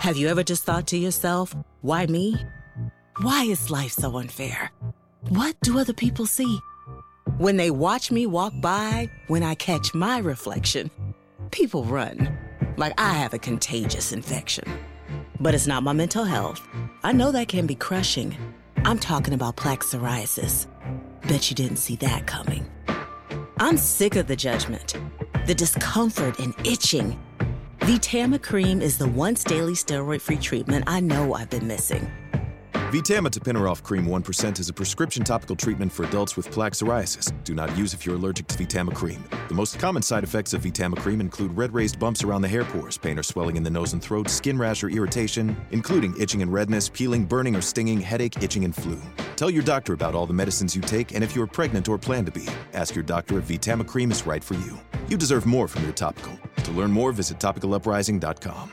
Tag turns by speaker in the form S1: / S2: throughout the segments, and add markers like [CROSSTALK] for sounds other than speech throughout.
S1: Have you ever just thought to yourself, why me? Why is life so unfair? What do other people see? When they watch me walk by, when I catch my reflection, people run like I have a contagious infection. But it's not my mental health. I know that can be crushing. I'm talking about plaque psoriasis. Bet you didn't see that coming. I'm sick of the judgment, the discomfort, and itching. Vtama cream is the once daily steroid free treatment I know I've been missing.
S2: Vtama tapinarof cream 1% is a prescription topical treatment for adults with plaque psoriasis. Do not use if you're allergic to Vtama cream. The most common side effects of Vtama cream include red raised bumps around the hair pores, pain or swelling in the nose and throat, skin rash or irritation, including itching and redness, peeling, burning or stinging, headache, itching, and flu. Tell your doctor about all the medicines you take and if you're pregnant or plan to be. Ask your doctor if Vtama cream is right for you. You deserve more from your topical. To learn more, visit topicaluprising.com.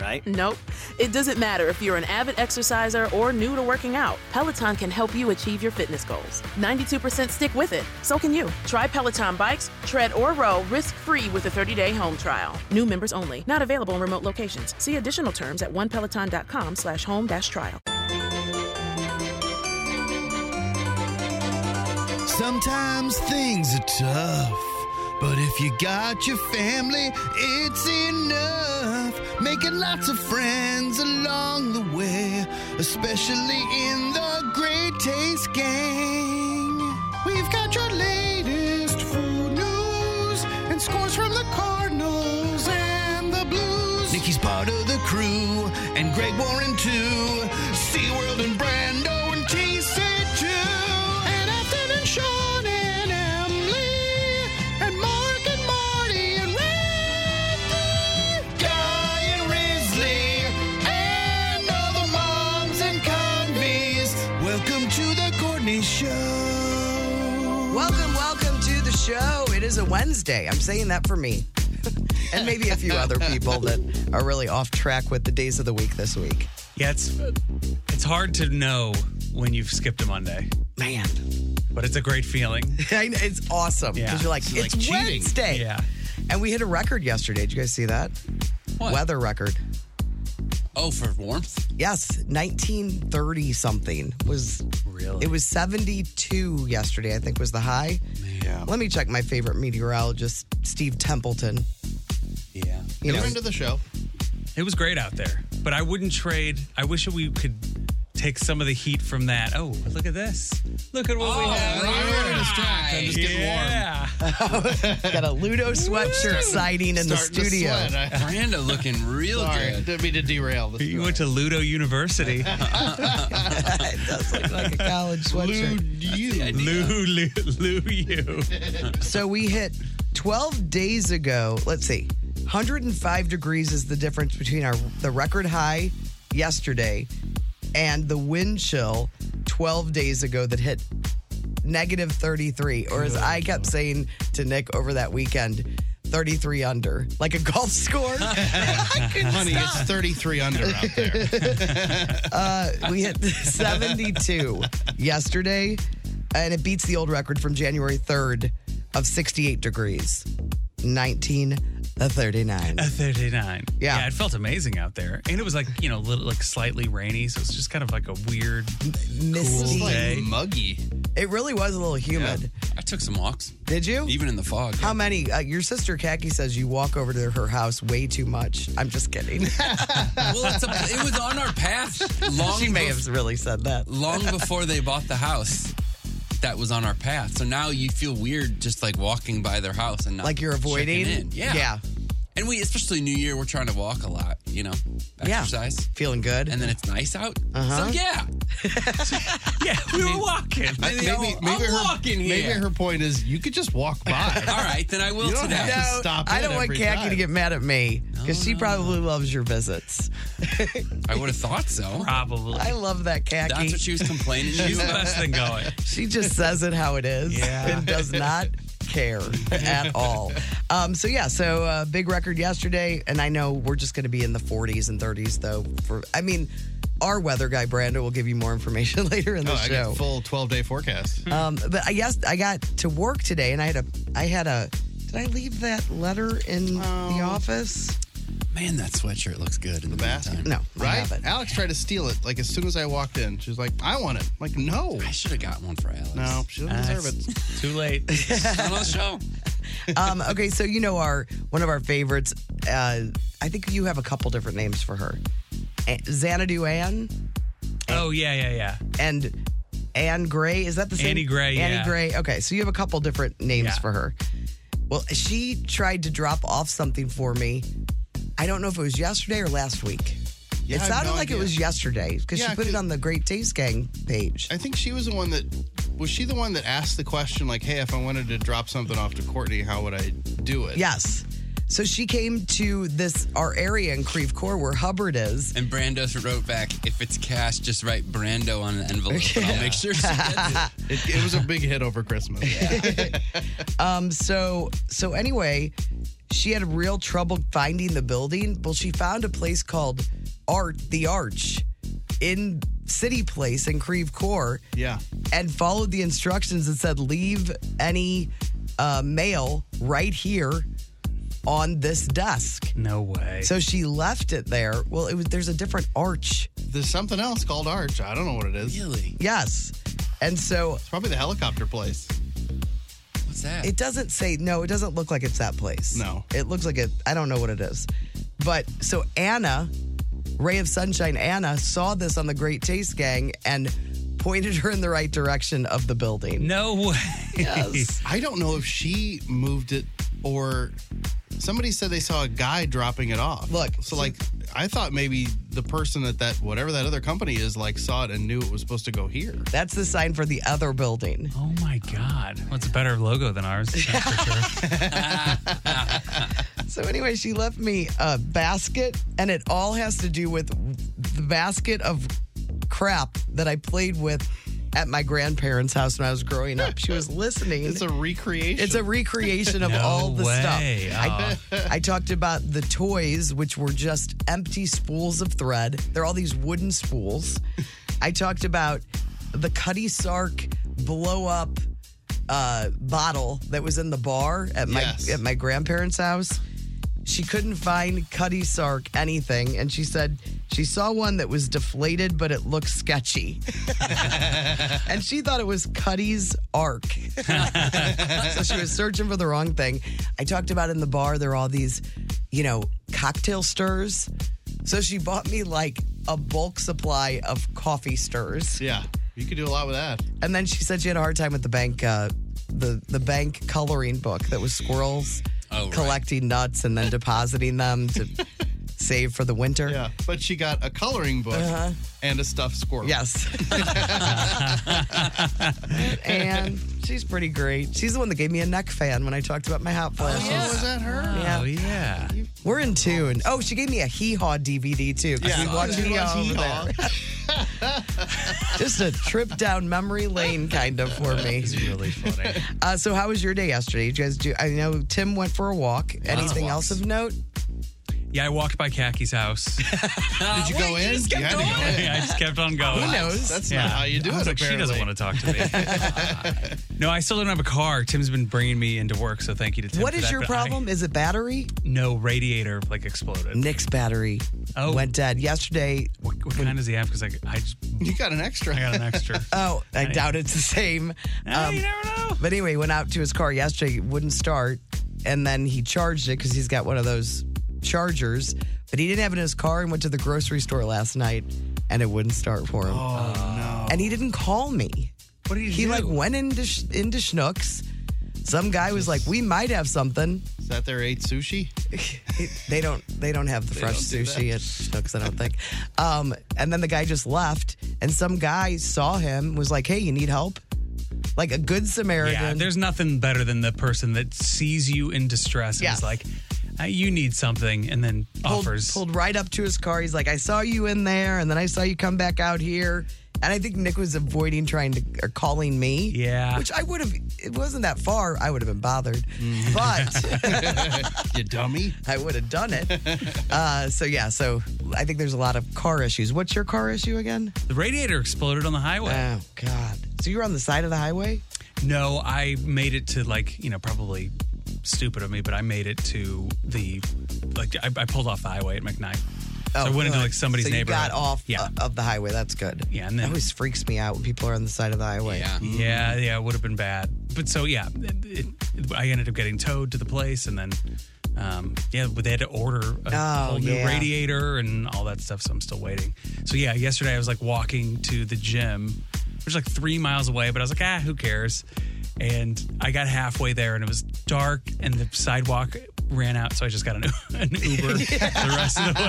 S3: right?
S4: Nope. It doesn't matter if you're an avid exerciser or new to working out. Peloton can help you achieve your fitness goals. 92% stick with it. So can you. Try Peloton bikes, tread, or row risk-free with a 30-day home trial. New members only. Not available in remote locations. See additional terms at onepeloton.com slash home dash trial.
S5: Sometimes things are tough, but if you got your family, it's enough. Making lots of friends along the way, especially in the Great Taste Gang. We've got your latest food news and scores from the Cardinals and the Blues. Nikki's part of the crew, and Greg Warren too. SeaWorld and Brando and TC too. And Afton and Sean and Emily. And Mark and Marty and Randy. Guy and Risley. And all the moms and convies. Welcome to the Courtney Show.
S6: Welcome, welcome to the show. It is a Wednesday. I'm saying that for me. [LAUGHS] and maybe a few other people that are really off track with the days of the week this week. [LAUGHS]
S7: Yeah, it's it's hard to know when you've skipped a Monday,
S6: Man,
S7: but it's a great
S6: [LAUGHS]
S7: feeling.
S6: I know, it's awesome because
S7: Yeah.
S6: you're like,
S7: It's like
S6: it's
S7: cheating."
S6: Wednesday.
S7: Yeah.
S6: And we hit a record yesterday. Did you guys see that?
S8: What?
S6: Weather record.
S8: Oh, for warmth?
S6: Yes, 1930 something was
S7: Really?
S6: It was 72 yesterday, I think was the high.
S8: Yeah.
S6: Let me check my favorite meteorologist, Steve Templeton.
S8: Yeah.
S6: You know,
S5: Friend of the show.
S7: It was great out there, but I wouldn't trade. I wish we could take some of the heat from that. Oh, look at this! Look at what we have.
S8: I
S7: here.
S8: want to Oh, distract. I'm just getting
S7: yeah.
S6: got a Ludo sweatshirt sighting in the studio. [LAUGHS]
S8: warm. Brando looking real good.
S5: didn't mean to derail the
S7: You went to Ludo University.
S6: [LAUGHS] it does look like a college sweatshirt.
S5: you.
S7: Lou, Lou, Lou, you.
S6: So we hit 12 days ago. Let's see. 105 degrees is the difference between our the record high yesterday and the wind chill 12 days ago that hit negative 33 or as I kept saying to Nick over that weekend 33 under like a golf score. [LAUGHS] I couldn't stop.
S5: it's 33 under out
S6: [LAUGHS]
S5: there.
S6: We hit 72 yesterday, and it beats the old record from January 3rd of 68 degrees. 19 A 39.
S7: A 39.
S6: Yeah.
S7: it felt amazing out there. And it was like, you know, little, like slightly rainy. So it's just kind of like a weird,
S6: misty.
S7: cool day.
S3: muggy.
S6: It really was a little humid.
S3: I took some walks,
S6: Did you?
S3: even in the
S6: [LAUGHS]
S3: fog.
S6: How many? Uh, your sister Khaki says you walk over to her house way too much. I'm
S3: [LAUGHS]
S6: just kidding.
S3: well, it's a, it was on our path long,
S6: [LAUGHS] she may
S3: bef-
S6: have really said that.
S3: long before they bought the house. That was on our path. So now you feel weird just like walking by their house and not
S6: Like you're
S3: checking
S6: avoiding.
S3: In. Yeah.
S6: Yeah.
S3: And we, especially New Year, we're trying to walk a lot, you know,
S6: Yeah.
S3: exercise.
S6: Feeling good.
S3: And then it's nice out.
S6: Uh-huh.
S3: So,
S5: [LAUGHS]
S3: yeah.
S7: Yeah, we were walking.
S3: Maybe,
S5: Maybe,
S3: I'll,
S5: maybe
S3: I'm
S5: her,
S3: walking here.
S5: Maybe her point is you could just walk
S3: [LAUGHS] All
S5: by.
S3: right, then I will
S5: You don't
S3: today.
S5: have to stop
S6: I
S5: in
S6: don't want
S5: every
S6: Khaki to
S5: time.
S6: get mad at me because she probably loves your visits.
S3: I would have thought so.
S7: Probably.
S6: I love that Khaki.
S3: That's what she was complaining to you
S7: She's the
S3: about.
S7: best thing going.
S6: She just says it how it is and does not care at all. Um, so yeah, so uh, big record yesterday, and I know we're just going to be in the 40s and 30s though. For I mean, our weather guy Brando will give you more information [LAUGHS] later in
S5: [LAUGHS]
S6: the
S5: No, Oh, I
S6: show.
S5: got full 12 day forecast.
S6: um, but I guess I got to work today, and I had a I had a. Did I leave that letter in
S5: Oh.
S6: the office?
S3: Man, that sweatshirt looks good in the,
S5: basket.
S3: meantime.
S6: No, I
S5: Right?
S6: haven't.
S5: Alex tried to steal it. Like as soon as I walked in, she's like, "I want it." I'm like, no,
S3: I should have got one for Alex.
S5: no, she doesn't
S7: Uh,
S5: deserve
S3: [LAUGHS]
S5: it.
S7: Too late.
S3: It's not on the show.
S6: um, okay, so you know our one of our favorites. Uh, I think you have a couple different names for her. A- Xanadu Ann.
S7: Oh, yeah, yeah, yeah.
S6: and Anne Gray. Is that the same?
S7: Annie Gray,
S6: Annie
S7: yeah.
S6: Gray. Okay, so you have a couple different names
S7: Yeah.
S6: for her. Well, she tried to drop off something for me. I don't know if it was yesterday or last week.
S5: Yeah,
S6: it
S5: I have
S6: sounded
S5: no
S6: like it
S5: idea.
S6: was yesterday because
S5: Yeah,
S6: she put it
S5: 'cause-
S6: on the Great Taste Gang page.
S5: I think she was the one that was she the one that asked the question like, "Hey, if I wanted to drop something off to Courtney, how would I do it?"
S6: Yes. So she came to this our area in Creve Coeur where Hubbard is.
S3: And Brando wrote back, if it's cash, just write Brando on an envelope and I'll make sure she gets it.
S5: It, it was a big hit over
S6: [LAUGHS]
S5: Christmas.
S6: Um, so so anyway, she had real trouble finding the building. Well, she found a place called Art the Arch in City Place in Creve Coeur
S5: yeah.
S6: and followed the instructions that said leave any uh, mail right here on this desk.
S7: No way.
S6: So she left it there. Well, it was there's a different arch.
S5: There's something else called Arch. I don't know what it is.
S3: Really?
S6: Yes. And so
S5: It's probably the helicopter place.
S3: What's that?
S6: It doesn't say no. It doesn't look like it's that place.
S5: No.
S6: it looks like it. I don't know what it is, but so Anna, Ray of Sunshine, Anna saw this on the Great Taste Gang and pointed her in the right direction of the building.
S7: no way.
S6: Yes.
S5: [LAUGHS] I don't know if she moved it or somebody said they saw a guy dropping it off.
S6: Look,
S5: so like I thought maybe the person at that whatever that other company is like saw it and knew it was supposed to go here.
S6: That's the sign for the other building.
S7: Oh my God. What's a better logo than ours? That's for sure.
S6: So anyway, she left me a basket, and it all has to do with the basket of crap that I played with at my grandparents' house when I was growing up. She was listening.
S5: It's a recreation.
S6: It's a recreation of
S7: No
S6: all the
S7: way.
S6: stuff. I, I talked about the toys, which were just empty spools of thread. They're all these wooden spools. I talked about the Cuddy Sark blow up uh, bottle that was in the bar at my
S5: Yes.
S6: at my grandparents' house. She couldn't find Cuddy Sark anything, and she said she saw one that was deflated, but it looked sketchy. [LAUGHS] and she thought it was Cuddy's Ark. so she was searching for the wrong thing. I talked about in the bar, there are all these, you know, cocktail stirs. So she bought me like a bulk supply of coffee stirs.
S5: yeah. You could do a lot with that.
S6: And then she said she had a hard time with the bank, uh, the the bank coloring book that was squirrels
S3: Oh, right.
S6: collecting nuts and then depositing them
S3: [LAUGHS]
S6: to save for the winter.
S5: Yeah. But she got a coloring book and a stuffed squirrel.
S6: Uh-huh.
S3: [LAUGHS]
S6: Yes. and she's pretty great. She's the one that gave me a neck fan when I talked about my hot flashes.
S5: Oh, was that her?
S6: Yeah.
S7: Oh, yeah.
S6: We're in tune. Oh, she gave me a hee haw DVD too. 'cause we watched
S5: She
S6: hee
S5: loves
S6: haw over
S5: hee-haw. [LAUGHS]
S6: there. Just a trip down memory lane kind of for me.
S7: Really funny.
S6: Uh, so, how was your day yesterday? Did you guys do? I know Tim went for a walk. Anything else of note?
S7: Yeah, I walked by Kaki's house.
S5: Did
S3: Oh,
S5: you go in? You had to go in.
S7: I just kept on going.
S5: Who knows? That's not how you do
S7: I was
S5: it,
S7: Like, she doesn't
S5: apparently."
S7: want to talk to me.
S5: [LAUGHS]
S7: no, I still don't have a car. Tim's been bringing me into work, so thank you to Tim.
S6: What
S7: for
S6: is
S7: that,
S6: your
S7: but I-
S6: problem? is it battery?
S7: no, radiator like exploded. Oh.
S6: Nick's battery went dead yesterday.
S7: What, what kind does he have? Because I, I just,
S5: you got an extra.
S7: I got an extra.
S6: [LAUGHS] Oh, I
S7: Hey.
S6: doubt it's the same. you never
S7: know.
S6: But anyway, went out to his car yesterday, it wouldn't start, and then he charged it because he's got one of those chargers. But he didn't have it in his car and went to the grocery store last night, and it wouldn't start for him.
S5: Oh no!
S6: And he didn't call me.
S7: What did
S6: he? He like went into sh- into Schnucks. Some guy was like, "We might have something."
S5: Sat there, ate sushi.
S6: [LAUGHS] they don't they don't have the
S5: They
S6: fresh
S5: don't do
S6: sushi at Schnucks, I don't think. Um, and then the guy just left, and some guy saw him, was like, "Hey, you need help?" Like a good
S7: Yeah,
S6: Samaritan.
S7: there's nothing better than the person that sees you in distress and is like, "Uh, "You need something," and then
S6: pulled,
S7: offers.
S6: pulled right up to his car. He's like, "I saw you in there, and then I saw you come back out here." And I think Nick was avoiding trying to or calling me.
S7: Yeah.
S6: which I would have. It wasn't that far. I would have been bothered,
S7: Mm. [LAUGHS]
S6: but
S5: you
S3: [LAUGHS]
S5: dummy,
S6: I would have done it. Uh, so yeah, so I think there's a lot of car issues. What's your car issue again?
S7: The radiator exploded on the highway.
S6: Oh God! So you were on the side of the highway?
S7: No, I made it to like you know probably stupid of me, but I made it to the like I, I pulled off the highway at McKnight. so I went into
S6: Oh, good.
S7: like somebody's
S6: so you
S7: neighborhood.
S6: got off uh, of the highway. That's good.
S7: Yeah, and then-
S6: it always freaks me out when people are on the side of the highway.
S7: Yeah, yeah, it would have been bad. But so yeah, it, it- I ended up getting towed to the place, and then um, yeah, but they had to order a
S6: Oh,
S7: whole new
S6: yeah.
S7: uh, radiator and all that stuff. So I'm still waiting. So yeah, yesterday I was like walking to the gym, which is like three miles away, but I was like, ah, who cares? And I got halfway there, and it was dark, and the sidewalk ran out, so I just got an, an
S6: [LAUGHS]
S7: Uber the rest of the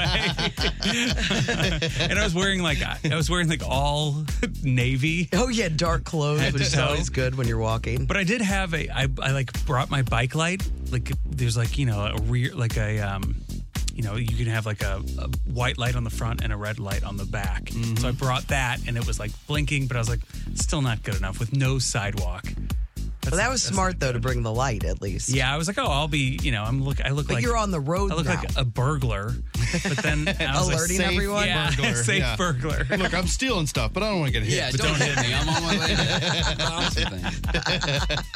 S7: way. [LAUGHS] and I was wearing like I I was wearing like all navy.
S6: Oh yeah, dark clothes,
S7: Head
S6: which
S7: to
S6: is
S7: toe.
S6: always good when you're walking.
S7: But I did have a I, I like brought my bike light. Like there's like, you know, a rear like a um you know, you can have like a, a white light on the front and a red light on the back.
S6: Mm-hmm.
S7: So I brought that and it was like blinking, but I was like, still not good enough with no sidewalk.
S6: well, that was smart though to bring the light at least.
S7: Yeah, I was like, oh, I'll be, you know, I'm look, I look
S6: But
S7: like
S6: you're on the road
S7: I look
S6: now.
S7: like a burglar, but
S6: [LAUGHS]
S7: then I was like,
S6: Alerting
S7: safe-
S6: everyone?
S7: yeah,
S5: Burglar,
S7: [LAUGHS] safe
S5: yeah.
S7: burglar.
S5: Look, I'm stealing stuff, but I don't want to get hit.
S3: Yeah,
S5: But
S3: don't, hit me. I'm on my way to something.
S6: [LAUGHS]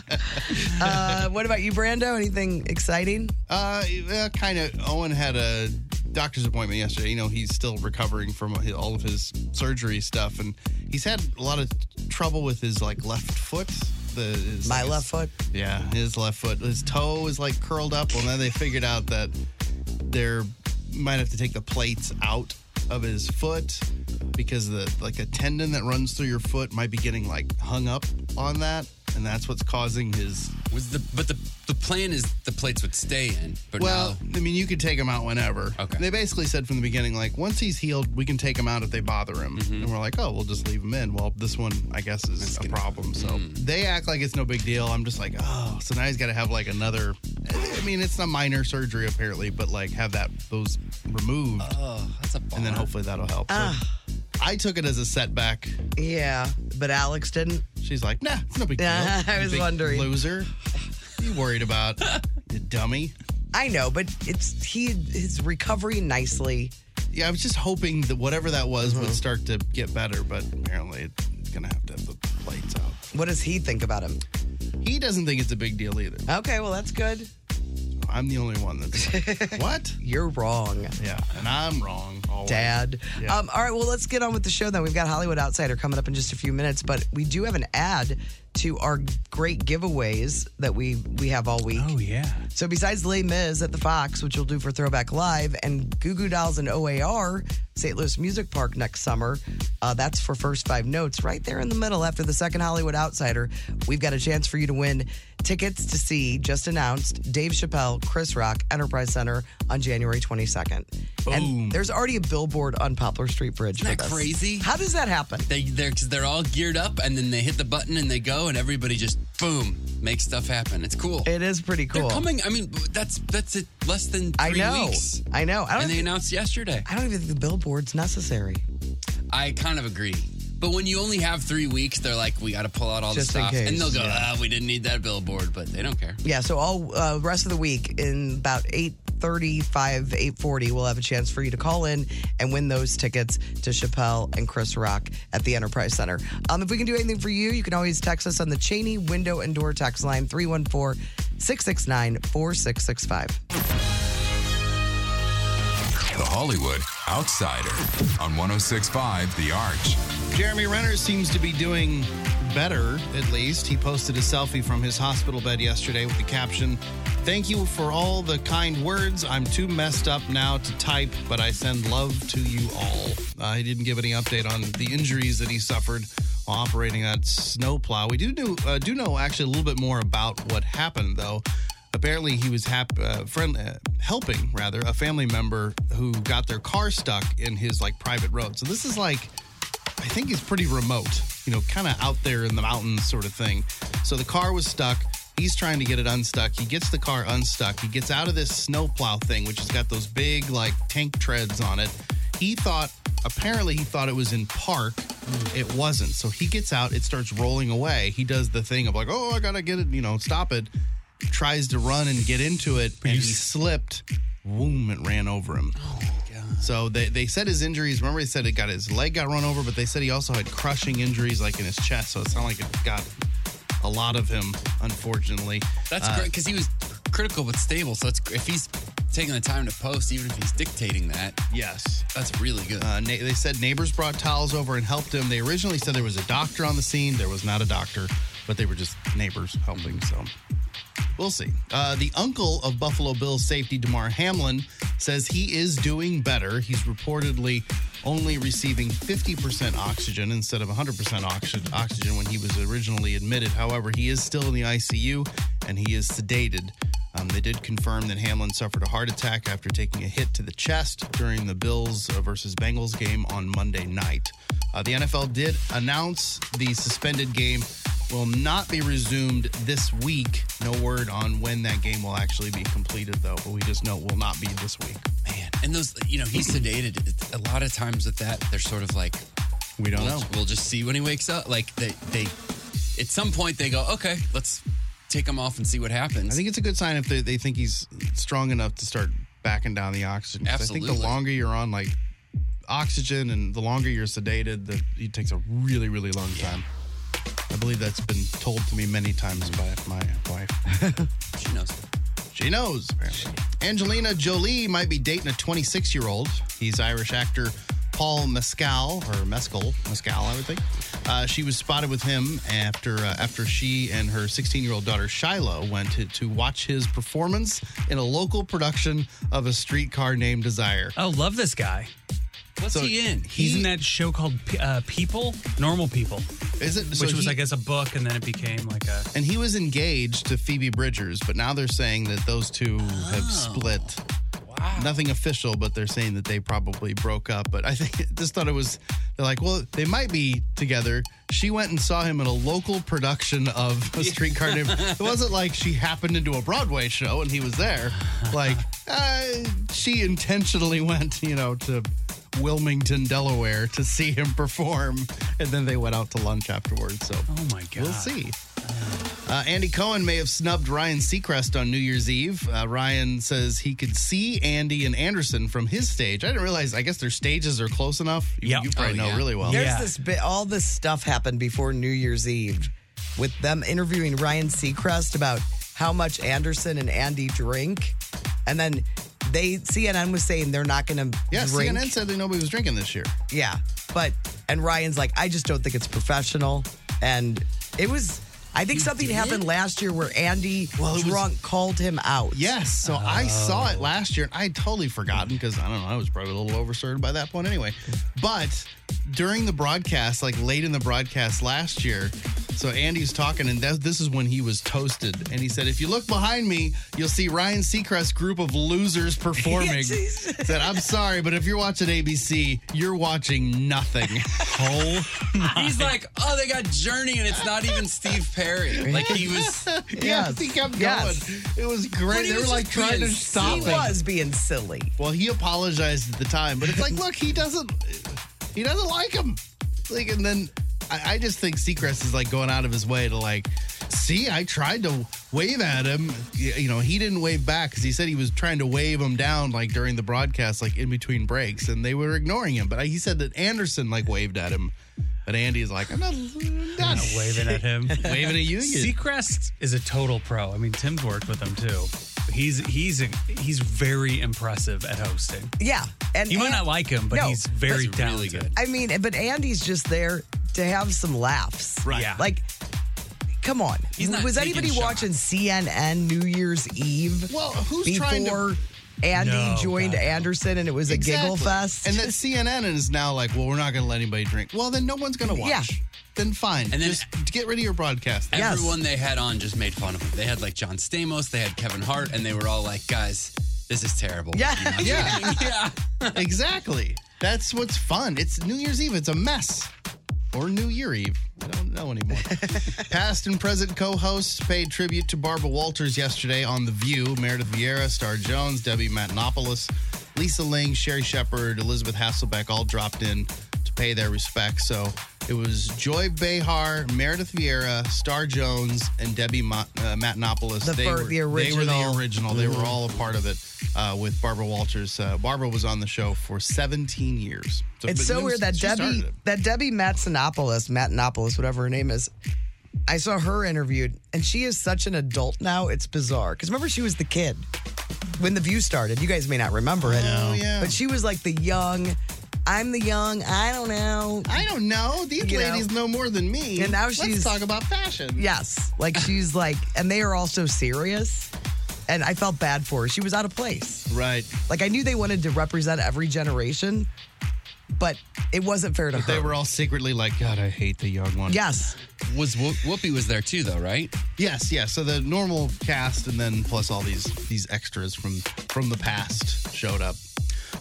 S6: Uh, what about you, Brando? Anything exciting?
S5: Uh, yeah, kind of. Owen had a doctor's appointment yesterday. You know, he's still recovering from all of his surgery stuff, and he's had a lot of trouble with his like left foot. The his,
S6: My
S5: his-
S6: left foot.
S5: Yeah, his left foot. His toe is like curled up. Well, now they figured out that they might have to take the plates out of his foot because the like a tendon that runs through your foot might be getting like hung up on that, and that's what's causing his
S3: Was the but the the plan is the plates would stay in, but
S5: well, I mean, you could take him out whenever.
S3: Okay.
S5: They basically said from the beginning, like, once he's healed, we can take him out if they bother him.
S3: Mm-hmm.
S5: And we're like, oh, we'll just leave him in. Well, this one, I guess, is a problem. So
S3: Mm-hmm.
S5: they act like it's no big deal. I'm just like, oh, so now he's got to have like another. I mean, it's a minor surgery apparently, but like have that those removed,
S3: now oh, that's a bummer. Ah.
S5: and then hopefully that'll help. So I took it as a setback.
S6: Yeah, but Alex didn't.
S5: She's like, nah, it's
S3: [LAUGHS]
S5: no big deal.
S6: Yeah, I
S5: You
S6: was
S5: big
S6: wondering.
S5: loser. You worried about you dummy?
S6: I know, but it's he is recovering nicely.
S5: Yeah, I was just hoping that whatever that was
S6: Uh-huh.
S5: would start to get better, but apparently it's gonna have to have the plates out.
S6: What does he think about him?
S5: He doesn't think it's a big deal either.
S6: Okay, well that's good.
S5: I'm the only one that's
S6: [LAUGHS]
S5: like, what?
S6: You're wrong.
S5: Yeah, and I'm wrong. Always.
S6: Dad.
S5: Yeah.
S6: Um, all right, well, let's get on with the show then. We've got Hollywood Outsider coming up in just a few minutes, but we do have an ad to our great giveaways that we we have all week.
S7: Oh yeah.
S6: So besides Les Mis at the Fox, which you'll do for Throwback Live, and Goo Goo Dolls and OAR, St. Louis Music Park next summer, uh, that's for first five notes. Right there in the middle after the second Hollywood Outsider, we've got a chance for you to win tickets to see, just announced, Dave Chappelle, Chris Rock, Enterprise Center on January 22nd. And there's already a billboard on Poplar Street Bridge
S3: Isn't
S6: for
S3: that
S6: this.
S3: crazy?
S6: How does that happen?
S3: They they're cause they're all geared up, and then they hit the button and they go, and everybody just boom makes stuff happen. It's cool.
S6: It is pretty cool.
S3: They're coming. I mean, that's that's it. Less than three
S6: I know.
S3: weeks,
S6: I know. I don't,
S3: and they
S6: think,
S3: announced yesterday.
S6: I don't even think the billboard's necessary.
S3: I kind of agree. But when you only have three weeks, they're like, we got to pull out all
S6: Just
S3: the
S6: in
S3: stuff,
S6: case,
S3: and they'll go,
S6: yeah.
S3: ah, we didn't need that billboard, but they don't care.
S6: Yeah, so all uh, rest of the week in about eight 835 840, we'll have a chance for you to call in and win those tickets to Chappelle and Chris Rock at the Enterprise Center. Um, if we can do anything for you, you can always text us on the Cheney window and door text line 314 669 4665.
S9: The Hollywood Outsider on 1065 The Arch.
S5: Jeremy Renner seems to be doing better, at least. He posted a selfie from his hospital bed yesterday with the caption, Thank you for all the kind words. I'm too messed up now to type, but I send love to you all. Uh, he didn't give any update on the injuries that he suffered while operating that snowplow. We do know, uh, do know actually a little bit more about what happened, though. Apparently, he was hap- uh, friend- uh, helping rather a family member who got their car stuck in his like private road. So this is like I think is pretty remote, you know, kind of out there in the mountains sort of thing. So the car was stuck. He's trying to get it unstuck. He gets the car unstuck. He gets out of this snowplow thing, which has got those big, like, tank treads on it. He thought, apparently, he thought it was in park. It wasn't. So he gets out, it starts rolling away. He does the thing of, like, oh, I got to get it, you know, stop it. Tries to run and get into it, and he slipped. Boom, it ran over him. So they, they said his injuries. Remember, they said it got his leg got run over, but they said he also had crushing injuries like in his chest. So it sounded like it got a lot of him, unfortunately.
S3: That's
S5: Uh,
S3: great because he was critical but stable. So it's, if he's taking the time to post, even if he's dictating that,
S5: yes,
S3: that's really good.
S5: Uh, na- they said neighbors brought towels over and helped him. They originally said there was a doctor on the scene. There was not a doctor, but they were just neighbors helping. So we'll see. Uh, the uncle of Buffalo Bills safety, DeMar Hamlin, says he is doing better. He's reportedly only receiving 50% oxygen instead of 100% oxygen, oxygen when he was originally admitted. However, he is still in the ICU and he is sedated. Um, they did confirm that Hamlin suffered a heart attack after taking a hit to the chest during the Bills uh, versus Bengals game on Monday night. Uh, the NFL did announce the suspended game will not be resumed this week. No word on when that game will actually be completed, though, but we just know it will not be this week.
S3: Man, and those, you know, he's sedated. It's- A lot of times with that, they're sort of like,
S5: we don't
S3: we'll,
S5: know."
S3: We'll just see when he wakes up. Like they, they, at some point they go, okay, let's take him off and see what happens.
S5: I think it's a good sign if they, they think he's strong enough to start backing down the oxygen. 'Cause I think
S3: Absolutely.
S5: the longer you're on like oxygen and the longer you're sedated, the, it takes a really, really long time. I believe that's been told to me many times by my wife.
S3: she knows.
S5: She knows, apparently. Angelina Jolie might be dating a 26 year old. He's Irish actor Paul Mescal, or Mescal, Mescal, I would think. Uh, she was spotted with him after uh, after she and her 16 year old daughter Shiloh went to, to watch his performance in a local production of A Streetcar Named Desire.
S7: I love this guy.
S3: What's he in?
S7: He's in that show called P- uh, People, Normal People.
S5: Is it?
S7: Which
S5: so
S7: was,
S5: he-
S7: I guess, a book, and then it became like a.
S5: And he was engaged to Phoebe Bridgers, but now they're saying that those two have
S7: Oh.
S5: split. Nothing official, but they're saying that they probably broke up. But I think [LAUGHS] just thought it was they're like, well, they might be together. She went and saw him in a local production of [LAUGHS] a streetcar named. It wasn't like she happened into a Broadway show and he was there.
S7: [LAUGHS]
S5: Like uh, she intentionally went, you know, to Wilmington, Delaware, to see him perform, and then they went out to lunch afterwards. So, oh
S7: my god,
S5: we'll see. Uh, Andy Cohen may have snubbed Ryan Seacrest on New Year's Eve. Uh, Ryan says he could see Andy and Anderson from his stage. I didn't realize. I guess their stages are close enough. You, you probably know really well.
S6: There's this bit, all this stuff happened before New Year's Eve with them interviewing Ryan Seacrest about how much Anderson and Andy drink. And then they, CNN was saying they're not going to
S5: Yeah,
S6: drink.
S5: CNN said that nobody was drinking this year.
S6: Yeah. But, and Ryan's like, I just don't think it's professional. And it was, I think something happened last year where Andy drunk called him out.
S5: Yes. So I saw it last year and I had totally forgotten because I don't know, I was probably a little overstirred by that point anyway. But during the broadcast, like late in the broadcast last year, so Andy's talking, and that, this is when he was toasted. And he said, If you look behind me, you'll see Ryan Seacrest's group of losers performing. said, I'm sorry, but if you're watching ABC, you're watching nothing. [LAUGHS]
S7: Oh,
S3: He's like, oh, they got Journey, and it's not even Steve Perry. Like he was.
S5: Yes, he kept going. It was
S3: But
S5: great.
S3: he
S5: They were
S3: was
S5: like
S3: just
S5: trying to
S3: being
S5: stop
S3: silly.
S5: him.
S3: He was
S6: being silly.
S5: Well, he apologized at the time, but it's like, look, he doesn't, he doesn't like him. Like, and then I, I just think Seacrest is like going out of his way to like, see, I tried to wave at him. Y- You know, he didn't wave back because he said he was trying to wave him down like during the broadcast, like in between breaks, and they were ignoring him. But I, he said that Anderson like waved at him. But Andy is like, I'm not, not
S7: waving at him.
S5: waving
S7: [LAUGHS]
S5: at you. you
S7: Seacrest is a total pro. I mean, Tim's worked with him too. He's he's he's very impressive at hosting.
S6: Yeah, and
S7: you might
S6: and-
S7: not like him, but
S6: No,
S7: he's very
S6: but-
S7: talented.
S6: I mean, but Andy's just there to have some laughs.
S7: Right. Yeah.
S6: Like, come on.
S7: He's not
S6: Was
S7: taking
S6: anybody
S7: shots.
S6: watching CNN New Year's Eve?
S5: Well, who's
S6: before
S5: trying to-
S6: Andy
S5: No,
S6: joined Anderson and it was a giggle fest?
S5: And that CNN is now like, well, we're not going to let anybody drink. Well, then no one's going to watch.
S6: Yeah.
S5: Then fine. And
S3: And
S5: then
S3: then-
S5: just get rid of your broadcast.
S3: Everyone they had on just made fun of him. They had like John Stamos, they had Kevin Hart, and they were all like, guys, this is terrible. You're
S6: [LAUGHS]
S3: not
S5: yeah, yeah. [LAUGHS] exactly. That's what's fun. It's New Year's Eve. It's a mess. Or New Year Eve. I don't know anymore.
S6: [LAUGHS]
S5: Past and present co hosts paid tribute to Barbara Walters yesterday on The View. Meredith Vieira, Star Jones, Debbie Matenopoulos, Lisa Ling, Sherry Shepard, Elizabeth Hasselbeck all dropped in to pay their respects. So it was Joy Behar, Meredith Vieira, Star Jones, and Debbie Ma- uh, Matenopoulos.
S6: The fir- the
S5: They were the
S6: original.
S5: original. They were
S6: Mhm.
S5: all a part of it uh, with Barbara Walters. Uh, Barbara was on the show for 17 years.
S6: it's
S5: but
S6: so
S5: when
S6: weird that
S5: she started
S6: Debbie
S5: it.
S6: that Debbie Matsenopoulos, Matsenopoulos, whatever her name is. I saw her interviewed, and she is such an adult now. It's bizarre because remember she was the kid when the View started. You guys may not remember it,
S5: Oh, yeah.
S6: but she was like the young. I'm the young. I don't know.
S5: I don't know. These
S6: You know?
S5: ladies know? more than me.
S6: And now she's-
S5: Let's talk about fashion.
S6: Yes, like she's like, and they are all so serious. And I felt bad for her. She was out of place.
S5: Right.
S6: Like I knew they wanted to represent every generation, but it wasn't fair to her.
S5: They were all secretly like, God, I hate the young one.
S6: Yes.
S3: Was Who- Whoopi was there too, though, right?
S5: Yes, yes. So the normal cast, and then plus all these these extras from from the past showed up.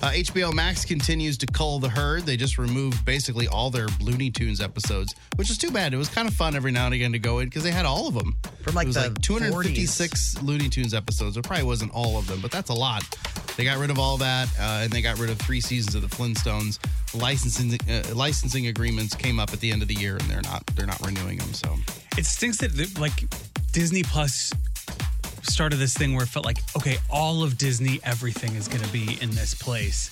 S5: Uh, HBO Max continues to cull the herd. They just removed basically all their Looney Tunes episodes, which is too bad. It was kind of fun every now and again to go in because they had all of them.
S6: From like
S5: it was
S6: the
S5: like 256 Looney Tunes episodes. It probably wasn't all of them, but that's a lot. They got rid of all that, uh, and they got rid of three seasons of the Flintstones. Licensing uh, licensing agreements came up at the end of the year, and they're not they're not renewing them. So
S7: It stinks that the- like Disney Plus started this thing where it felt like okay, all of Disney, everything is going to be in this place,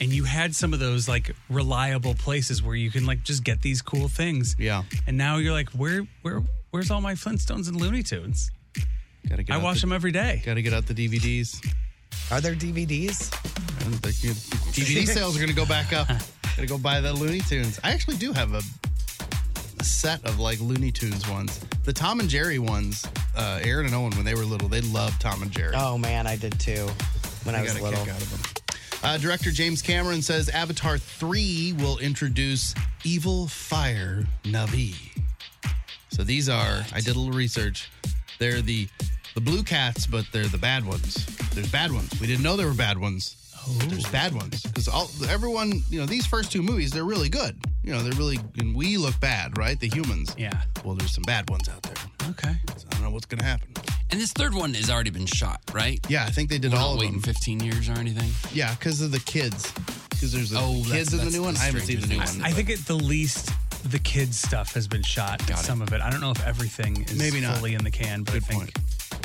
S7: and you had some of those like reliable places where you can like just get these cool things.
S5: Yeah.
S7: And now you're like, where where where's all my Flintstones and Looney Tunes?
S5: Gotta get
S7: I
S5: out
S7: watch
S5: the-
S7: them every day.
S5: Gotta get out the DVDs.
S6: Are there DVDs?
S5: [LAUGHS]
S7: [LAUGHS]
S5: DVD sales are going to go back up. Going to go buy the Looney Tunes. I actually do have a, a set of like Looney Tunes ones. The Tom and Jerry ones. Uh, Aaron and Owen, when they were little, they loved Tom and Jerry.
S6: Oh man, I did too when I,
S5: I
S6: was
S5: got a
S6: little.
S5: kick out of them. Uh, director James Cameron says Avatar 3 will introduce evil fire Navi. So these are, I did a little research. They're the the blue cats, but they're the bad ones. There's bad ones. We didn't know there were bad ones. There's bad ones because all everyone, you know, these first two movies, they're really good. You know, they're really, and we look bad, right? The humans.
S7: Yeah.
S5: Well, there's some bad ones out there.
S7: Okay.
S5: So I don't know what's gonna happen.
S3: And this third one has already been shot, right?
S5: Yeah, I think they did
S3: We're
S5: all
S3: Not
S5: of
S3: waiting
S5: them.
S3: 15 years or anything.
S5: Yeah, because of the kids. Because there's the
S3: Oh, that's-
S5: kids in the
S3: that's
S5: new
S3: the
S5: one. I haven't seen the new
S3: Stranger
S5: one.
S7: I think at the least the kids stuff has been shot. some of it. I don't know if everything is
S5: Maybe not.
S7: fully in the can, but I think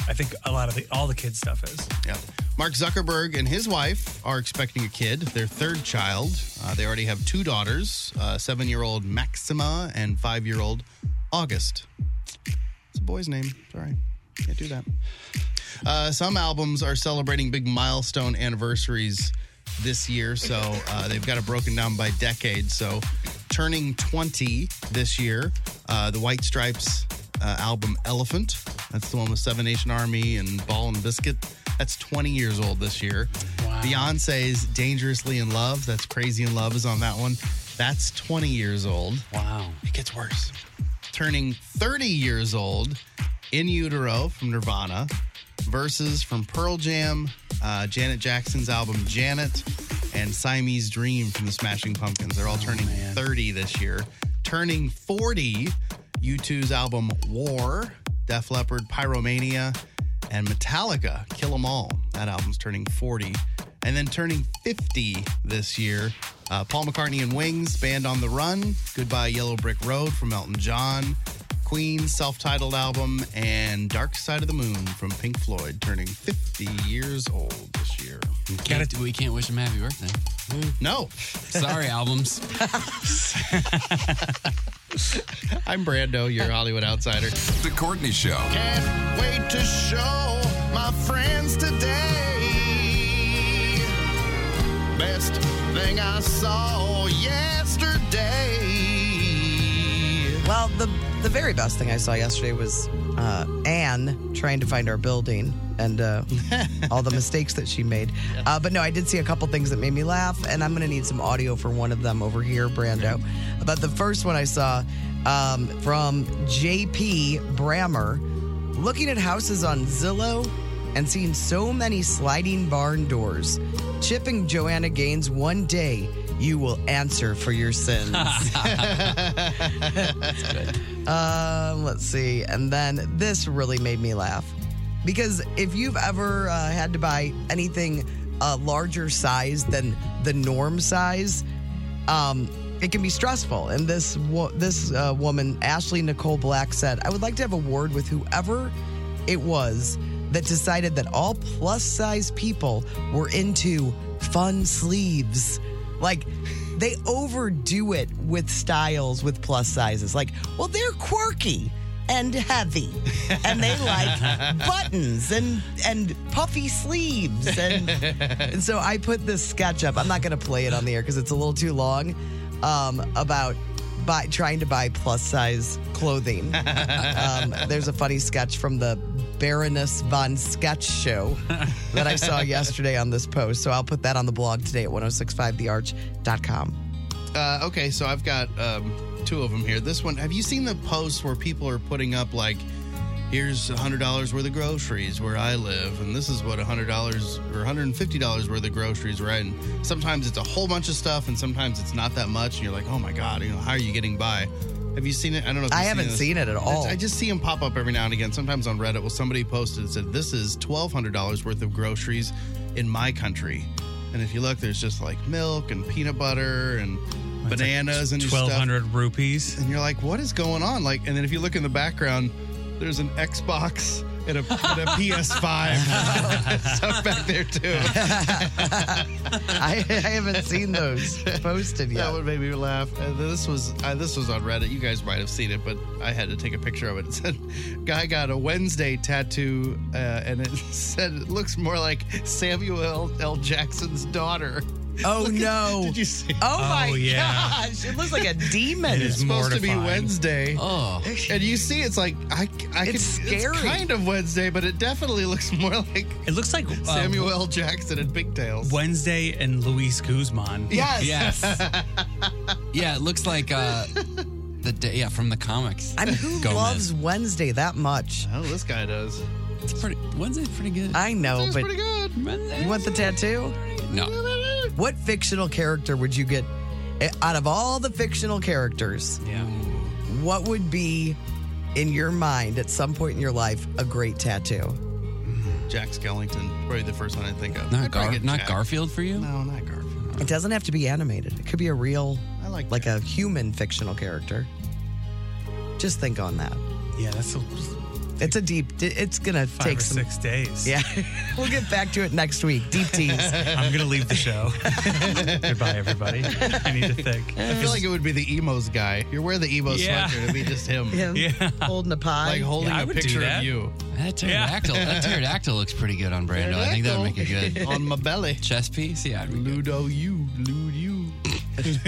S7: I think a lot of the all the kids stuff is.
S5: Yeah. Mark Zuckerberg and his wife are expecting a kid, their third child. Uh, they already have two daughters, uh, seven-year-old Maxima and five-year-old August. It's a boy's name. Sorry. Can't do that. Uh, some albums are celebrating big milestone anniversaries this year, so uh, they've got it broken down by decade. So, turning 20 this year, uh, the White Stripes uh, album Elephant, that's the one with Seven Nation Army and Ball and Biscuit, that's 20 years old this year. Beyonce's Dangerously in Love, that's Crazy in Love, is on that one. That's 20 years old.
S3: Wow.
S5: It gets worse. Turning 30 years old, In Utero from Nirvana, Verses from Pearl Jam, uh, Janet Jackson's album Janet, and Siamese Dream from the Smashing Pumpkins. They're all turning 30 this year. Turning 40, U2's album War, Def Leppard, Pyromania, and Metallica, Kill 'Em All. That album's turning 40. And And then turning 50 this year, uh, Paul McCartney and Wings, Band on the Run, Goodbye Yellow Brick Road from Elton John, Queen's self titled album, and Dark Side of the Moon from Pink Floyd, turning 50 years old this year.
S3: Can't, we can't wish him happy birthday. [LAUGHS]
S5: No.
S3: Sorry, albums.
S5: I'm Brando, your Hollywood outsider.
S9: The Courtney Show.
S10: Can't wait to show my friends today. Best thing I saw
S5: [LAUGHS]
S10: yesterday.
S6: Well, the the very best thing I saw yesterday was uh, Anne trying to find our building and uh, all the mistakes that she made. Uh, but no, I did see a couple things that made me laugh, and I'm going to need some audio for one of them over here, Brando. But the first one I saw um, from J.P. Brammer, looking at houses on Zillow and seeing so many sliding barn doors. Chipping Joanna Gaines one day, you will answer for your sins.
S5: Uh,
S6: Um, let's see. And then this really made me laugh because if you've ever uh, had to buy anything uh, larger size than the norm size, um, it can be stressful. And this wo- this uh, woman, Ashley Nicole Black, said, "I would like to have a word with whoever it was that decided that all plus size people were into fun sleeves. Like, they overdo it with styles with plus sizes. Like, well, they're quirky and heavy, and they like buttons and and puffy sleeves. And, and so I put this sketch up. I'm not going to play it on the air because it's a little too long. Um, about buy, trying to buy plus size
S5: [LAUGHS]
S6: clothing. um, there's a funny sketch from the Baroness von Sketch show that I
S5: [LAUGHS]
S6: saw yesterday on this post. So I'll put that on the blog today at 1065thearch.com.
S5: Uh, okay, so I've got um, two of them here. This one, have you seen the posts where people are putting up like, here's $100 worth of groceries where I live, and this is what $100 or $150 worth of groceries, right? And sometimes it's a whole bunch of stuff, and sometimes it's not that much, and you're like, oh my God, you know, how are you getting by? Have you seen it? I don't know. If
S6: I
S5: you've
S6: haven't
S5: this.
S6: seen it at all.
S5: I just see them pop up every now and again. Sometimes on Reddit, well, somebody posted and said, "This is twelve hundred dollars worth of groceries in my country," and if you look, there's just like milk and peanut butter and bananas and
S7: twelve
S5: stuff.
S7: hundred rupees.
S5: And you're like, what is going on? Like, and then if you look in the background, there's an Xbox and a, and a
S6: [LAUGHS]
S5: PS5 [LAUGHS] stuff back there
S7: [LAUGHS]
S5: too.
S6: [LAUGHS] I, I haven't seen those posted yet.
S5: That one made me laugh. And this was uh, this was on Reddit. You guys might have seen it, but I had to take a picture of it. It said, "Guy got a Wednesday tattoo," uh, and it [LAUGHS] said, "It looks more like Samuel L. L. Jackson's daughter." [LAUGHS]
S6: Oh
S5: Look at-
S6: no!
S5: did you see?
S6: Oh
S7: Oh,
S6: my
S7: yeah.
S6: gosh! It looks
S5: [LAUGHS]
S6: like a demon.
S7: It is
S5: It's supposed to be
S7: mortifying.
S5: Wednesday.
S3: Oh,
S5: And you see, it's like I, I
S6: It's
S5: could,
S6: scary.
S5: It's kind of Wednesday, but it definitely looks [LAUGHS] more like
S7: It looks like
S3: Um,
S7: uh,
S5: Samuel L. Jackson and pigtails.
S7: Wednesday and Luis Guzman.
S6: Yes.
S3: yes. yeah, it looks like uh, the day. Yeah, from the comics.
S6: I mean, who
S3: Gomez.
S6: loves Wednesday that much?
S5: [LAUGHS] Oh, this guy does.
S3: It's pretty. Wednesday's pretty good.
S6: I know,
S5: It's
S6: but
S5: pretty good.
S3: Wednesday-
S6: you want the tattoo?
S3: No.
S6: What fictional character would you get eh, out of all the fictional characters?
S7: Yeah.
S6: What would be in your mind at some point in your life a great tattoo?
S5: Jack Skellington, probably the first one I think of.
S3: Not,
S5: I'd probably
S3: Gar-
S5: get
S3: not
S5: Jack.
S3: Garfield for you?
S5: No, not Garfield.
S6: It doesn't have to be animated. It could be a real,
S5: I like
S6: like a human fictional character. Just think on that.
S7: Yeah, that's a,
S6: It's a deep. It's gonna
S7: five
S6: take
S7: or
S6: some.
S7: six days.
S6: Yeah, [LAUGHS] we'll get back to it next week.
S7: [LAUGHS]
S6: Deep tease.
S7: I'm gonna leave the
S5: [LAUGHS]
S7: show. Goodbye, everybody. I need to think.
S5: I feel like it would be the emos guy. You're wearing the emo
S7: Yeah.
S5: sweater. It'd be
S3: [LAUGHS]
S5: just him,
S6: Him
S7: Yeah.
S6: holding a pie.
S5: like holding
S7: Yeah, I
S5: a
S7: would do
S5: picture of
S7: that.
S5: you
S3: That pterodactyl, that pterodactyl looks pretty good on Brando. I think that would make a good
S5: [LAUGHS] on my belly.
S3: chess piece. Yeah, I'd be good.
S5: Ludo, you, lude, you.
S3: Uh,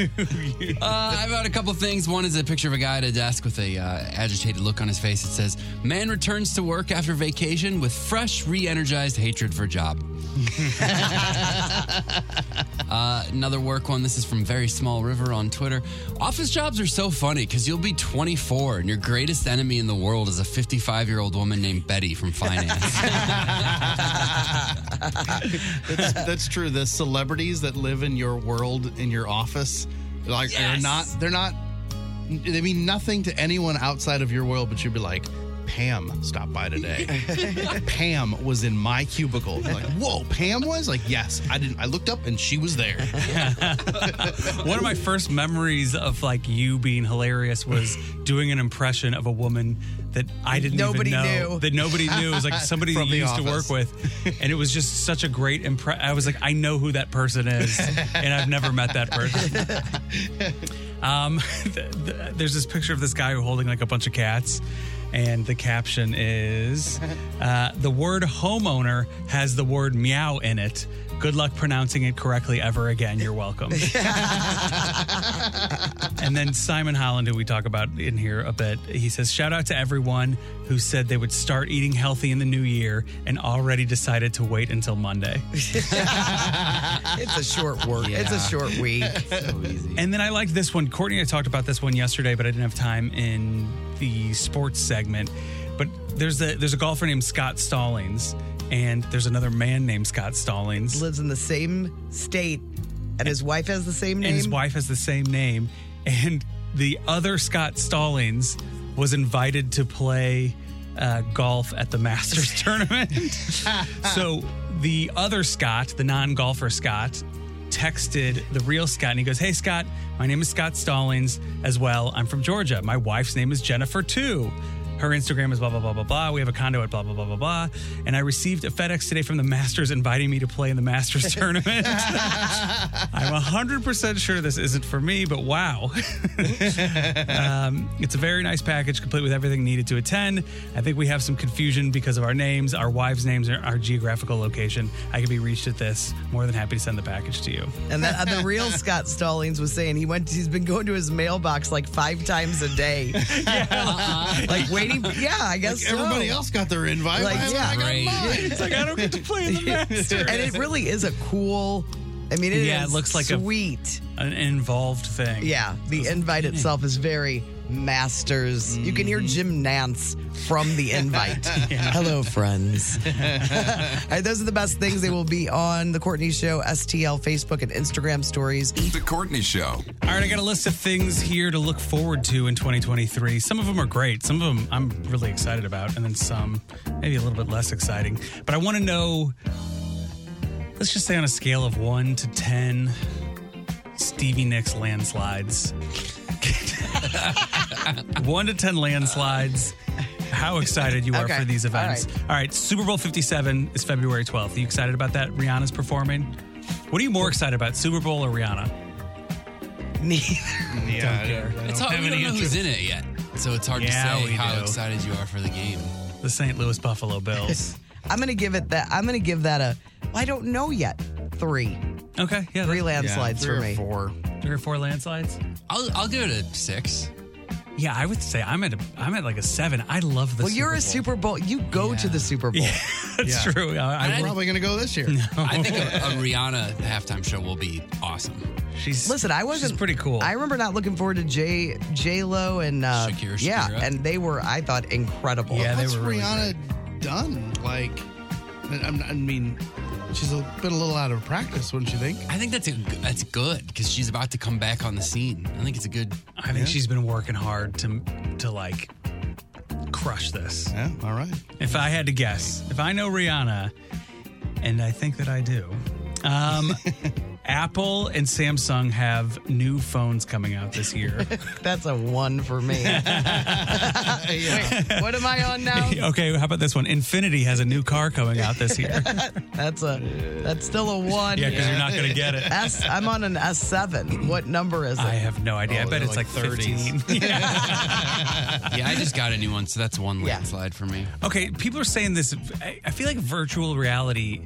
S3: I've got a couple things. One is a picture of a guy at a desk with a uh, agitated look on his face. It says, "Man returns to work after vacation with fresh, re-energized hatred for job." uh, another work one. This is from Very Small River on Twitter. Office jobs are so funny because you'll be 24 and your greatest enemy in the world is a 55-year-old woman named Betty from finance.
S5: That's, that's true. The celebrities that live in your world, in your office, like they're
S3: Yes.
S5: not, they're not, they mean nothing to anyone outside of your world. But you'd be like, Pam stopped by today. Pam was in my cubicle. You're like, whoa, Pam was? Like, yes. I didn't I looked up and she was there.
S7: One of my first memories of like you being hilarious was doing an impression of a woman that I didn't
S6: Nobody
S7: even know
S6: knew.
S7: that nobody knew. It was
S6: [LAUGHS]
S7: like somebody that
S5: From
S7: you
S5: the
S7: used to work
S5: office.
S7: with, and it was just such a great impression. I was like, I know who that person is, and I've never met that person. Um, th- th- there's this picture of this guy holding like a bunch of cats, and the caption is uh, The word homeowner has the word meow in it. Good luck pronouncing it correctly ever again. You're welcome. and then Simon Holland, who we talk about in here a bit, he says, Shout out to everyone who said they would start eating healthy in the new year and already decided to wait until Monday.
S6: [LAUGHS] it's a short work. It's a short week.
S7: And then I liked this one. Courtney and I talked about this one yesterday, but I didn't have time in the sports segment. But there's a there's a golfer named Scott Stallings, and there's another man named Scott Stallings.
S6: Lives in the same state, and his wife has the same name.
S7: And his wife has the same name. And the other Scott Stallings was invited to play uh, golf at the Masters
S6: [LAUGHS]
S7: tournament. so the other Scott, the non golfer Scott, texted the real Scott and he goes, Hey, Scott, my name is Scott Stallings as well. I'm from Georgia. My wife's name is Jennifer, too. Her Instagram is blah, blah, blah, blah, blah. We have a condo at blah, blah, blah, blah, blah. And I received a FedEx today from the Masters inviting me to play in the Masters tournament. I'm 100% sure this isn't for me, but wow. [LAUGHS] um, it's a very nice package, complete with everything needed to attend. I think we have some confusion because of our names, our wives' names, and our geographical location. I can be reached at this. More than happy to send the package to you.
S6: And that, uh, the real
S7: [LAUGHS]
S6: Scott Stallings was saying he went. He's been going to his mailbox like five times a
S7: [LAUGHS]
S6: day, [LAUGHS] like waiting. Yeah, I guess
S5: Like, everybody
S6: so.
S5: else got their invite.
S6: Like,
S5: Why haven't
S6: yeah,
S5: I got Great. mine?
S7: It's like, I don't get to play in
S5: [LAUGHS]
S7: the Masters.
S6: and it really is a cool. I mean, it
S7: yeah, it
S6: is
S7: looks like
S6: sweet.
S7: A, an involved thing.
S6: Yeah, the invite itself is very masters. You can hear Jim Nance from
S7: [LAUGHS]
S6: the invite. Hello, friends. [LAUGHS] All right, those are the best things. They will be on the Courtney Show, STL, Facebook, and Instagram stories.
S9: The Courtney Show.
S7: All right, I got a list of things here to look forward to in 2023. Some of them are great, some of them I'm really excited about, and then some maybe a little bit less exciting. But I want to know let's just say on a scale of 1 to 10, Stevie Nicks landslides. 1 to 10 landslides. How excited you are
S6: Okay,
S7: for these
S6: all
S7: events. All right. Super Bowl 57 is February 12th. Are you excited about that? Rihanna's performing. What are you more excited about, Super Bowl or Rihanna?
S6: [LAUGHS] Neither.
S5: Yeah, I don't- I don't
S3: It's hard,
S5: have
S3: we don't
S5: any
S3: know who's in it yet, so it's hard
S7: Yeah,
S3: to
S7: we
S3: say how
S7: do.
S3: excited you are for the game.
S7: The St. Louis Buffalo Bills.
S6: I'm gonna give it that. I'm gonna give that a. well, I don't know yet. Three,
S7: okay, yeah.
S6: three
S7: that's-
S6: landslides
S5: three
S6: for
S5: or
S6: me.
S5: Four.
S7: Three or four landslides?
S3: I'll I'll give it a six.
S7: Yeah, I would say I'm at a, I'm at like a seven. I love this.
S6: Well, you're a Super Bowl. You go to the Super Bowl.
S7: [LAUGHS] That's
S5: Yeah.
S7: true. I, I,
S5: I'm
S7: would-
S5: probably gonna go this year. [LAUGHS]
S3: I think a, a Rihanna halftime show will be awesome.
S7: she's
S6: Listen, I wasn't
S7: She's pretty cool.
S6: I remember not looking forward to J J Lo and uh,
S3: Shakira,
S6: yeah,
S3: Shakira.
S6: and they were I thought incredible.
S7: Yeah, they
S5: What's
S7: were really
S5: Rihanna done? Like, I, I'm- I mean, she's a, been a little out of practice, wouldn't you think?
S3: I think that's a g- that's good because she's about to come back on the scene. I think it's a good.
S7: I think she's been working hard to to like crush this.
S5: Yeah. All right.
S7: If I had to guess, if I know Rihanna, and I think that I do,
S5: [LAUGHS]
S7: um, Apple and Samsung have new phones coming out this year.
S6: [LAUGHS] That's a one for me. Wait, what am I
S7: [LAUGHS]
S6: on now?
S7: [LAUGHS] okay, how about this one? Infinity has a new car coming out this year.
S6: That's a that's still a one.
S7: Yeah, because you're not going to get it.
S6: S, I'm on an S seven. What number is it?
S7: I have no idea. I
S5: Oh,
S7: bet
S5: they're
S7: it's like,
S5: like 30s.
S7: 15. yeah.
S3: Yeah, I just got a new one, so that's one landslide for me.
S7: Okay, people are saying this. I I feel like virtual reality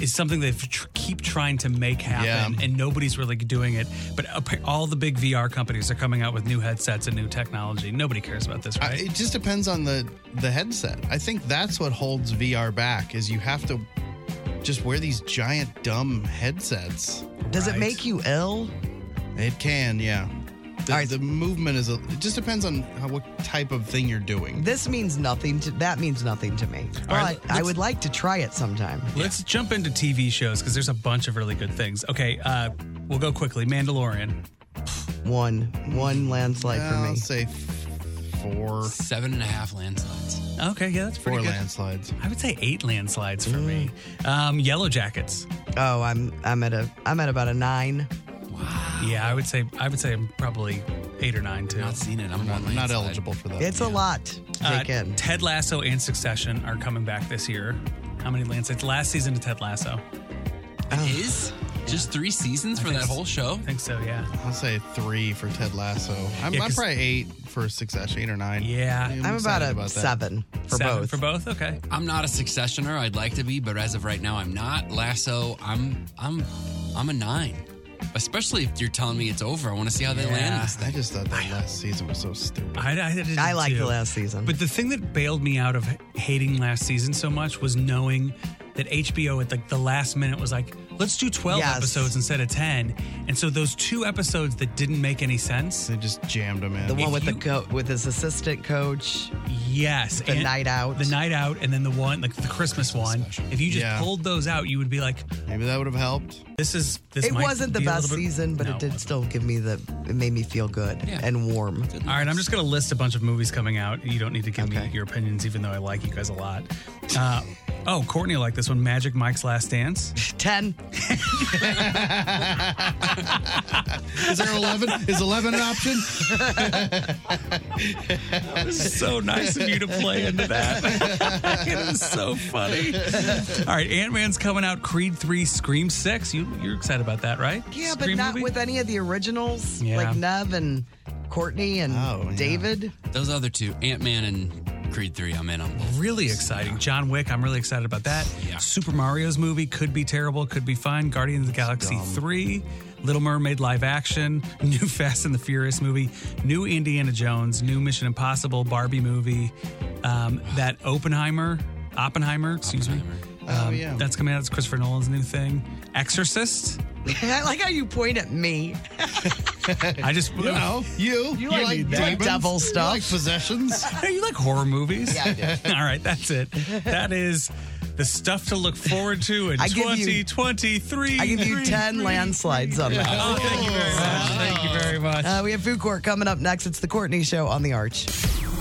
S7: is something they tr- keep trying to make happen,
S5: Yeah.
S7: and nobody's really doing it. But appa- all the big VR companies are coming out with new headsets and new technology. Nobody cares about this,
S5: I,
S7: right?
S5: it just depends on the the headset. I think that's what holds VR back is you have to just wear these giant dumb headsets.
S7: [LAUGHS]
S6: Does
S7: Right.
S6: it make you ill?
S5: It can, yeah. The,
S6: All right.
S5: the movement is a, it just depends on how, what type of thing you're doing.
S6: This means nothing to that means nothing to me. But
S7: All right,
S6: I
S7: let's-
S6: would like to try it sometime.
S7: Let's jump into TV shows because there's a bunch of really good things. Okay, uh, we'll go quickly. Mandalorian.
S6: One. One landslide
S5: I'll
S6: for me.
S5: Uh, say four,
S3: seven and a half landslides.
S7: Okay, yeah, that's pretty
S5: Four
S7: good.
S5: landslides.
S7: I would say eight landslides for me. Um, Yellow Jackets.
S6: Mm. Oh, I'm I'm at a I'm at about a nine.
S7: Yeah, I would say I would say I'm probably eight or nine too. Not
S3: seen it. I'm
S7: not,
S5: not eligible for that.
S6: It's a lot. to Take in.
S7: Uh, Ted Lasso and Succession are coming back this year. How many landslides? Last season to Ted Lasso.
S3: It is just three seasons for that whole show. I
S7: think so. Yeah.
S5: I'll say three for Ted Lasso. I'm,
S7: Yeah,
S5: I'm
S7: 'cause-
S5: probably eight for Succession, eight or nine.
S7: Yeah,
S3: I'm about a seven for Seven both. for
S7: both. Okay.
S3: I'm not a successioner. I'd like to be, but as of right now, I'm not. Lasso, I'm I'm I'm a nine. Especially if you're telling me it's over. I want to see how they land this
S5: I just thought that last season was so stupid.
S7: I, I, did
S5: I liked
S7: too.
S5: the last season.
S7: But the thing that bailed me out of hating last season so much was knowing that HBO at like the last minute was like, let's do 12
S5: Yes.
S7: episodes instead of 10. And so those two episodes that didn't make any sense,
S5: they just jammed them in.
S6: The one with the co- with his assistant coach.
S7: Yes.
S6: The night out.
S7: The night out, and then the one like the Christmas, one. If you just pulled those out, you would be like,
S5: maybe that would have helped.
S7: This is this.
S6: it
S7: might
S6: wasn't the
S7: be a
S6: best
S7: little bit-
S6: season, but
S7: No,
S6: it did still give me the. It made me feel good and warm.
S7: All right, I'm just going to list a bunch of movies coming out. You don't need to give me your opinions, even though I like you guys a lot. Uh, oh, Courtney liked this one, Magic Mike's Last Dance.
S6: Ten.
S5: Is there 11? Is 11 an option?
S7: That was so nice of you to play into that. it was so funny. All right, Ant Man's coming out. Creed three, Scream six. You you're excited about that, right?
S6: [LAUGHS] Yeah, but
S7: Scream
S6: not
S7: movie?
S6: with any of the originals
S7: Yeah.
S6: like Nev and Courtney and
S5: Oh,
S6: David. [LAUGHS]
S3: Those other two, Ant Man and Creed 3, I'm in on both.
S7: Really exciting. John Wick, I'm really excited about that.
S3: Yeah.
S7: Super Mario's movie could be terrible, could be fine. Guardians of the Galaxy 3, Little Mermaid live action, [LAUGHS] new Fast and the Furious movie, new Indiana Jones, new Mission Impossible, Barbie movie, um, that Oppenheimer, Oppenheimer, excuse me.
S5: Oh,
S7: Um,
S5: yeah.
S7: That's coming out. It's Christopher Nolan's new thing. Exorcist.
S6: I like how you point at me.
S7: I just, [LAUGHS]
S5: You know, Oh, you.
S6: You like deep devil stuff.
S5: You like possessions.
S7: you like horror movies?
S6: Yeah, I
S7: [LAUGHS] All right, that's it. That is the stuff to look forward to in
S6: I give you-
S7: 2023.
S6: I give you 10 landslides on that.
S7: Oh, thank you very much. Thank you very much.
S6: Uh, we have Food Court coming up next. It's The Courtney Show on The Arch.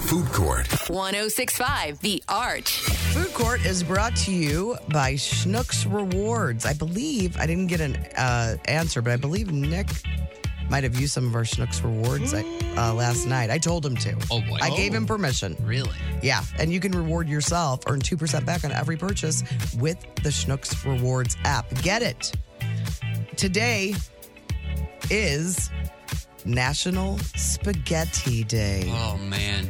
S9: Food Court.
S11: 1065 The Arch.
S6: Food Court is brought to you by Schnucks Rewards. I believe, I didn't get an uh, answer, but I believe Nick might have used some of our Schnucks Rewards uh, uh, last night. I told him to.
S3: Oh, boy.
S6: I gave
S3: Oh.
S6: him permission.
S3: Really?
S6: Yeah, and you can reward yourself, earn 2% back on every purchase with the Schnucks Rewards app. Get it. Today is National Spaghetti Day.
S3: Oh, man.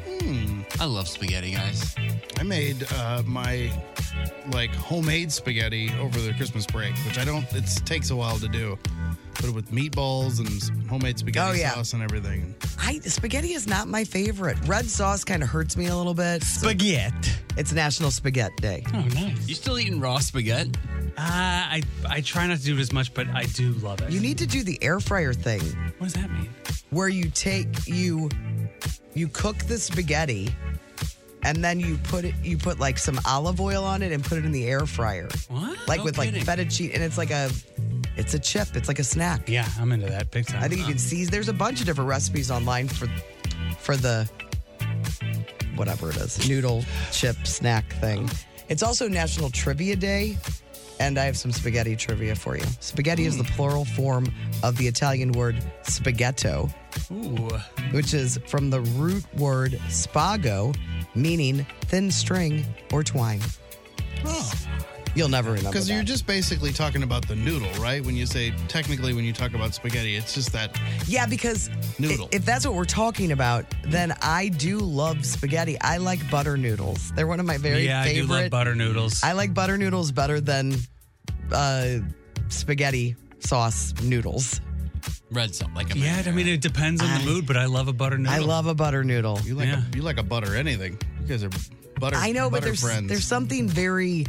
S3: I love spaghetti, guys.
S5: I made uh, my like homemade spaghetti over the Christmas break, which I don't. It takes a while to do, but with meatballs and s- homemade spaghetti
S6: Oh, yeah.
S5: sauce and everything.
S6: I spaghetti is not my favorite. Red sauce kind of hurts me a little bit.
S7: Spaghetti.
S6: It's National Spaghetti Day.
S7: Oh, nice.
S3: You still eating raw spaghetti?
S7: Uh,
S3: Ah,
S7: I I try not to do it as much, but I do love it.
S6: You need to do the air fryer thing.
S7: What does that mean?
S6: Where you take you you cook the spaghetti and then you put it you put like some olive oil on it and put it in the air fryer.
S7: What?
S6: Like
S7: No
S6: with
S7: kidding.
S6: like feta cheese and it's like a it's a chip. It's like a snack.
S7: Yeah, I'm into that big time. Uh-huh.
S6: I think you can see there's a bunch of different recipes online for for the whatever it is noodle chip snack thing. It's also National Trivia Day, and I have some spaghetti trivia for you. Spaghetti is the plural form of the Italian word spaghetto,
S7: Ooh.
S6: which is from the root word spago, meaning thin string or twine. You'll never remember
S5: Because
S6: that.
S5: you're just basically talking about the noodle, right? When you say technically, when you talk about spaghetti, it's just that
S6: Yeah, because
S5: Noodle.
S6: i- if that's what we're talking about, then I do love spaghetti. I like butter noodles. They're one of my very
S7: yeah,
S6: favorite.
S7: I do love butter noodles.
S6: I like butter noodles better than uh, spaghetti sauce noodles.
S3: Red sauce, like a
S7: yeah, I mean it depends on the mood, but I love a butter noodle.
S6: I love a butter noodle.
S5: you like a, you like a butter anything. You guys are butter.
S6: I know, but
S5: butter
S6: there's
S5: friends.
S6: there's something very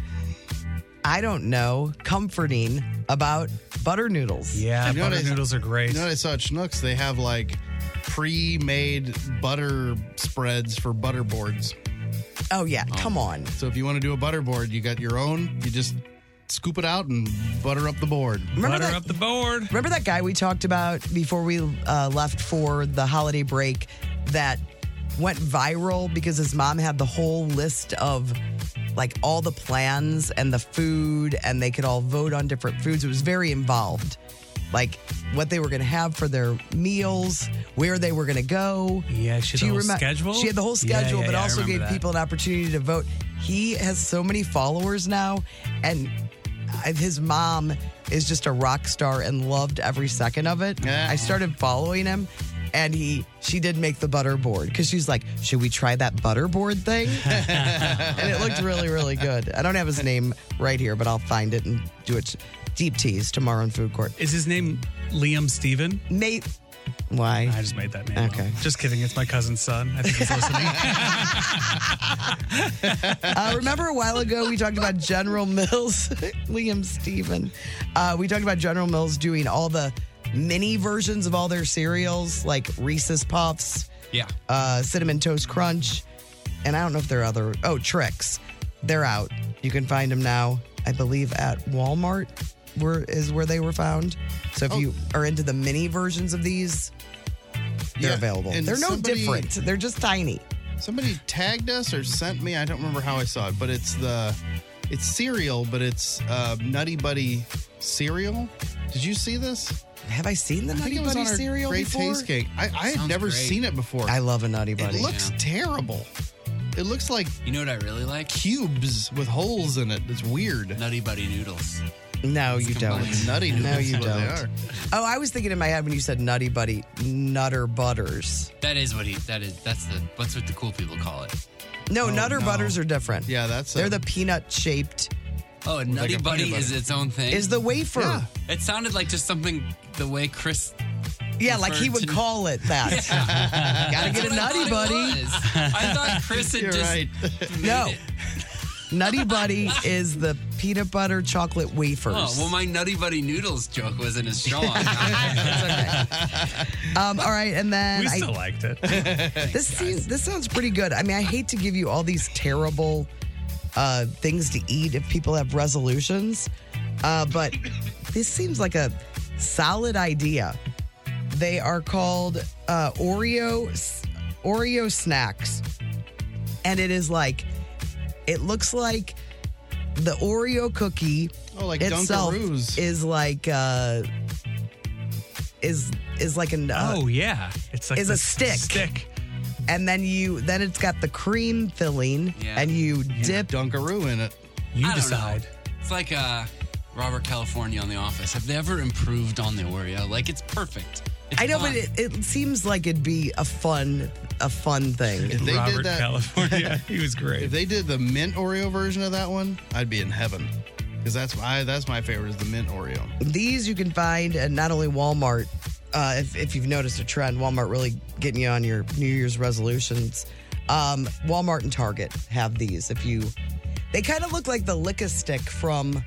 S6: I don't know comforting about butter noodles.
S7: Yeah,
S5: You know
S7: butter
S5: what I-
S7: noodles are great.
S5: You know what I saw at Schnucks? They have like pre-made butter spreads for butter boards.
S6: Oh yeah, come on.
S5: So if you want to do a butter board, you got your own. You just scoop it out and butter up the board.
S6: Remember Butter that- up
S7: the board.
S6: Remember that guy we talked about before we uh, left for the holiday break that went viral because his mom had the whole list of like all the plans and the food, and they could all vote on different foods. It was very involved. Like what they were going to have for their meals, where they were going to go.
S7: Yeah, she had the whole schedule?
S6: She had the whole
S7: Yeah,
S6: schedule,
S7: yeah,
S6: but
S7: yeah, I
S6: also
S7: remember
S6: gave
S7: that.
S6: people an opportunity to vote. He has so many followers now, and I- his mom is just a rock star and loved every second of it. I started following him. And he, she did make the butter board because she's like, should we try that butter board
S7: [LAUGHS]
S6: thing? and it looked really, really good. I don't have his name right here, but I'll find it and do it deep tease tomorrow in food court.
S7: Is his name Liam Steven?
S6: Nate. Why?
S7: I just made that name. Okay. Just kidding. It's my cousin's son. I
S6: [LAUGHS]
S7: think he's listening.
S6: uh, remember a while ago we talked about General Mills, [LAUGHS] Liam Steven. Uh, we talked about General Mills doing all the mini versions of all their cereals, like Reese's Puffs,
S3: Yeah.
S6: uh, Cinnamon Toast Crunch, and I don't know if there are other. Oh, Tricks. They're out. You can find them now, I believe, at Walmart. Where is where they were found? So if
S5: Oh.
S6: you are into the mini versions of these, they're
S5: Yeah,
S6: available.
S5: and
S6: They're no
S5: somebody-
S6: different. They're just tiny.
S5: Somebody tagged us or sent me. I don't remember how I saw it, but it's the it's cereal, but it's uh, Nutty Buddy cereal. Did you see this?
S6: Have I seen the
S5: I think
S6: Nutty
S5: it was
S6: Buddy
S5: on our
S6: cereal
S5: Great
S6: before?
S5: Taste Cake. I, I had
S6: Sounds
S5: never
S6: great.
S5: seen it before.
S6: I love a Nutty Buddy.
S5: It looks terrible. It looks like
S3: you know what I really like?
S5: Cubes with holes in it. It's weird.
S3: Nutty Buddy noodles.
S6: No, you don't.
S5: combined. Nutty
S6: No,
S5: noodles
S6: you
S5: is what they
S6: don't. Oh, I was thinking in my head when you said Nutty Buddy, Nutter Butters.
S3: That is what he. That is. That's the. That's what the cool people call it.
S6: No,
S3: Oh,
S6: Nutter
S3: no.
S6: Butters are different.
S5: Yeah, that's
S6: they're the peanut shaped.
S3: Oh, and Nutty
S6: a peanut
S3: Buddy is
S6: butter.
S3: its own thing.
S6: Is the wafer. Yeah.
S3: It sounded like just something the way Chris.
S6: Yeah, like he
S3: referred
S6: would
S3: to-
S6: call it that.
S3: [LAUGHS] Yeah.
S6: Gotta
S3: That's
S6: get a
S3: what I
S6: Nutty
S3: thought it
S6: Buddy.
S3: was. I thought Chris had
S6: You're
S3: just.
S6: right. No.
S3: [LAUGHS]
S6: Nutty Buddy is the peanut butter chocolate wafers.
S3: Oh well, my Nutty Buddy noodles joke wasn't as
S7: [LAUGHS]
S3: strong.
S6: um, all right, and then
S3: We
S6: I-
S3: still liked
S6: [LAUGHS]
S3: it.
S6: this seems, this sounds pretty good. I mean, I hate to give you all these terrible uh, things to eat if people have resolutions, uh, but this seems like a solid idea. They are called uh, Oreo s- Oreo snacks, and it is like it looks like the Oreo cookie
S5: [LAUGHS] Oh, like
S6: itself
S5: Dunkaroos.
S6: is like uh, is is like an uh,
S7: oh yeah, it's like
S6: is
S7: the
S6: a stick.
S7: Stick.
S6: And then you then it's got the cream filling
S3: Yeah.
S6: and you dip
S5: Dunkaroo in it.
S3: I don't Know. It's like uh, Robert California on The Office. Have they ever improved on the Oreo? Like it's perfect. It's
S6: I know,
S3: fine.
S6: but it, it seems like it'd be a fun a fun thing.
S5: If they did that, [LAUGHS]
S7: he was great.
S5: If they did the mint Oreo version of that one, I'd be in heaven because that's my that's my favorite is the mint Oreo.
S6: These you can find at not only Walmart. Uh, if, if you've noticed a trend, Walmart really getting you on your New Year's resolutions. Um, Walmart and Target have these. If you, they kind of look like the lick a stick from.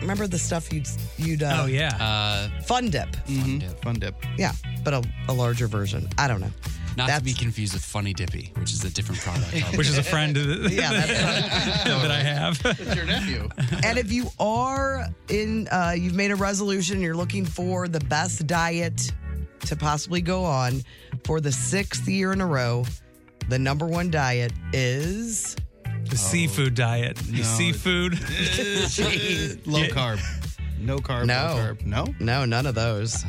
S6: Remember the stuff you'd you'd. Uh,
S7: Oh yeah.
S3: Uh,
S6: Fun dip.
S3: fun dip.
S5: Fun
S6: [LAUGHS]
S5: dip.
S6: Yeah, but a, a larger version. I don't know.
S3: Not to be confused with Funny Dippy, which is a different
S7: [LAUGHS]
S3: product.
S7: Which is a friend of the- [LAUGHS]
S6: Yeah,
S7: that I have.
S5: It's your
S6: [LAUGHS]
S5: nephew.
S6: and if you are in, uh, you've made a resolution, you're looking for the best diet to possibly go on for the sixth year in a row, the number one diet is.
S7: The seafood diet.
S6: No.
S7: Seafood.
S6: Jeez.
S5: [LAUGHS] Low
S7: Yeah.
S5: carb, no carb,
S6: No.
S5: low carb. No,
S6: No, none of those.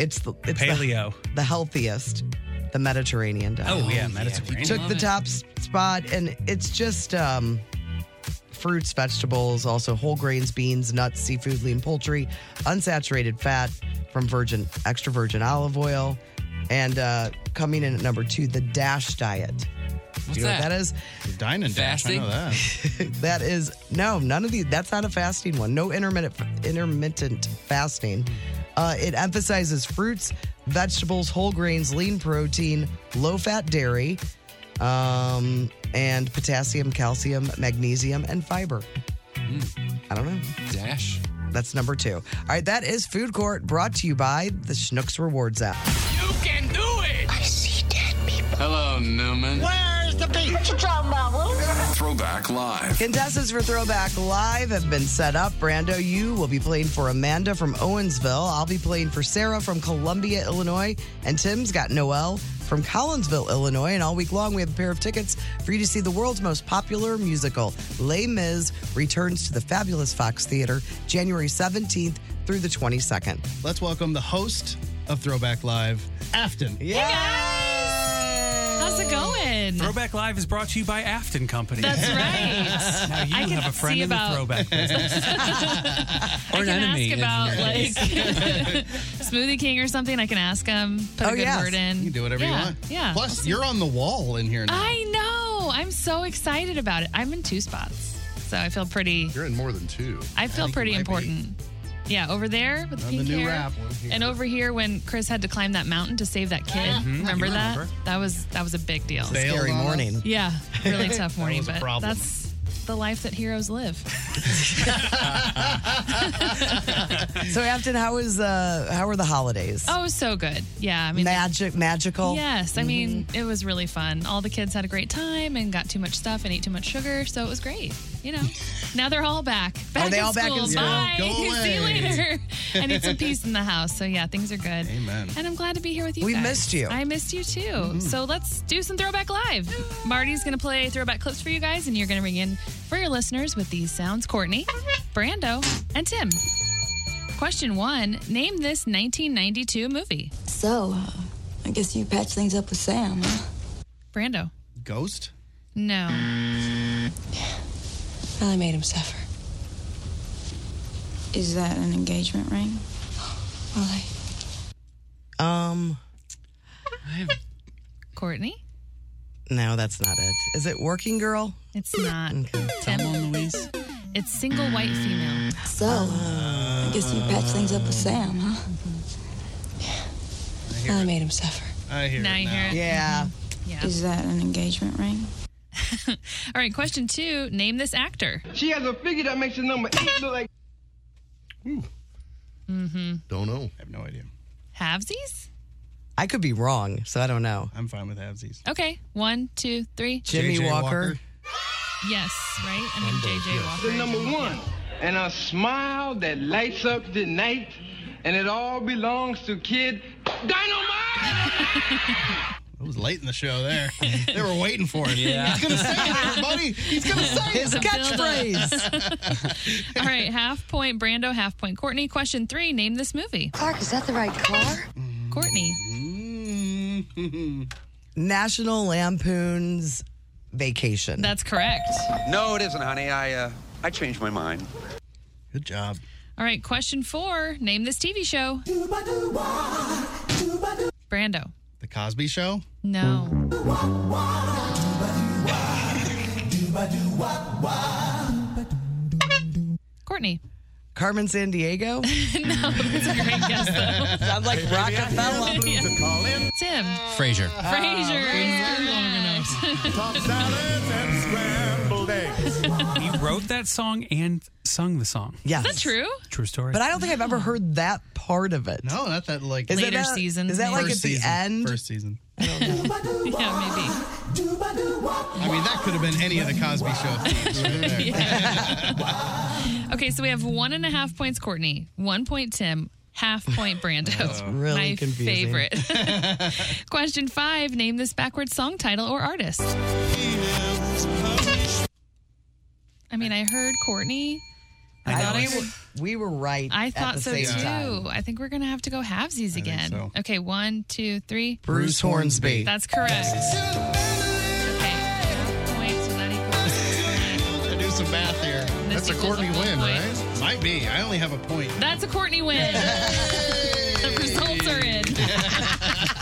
S6: it's the it's the-
S7: Uh, Paleo.
S6: the, healthiest, the Mediterranean diet.
S7: Oh, yeah, Mediterranean.
S6: Took the top s- spot, and it's just um, fruits, vegetables, also whole grains, beans, nuts, seafood, lean poultry, unsaturated fat from virgin, extra virgin olive oil, and uh, coming in at number two, the DASH diet.
S3: What's
S6: Do you know what
S3: that?
S6: that is?
S5: dine and dash. I know that.
S6: that is no, none of these. That's not a fasting one. No intermittent intermittent fasting. Uh, it emphasizes fruits, vegetables, whole grains, lean protein, low fat dairy, um, and potassium, calcium, magnesium, and fiber. I don't know.
S3: Dash.
S6: That's number two. All right, that is Food Court brought to you by the Schnooks Rewards app.
S3: You can do it. I see dead people. Hello, Newman.
S9: Where's the beach? What you talking about, Throwback Live.
S6: Contestants for Throwback Live have been set up. Brando, you will be playing for Amanda from Owensville. I'll be playing for Sarah from Columbia, Illinois. And Tim's got Noelle from Collinsville, Illinois. And all week long, we have a pair of tickets for you to see the world's most popular musical, Les Mis, returns to the fabulous Fox Theater January 17th through the 22nd.
S5: Let's welcome the host of Throwback Live, Afton.
S12: How's it going?
S7: Throwback Live is brought to you by Afton Company.
S12: That's right.
S7: Now you
S12: I can
S7: have a friend
S12: see
S7: in the
S12: about-
S7: throwback
S12: [LAUGHS]
S7: business.
S12: I
S7: Or an
S12: can ask
S7: enemy, in
S12: about
S7: your
S12: like
S7: case.
S12: Smoothie King or something. I can ask him.
S6: Oh,
S12: Put a good word in.
S5: You can do whatever
S12: Yeah,
S5: you want.
S12: Yeah.
S5: Plus, you're on the wall in here now.
S12: I know. I'm so excited about it. I'm in two spots, so I feel pretty.
S13: You're in more than two.
S12: I feel
S13: think
S12: pretty
S13: you might be.
S12: important. Yeah, over there with the
S13: On the
S12: pink
S13: new
S12: hair,
S13: rap, one here.
S12: and over here when Chris had to climb that mountain to save that kid.
S5: Mhm.
S12: Remember
S5: You
S12: that?
S5: remember.
S12: That was that was a big deal.
S5: It's a Bailed scary on us. morning.
S12: Yeah, really tough
S5: That
S12: morning.
S5: was a
S12: but
S5: problem.
S12: that's the life that heroes live.
S6: So, Afton, how is uh, how are the holidays?
S12: Oh, it was so good. Yeah, I mean
S6: magic, magical.
S12: Yes, I mean it was really fun. All the kids had a great time and got too much stuff and ate too much sugar, so it was great. You know, now they're all back. back
S6: they
S12: in
S6: all back in
S12: school.
S6: school?
S12: Bye.
S6: Go
S12: [LAUGHS] See you
S6: away.
S12: later. I need
S5: [LAUGHS]
S12: some peace in the house. So yeah, things are good.
S5: Amen.
S12: And I'm glad to be here with you.
S6: We
S12: guys.
S6: missed you.
S12: I missed you too.
S6: Mhm.
S12: So let's do some throwback live. Marty's gonna play throwback clips for you guys, and you're gonna ring in for your listeners with these sounds: Courtney, Brando, and Tim. Question one: Name this 1992 movie.
S14: So, uh, I guess you patch things up with Sam. Huh?
S12: Brando.
S5: Ghost?
S12: No.
S14: Really made him suffer. Is that an engagement ring? Really?
S6: Um,
S12: Courtney?
S6: no, that's not it. Is it Working Girl?
S12: It's not. Tim Louise. It's single white female.
S14: So, uh, I guess you patch things up with Sam, huh?
S7: Mm-hmm.
S14: Yeah. Really made him suffer.
S5: I hear
S12: Now
S5: it
S12: you
S5: now.
S12: hear it. Yeah. Yeah.
S14: Is that an engagement ring?
S12: All right, question two. Name this actor.
S15: She has a figure that makes the number eight look like.
S12: Mm-hmm.
S13: Don't know. I
S5: have no idea.
S12: Havesies?
S6: I could be wrong, so I don't know.
S5: I'm fine with Havsies.
S12: Okay. One, two, three.
S6: Jimmy
S5: J.J.
S6: Walker.
S5: Walker.
S12: Yes, right? I mean, JJ Walker.
S15: The number one, and a smile that lights up the night, and it all belongs to Kid Dynamite.
S5: It was late in the
S12: [LAUGHS]
S5: show there. they were waiting for it.
S15: Yeah.
S5: He's going to say it, everybody. He's going to say
S6: His
S12: [LAUGHS]
S5: it.
S12: catchphrase. All right, half point Brando, half point Courtney. Question three. Name this movie.
S14: Clark, is that the right car?
S12: Courtney.
S6: National Lampoon's Vacation.
S12: That's correct.
S16: No, it isn't, honey. I uh, I changed my mind.
S5: Good job.
S12: All right, question four. Name this TV show. Brando.
S5: The Cosby Show?
S12: No. Courtney.
S6: Carmen San
S12: [LAUGHS]
S6: Diego.
S12: no, that's a great guess though.
S6: [LAUGHS] Sounds like Rockefeller.
S12: Tim.
S3: Frasier.
S12: Frazier.
S7: he wrote that song and sung the song.
S6: Yes.
S12: Is that true?
S7: True story.
S6: But I don't think I've ever heard that part of it.
S5: No, not that like
S6: Is it Later not- seasons, is that, like,
S5: First
S6: at the
S5: season.
S6: end?
S5: First season.
S12: yeah,
S5: I mean, that could have been any of the Cosby Show. themes right there.
S12: maybe. Okay, so we have one and a half points, Courtney. One point, Tim. Half point, Brando.
S6: [LAUGHS] That's really
S12: My
S6: confusing. [LAUGHS]
S12: favorite. Question five: Name this backwards song title or artist. I mean, I heard Courtney. I thought I
S6: we,
S12: w-
S6: we were right.
S12: I thought
S6: at the
S12: so
S6: same
S12: too.
S6: Time.
S12: I think we're gonna have to go halvesies again. Okay, one, two, three.
S6: Bruce Hornsby.
S12: That's correct. Okay, half point, so that equals
S5: I do some math here.
S12: This
S5: That's a
S12: equals
S5: Courtney
S12: a full
S5: win,
S12: point.
S5: right? Might be. I only have a
S12: [LAUGHS]
S5: point.
S12: That's a Courtney win. the results are in.
S6: [LAUGHS]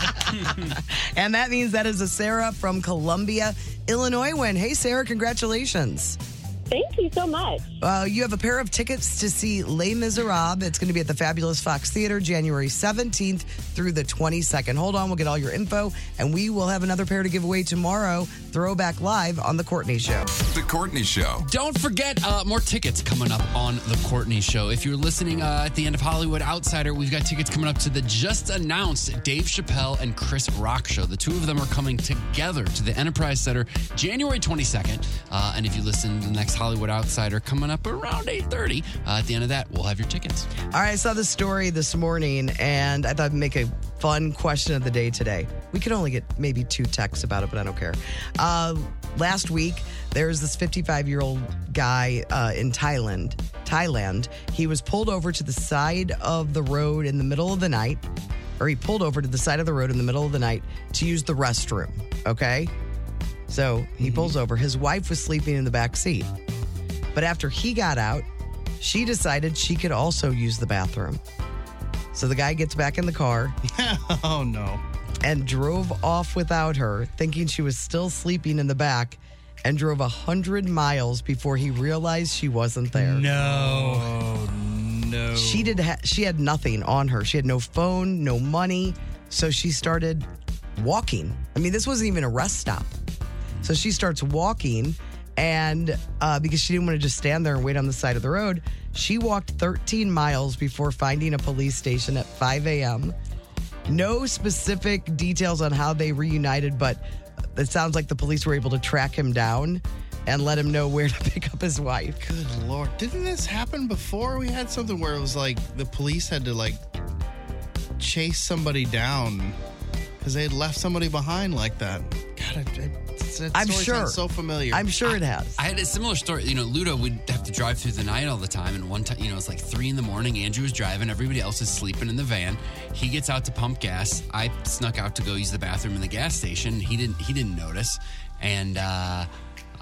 S6: And that means that is a Sarah from Columbia, Illinois win. Hey, Sarah, congratulations.
S17: Thank you so much.
S6: Uh, you have a pair of tickets to see Les Miserables. It's going to be at the Fabulous Fox Theater January 17th through the 22nd. Hold on, we'll get all your info, and we will have another pair to give away tomorrow, Throwback Live on The Courtney Show.
S3: The Courtney Show. Don't forget uh, more tickets coming up on The Courtney Show. If you're listening uh, at the end of Hollywood Outsider, we've got tickets coming up to the just announced Dave Chappelle and Chris Rock show. The two of them are coming together to the Enterprise Center January 22nd. Uh, and if you listen to the next Hollywood Outsider coming up around 8:30, uh, at the end of that, we'll have your tickets.
S6: All right, I saw this story this morning, and I thought I'd make a fun question of the day today. We could only get maybe two texts about it, but I don't care. Uh, last week, there was this 55 year old guy uh, in Thailand. Thailand. He was pulled over to the side of the road in the middle of the night, or he pulled over to the side of the road in the middle of the night to use the restroom. Okay. So he pulls over. His wife was sleeping in the back seat. But after he got out, she decided she could also use the bathroom. So the guy gets back in the car.
S5: [LAUGHS] oh, no.
S6: And drove off without her, thinking she was still sleeping in the back, and drove 100 miles before he realized she wasn't there.
S7: No.
S5: No.
S6: She did ha- she had nothing on her. She had no phone, no money, so she started walking. I mean, this wasn't even a rest stop. So she starts walking and uh, because she didn't want to just stand there and wait on the side of the road, she walked 13 miles before finding a police station at 5 a.m. No specific details on how they reunited, but it sounds like the police were able to track him down and let him know where to [LAUGHS] pick up his wife.
S5: Good lord. Didn't this happen before? We had something where it was like the police had to like chase somebody down because they had left somebody behind like that. God, I, I, that
S3: I'm
S5: story
S3: sure.
S5: sounds so familiar.
S3: I had a similar story. You know, Luda would have to drive through the night all the time. And one time, you know, it's like three in the morning. Andrew was driving. Everybody else is sleeping in the van. He gets out to pump gas. I snuck out to go use the bathroom in the gas station. He didn't. He didn't notice. And uh,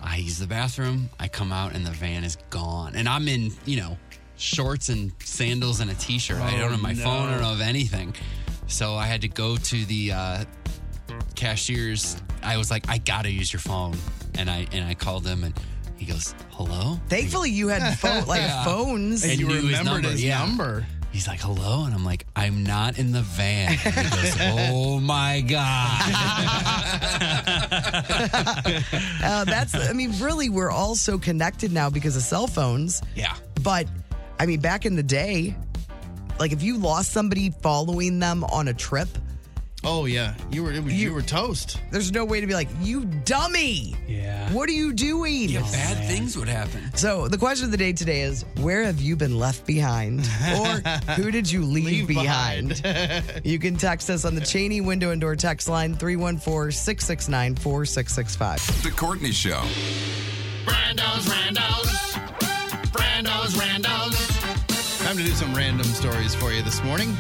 S3: I use the bathroom. I come out and the van is gone. And I'm in, you know, shorts and sandals and a t-shirt. I don't have my
S5: Oh, no.
S3: phone. I don't have anything. So I had to go to the uh, cashiers i was like i gotta use your phone and i and i called him and he goes hello
S6: Thankfully, you had phone, like
S3: Yeah.
S6: phones.
S3: And knew yeah. he's like hello and i'm like i'm not in the van And he
S5: [LAUGHS]
S3: goes oh my god
S6: Uh, that's, I mean, really, we're all so connected now because of cell phones.
S3: Yeah.
S6: But, I mean, back in the day, like if you lost somebody following them on a trip.
S5: Oh, yeah. You were, you, were toast.
S6: There's no way to be like, you dummy. Yeah. What are you doing?
S3: yeah, bad things would happen
S6: So the question of the day today is where have you been left behind? Or who did you leave, behind? you can text us on the Cheney window and door text line 314 669 4665.
S9: The Courtney Show.
S5: Brando's Randos. Brando's Randos. Time to do some random stories for you this morning.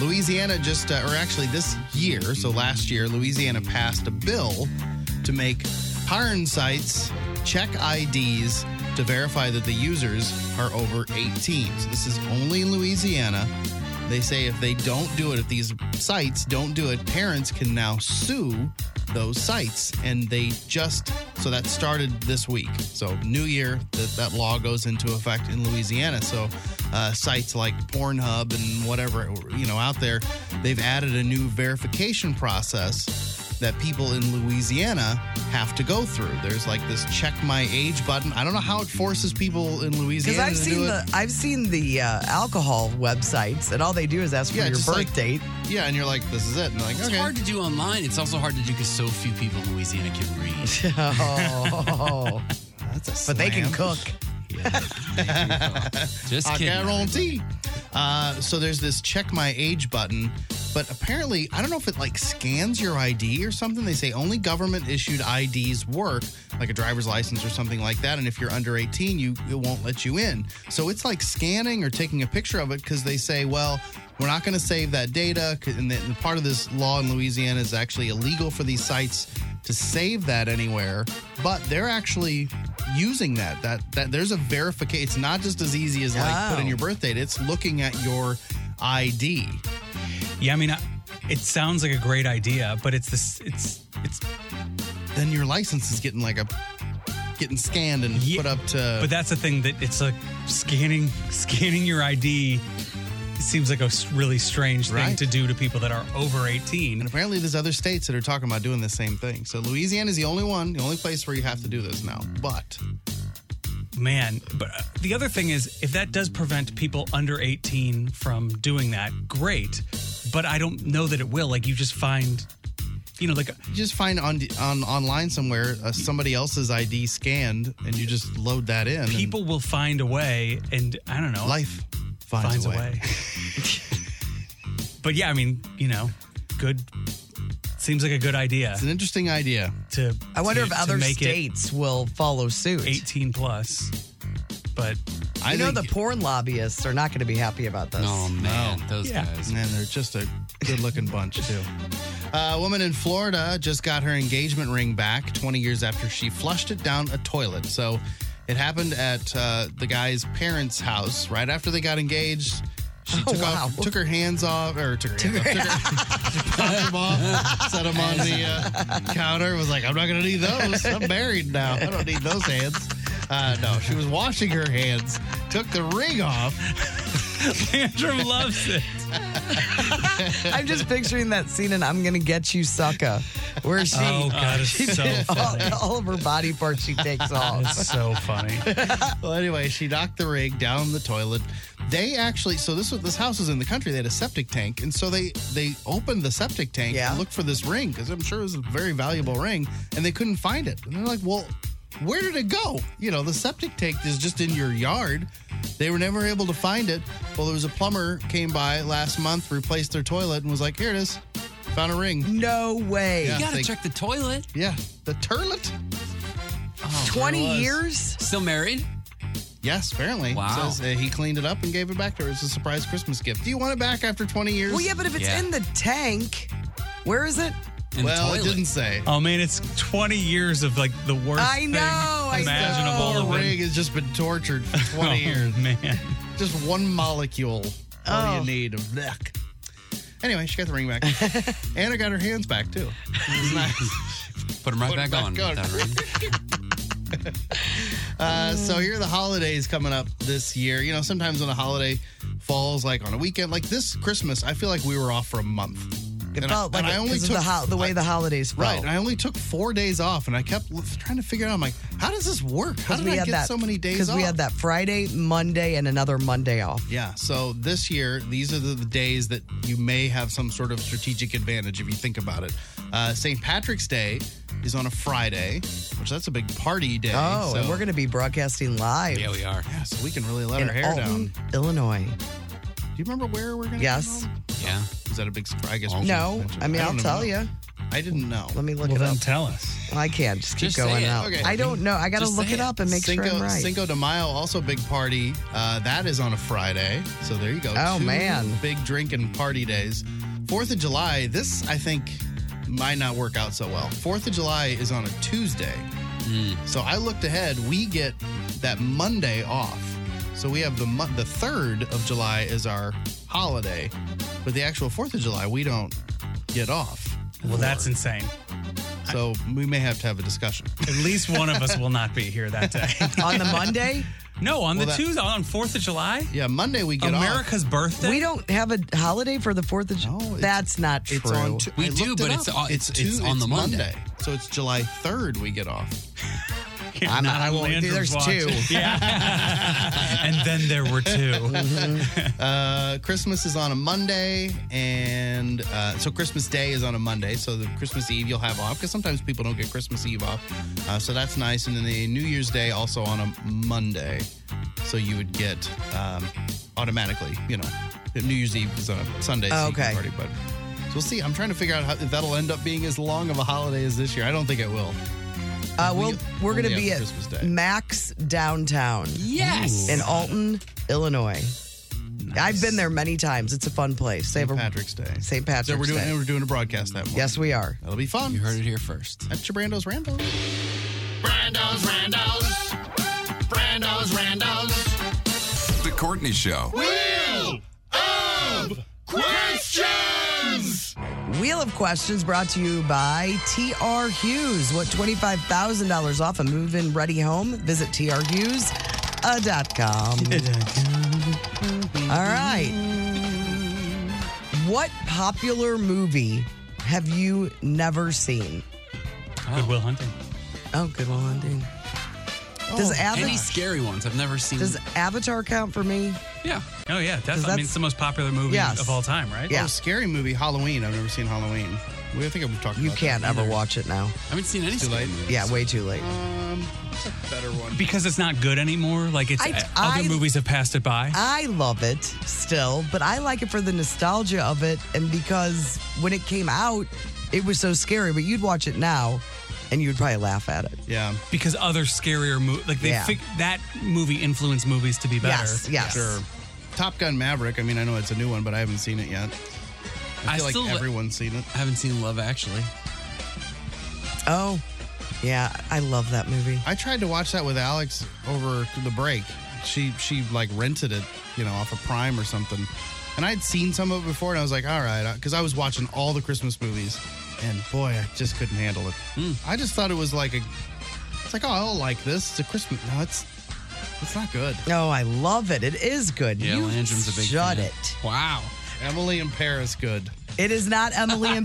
S5: Louisiana just, uh, or actually this year, so last year, Louisiana passed a bill to make porn sites check IDs to verify that the users are over 18. So this is only in Louisiana. They say if they don't do it, if these sites don't do it, parents can now sue those sites. And they just, so that started this week. So, new year, that, that law goes into effect in Louisiana. So, uh, sites like Pornhub and whatever, you know, out there, they've added a new verification process that people in Louisiana have to go through. There's like this check my age button. I don't know how it forces people in
S6: Because
S5: Louisiana
S6: I've
S5: to
S6: seen
S5: do it.
S6: the I've seen the uh, alcohol websites, and all they do is ask for your
S5: just
S6: birth
S5: like-
S6: date.
S5: Yeah, and you're like, this is it. And they're like,
S3: it's
S5: okay.
S3: hard to do online it's also hard to do because so few people in louisiana can
S5: [LAUGHS]
S3: read
S6: Oh. but they can
S5: slam.
S6: cook.
S3: Just
S5: I
S3: kidding,
S5: guarantee. Uh, so there's this check my age button, but apparently I don't know if it like scans your ID or something. They say only government issued IDs work, like a driver's license or something like that. And if you're under 18, you it won't let you in. So it's like scanning or taking a picture of it because they say, well, we're not going to save that data. 'cause- And, the, and part of this law in Louisiana is actually illegal for these sites to save that anywhere, but they're actually using that. That that there's a verification. It's not just as easy as like put in
S7: Oh.
S5: your birth date. It's looking at your ID.
S7: [LAUGHS] Yeah, I mean, I, it sounds like a great idea, but it's this. It's it's.
S5: Then your license is getting like a getting scanned and put up to.
S7: But that's the thing that it's like scanning scanning your ID seems like a s- really strange thing
S5: Right.
S7: to do to people that are over 18.
S5: And apparently, there's other states that are talking about doing the same thing. So Louisiana is the only one, the only place where you have to do this now. But
S7: Man, but uh, the other thing is if that does prevent people under 18 from doing that, great. But I don't know that it will. Like you just find you know like
S5: you just find on on online somewhere uh, somebody else's ID scanned, and you just load that in. and-
S7: people will find a way and I don't know.
S5: Life finds, a way.
S7: But yeah, I mean, you know, good. Seems like a good idea. It's an
S5: interesting idea.
S7: To
S6: I wonder
S7: to-
S6: if
S7: to
S6: other
S7: make it
S6: states will follow suit.
S7: 18 plus. But
S6: I know the porn lobbyists are not going to be happy about this.
S7: [LAUGHS]
S3: Oh,
S5: Yeah. [LAUGHS] Man, they're just a good looking bunch, too. A woman in Florida just got her engagement ring back 20 years after she flushed it down a toilet. So it happened at uh, the guy's parents' house right after they got engaged. She took off, took her hands off, or Oh, took her, hands off, took her, took them
S3: [LAUGHS] Oh,
S5: off, set them on the uh, counter. Was like, I'm not gonna need those. I'm married now. I don't need those hands. Uh, no, she was washing her hands, took the ring off.
S7: Andrew loves
S6: [LAUGHS]
S7: it.
S6: I'm just picturing that scene in I'm Gonna Get You Sucker, where she,
S7: Oh, God, it's
S6: she
S7: so
S6: all,
S5: funny.
S6: all of her body parts she takes off.
S5: It's
S7: so funny.
S5: well, anyway, she knocked the rig down the toilet. They actually, so this was this house was in the country. They had a septic tank, and so they they opened the septic tank to look for this ring because I'm sure it was a very valuable ring, and they couldn't find it. And they're like, well. Where did it go? You know, the septic tank is just in your yard. They were never able to find it. Well, there was a plumber came by last month, replaced their toilet, and was like, "Here it is, found a ring."
S6: No way.
S3: You gotta check the toilet.
S5: Yeah, the toilet.
S6: Twenty
S5: there it was.
S6: years.
S3: Still married?
S5: Yes, apparently.
S3: Wow.
S5: Says, uh, he cleaned it up and gave it back to her as a surprise Christmas gift. Do you want it back after 20 years?
S6: Well, yeah, but if it's in the tank, where is it?
S5: well, it didn't say.
S7: Oh man, it's 20 years of like the worst
S6: I know,
S7: thing
S6: I
S7: imaginable.
S5: The
S7: and then-
S5: Oh, rig has just been tortured for 20
S7: Oh,
S6: [LAUGHS]
S5: years.
S7: man.
S5: Just one molecule. All
S6: Oh.
S5: you need of that. Anyway, she got the ring
S6: [LAUGHS]
S5: back. and I got her hands back, too. It was nice.
S3: Put them right back on with that ring.
S5: Uh, so here are the holidays coming up this year. You know, sometimes when a holiday falls like on a weekend, like this Christmas, I feel like we were off for a month.
S6: It
S5: And
S6: felt
S5: I,
S6: like
S5: and
S6: it
S5: I only
S6: 'cause of
S5: took
S6: the, ho- the way the holidays felt.
S5: right. And I only took four days off, and I kept l- trying to figure out. I'm like, how does this work? How
S6: Because
S5: did
S6: we
S5: I
S6: had
S5: get
S6: that
S5: so many days
S6: Because
S5: off?
S6: we had that Friday, Monday, and another Monday off.
S5: Yeah. So this year, these are the, the days that you may have some sort of strategic advantage if you think about it. Uh, St. Patrick's Day is on a Friday, which that's a big party day.
S6: Oh,
S5: so
S6: and we're going to be broadcasting live.
S3: Yeah, we are.
S5: Yeah, so we can really let
S6: in
S5: our hair
S6: Alton,
S5: down.
S6: Illinois.
S5: Do you remember where we're going?
S6: Yes.
S3: Yeah.
S5: Is that a big surprise? I guess. we shouldn't
S6: No,
S5: mention
S6: I
S5: it.
S6: mean, I'll
S5: don't
S6: tell
S5: know.
S6: you.
S5: I didn't know.
S6: Let me look
S7: Well,
S6: it
S7: then
S6: up.
S7: tell us.
S6: Well, I can't. Just keep
S5: Just
S6: going
S5: say it.
S6: out.
S5: Okay.
S6: I don't know. I got to
S5: Just
S6: look
S5: say
S6: it up and make
S5: Cinco,
S6: sure I'm right.
S5: Cinco de Mayo, also big party. Uh, that is on a Friday. So there you go.
S6: Oh,
S5: Two
S6: man.
S5: Big drink and party days. Fourth of July, this, I think, might not work out so well. Fourth of July is on a Tuesday. So I looked ahead. We get that Monday off. So we have the mon- the 3rd of July is our holiday, but the actual 4th of July, we don't get off.
S7: Well, that's insane.
S5: So we may have to have a discussion.
S7: At least one of us will not be here that day.
S6: [LAUGHS] on the Monday?
S7: No, on
S5: Well,
S7: the
S5: that-
S7: Tuesday, on 4th of July?
S5: Yeah, Monday we get off.
S7: America's birthday?
S6: We don't have a holiday for the 4th of July. That's not true.
S5: It's on Tu-
S3: We
S5: I
S3: do,
S5: looked
S3: but
S5: it
S3: it's
S5: up.
S3: on- it's- it's on the Monday.
S5: So it's July 3rd we
S3: [LAUGHS]
S5: get off.
S6: I'm not- I
S7: on
S6: won't-
S7: Landry's
S6: there's
S7: watch.
S6: two.
S7: [LAUGHS] Yeah. and then there were
S6: [LAUGHS]
S7: two.
S5: Uh, Christmas is on a Monday, and uh, so Christmas Day is on a Monday. So the Christmas Eve you'll have off because sometimes people don't get Christmas Eve off. Uh, so that's nice. And then the New Year's Day also on a Monday. So you would get um, automatically, you know, the New Year's Eve is on a Sunday. so you can
S6: Okay.
S5: Party, but so we'll see. I'm trying to figure out how, if that'll end up being as long of a holiday as this year. I don't think it will.
S6: Uh, we'll, we're going to
S5: only
S6: be
S5: have
S6: at
S5: Christmas Day.
S6: [LAUGHS] Max Downtown.
S3: Yes.
S6: In Alton, Illinois. I've been there many times. It's a fun place. They have
S5: St.
S6: a-
S5: Patrick's Day.
S6: St. Patrick's
S5: So we're doing
S6: Day.
S5: and we're doing a broadcast that morning.
S6: Yes, we are.
S5: That'll be fun.
S3: You heard it here first.
S5: That's your Brando's Rando.
S9: Brando's Randos. Brando's Randos.
S2: The Courtney Show.
S9: Wheel of Questions.
S6: Wheel of Questions brought to you by TR Hughes. What $25,000 off a move in ready home? Visit trhughes.com. All right. What popular movie have you never seen?
S7: Goodwill Hunting. Oh,
S6: Oh, Good Will Hunting. Does Ava-
S3: Any scary ones I've never seen.
S6: Does Avatar count for me?
S3: yeah.
S7: Oh, yeah, definitely. I mean,
S6: that's-
S7: it's the most popular movie
S6: Yes.
S7: of all time, right?
S5: Oh, scary movie, Halloween. I've never seen Halloween. We, I think I've talked
S6: You
S5: about
S6: can't
S5: that.
S6: ever watch it now. I
S3: haven't seen any
S5: Too late. movies.
S6: Yeah, way too late.
S5: Um, it's a better one.
S7: Because it's not good anymore. Like it's uh,
S6: I-
S7: other
S6: I-
S7: movies have passed it by.
S6: I love it still, but I like it for the nostalgia of it and because when it came out, it was so scary, but you'd watch it now and you'd probably laugh at it.
S5: Yeah.
S7: Because other scarier movies, like they
S5: Yeah.
S7: fig- that movie influenced movies to be better.
S5: Sure. Top Gun Maverick. I mean, I know it's a new one, but I haven't seen it yet. I
S3: I
S5: feel
S3: still-
S5: like everyone's seen it.
S3: I haven't seen Love Actually.
S6: Oh, yeah, I love that movie.
S5: I tried to watch that with Alex over the break. She she like rented it, you know, off of Prime or something. And I'd seen some of it before, and I was like, all right, because I was watching all the Christmas movies, and boy, I just couldn't handle it.
S3: Hmm.
S5: I just thought it was like a, it's like oh, I'll like this. It's a Christmas. No, it's it's not good.
S6: No, I love it. It is good.
S5: Yeah,
S6: you
S5: Landrum's a big
S6: shut
S5: fan.
S6: it.
S3: Wow.
S5: Emily in Paris, good.
S6: It is not Emily in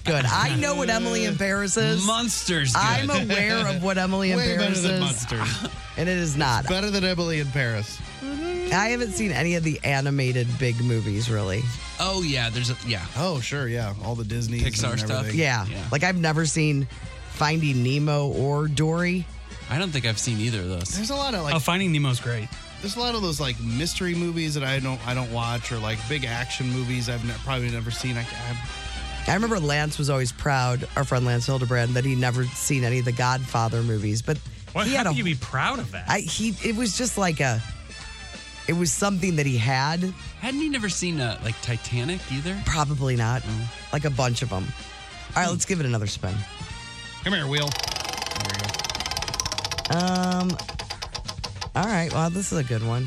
S3: [LAUGHS]
S6: good. I know what Emily in Paris is.
S3: Monsters.
S5: good.
S6: I'm aware
S3: [LAUGHS]
S6: of what Emily in
S5: Way better
S6: Paris
S5: than
S6: is.
S5: Monsters.
S6: [LAUGHS] And it is not.
S5: better than Emily in Paris.
S6: I haven't seen any of the animated big movies really.
S3: Oh yeah, there's a yeah.
S5: Oh sure, yeah, all the Disney
S3: Pixar stuff.
S6: Yeah. Like I've never seen Finding Nemo or Dory.
S3: I don't think I've seen either of those.
S5: There's a lot of like
S7: oh, Finding Nemo's great.
S5: There's a lot of those like mystery movies that I don't I don't watch or like big action movies I've ne- probably never seen. I, I
S6: I remember Lance was always proud, our friend Lance Hildebrand, that he never seen any of the Godfather movies, but
S7: Why
S6: he had
S7: how
S6: a
S7: can you be proud of that?
S6: I he it was just like a it was something that he had.
S3: Hadn't he never seen uh, like Titanic either?
S6: Probably not. Like a bunch of them. All
S7: Hmm.
S6: right, let's give it another spin.
S5: come here, wheel.
S6: Um. All right. Well, this is a
S5: [LAUGHS]
S6: good one.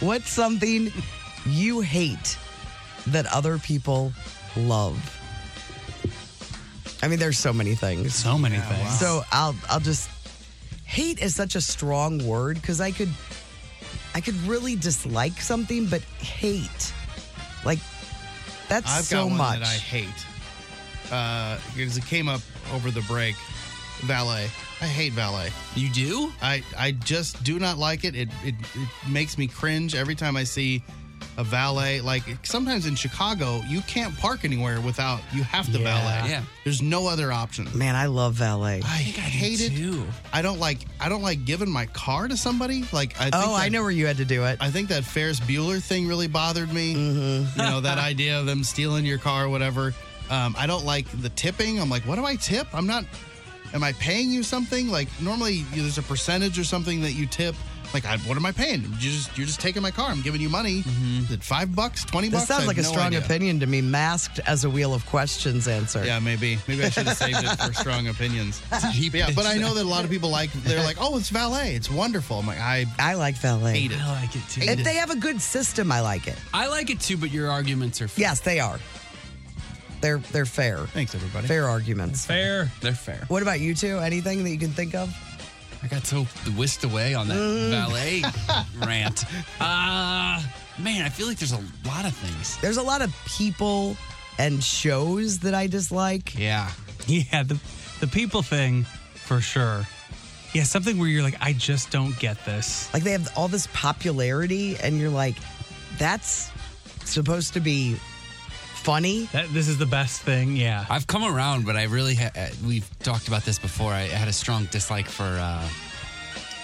S6: What's something you hate that other people love? I mean, there's so many things.
S7: So many things.
S6: So I'll I'll just hate is such a strong word because I could I could really dislike something, but hate like that's
S5: I've
S6: so
S5: got one
S6: much.
S5: that I hate. Uh, because it came up over the break. Valet. I hate valet.
S3: You do?
S5: I I just do not like it. It it, it makes me cringe every time I see. A valet, like sometimes in Chicago, you can't park anywhere without you have to valet.
S3: Yeah.
S5: there's no other option.
S6: Man, I love valet.
S5: I hate it. I don't like. I don't like giving my car to somebody. Like, I think
S6: Oh, I
S5: that-
S6: know where you had to do it.
S5: I think that Ferris Bueller thing really bothered me.
S6: Mm-hmm.
S5: You
S6: [LAUGHS]
S5: know that idea of them stealing your car, or whatever. Um, I don't like the tipping. I'm like, what do I tip? I'm not. Am I paying you something? Like normally, you- there's a percentage or something that you tip. Like, I, what am I paying? You just you're just taking my car. I'm giving you money. Is it five bucks, twenty
S6: Mm-hmm. This
S5: bucks? I
S6: sounds
S5: have
S6: like a
S5: no
S6: strong
S5: idea.
S6: opinion to me, masked as a wheel of questions answer.
S5: Yeah, maybe. Maybe I should have saved it for strong opinions.
S3: Deep
S5: yeah, but I know
S3: inside.
S5: that a lot of people like. They're like, oh, it's valet. It's wonderful. I'm like, I
S6: I like valet.
S5: hate it.
S3: I like it too.
S6: If they have a good system, I like it.
S3: I like it too, but your arguments are fair.
S6: Yes, they are. They're they're fair.
S5: Thanks, everybody.
S6: Fair arguments.
S7: Fair.
S3: They're fair.
S6: What about you two? Anything that you can think of?
S3: I got so whisked away
S7: [LAUGHS]
S3: on that valet rant. Uh, man, I feel like there's a lot of things.
S6: There's a lot of people and shows that I dislike.
S3: Yeah.
S7: Yeah, [LAUGHS] the the people thing for sure. Yeah, something where you're like, I just don't get this.
S6: Like they have all this popularity and you're like, that's supposed to be funny.
S7: That this is the best thing. Yeah.
S3: I've come around, but I really ha- uh, we've talked about this before. I had a strong dislike for uh,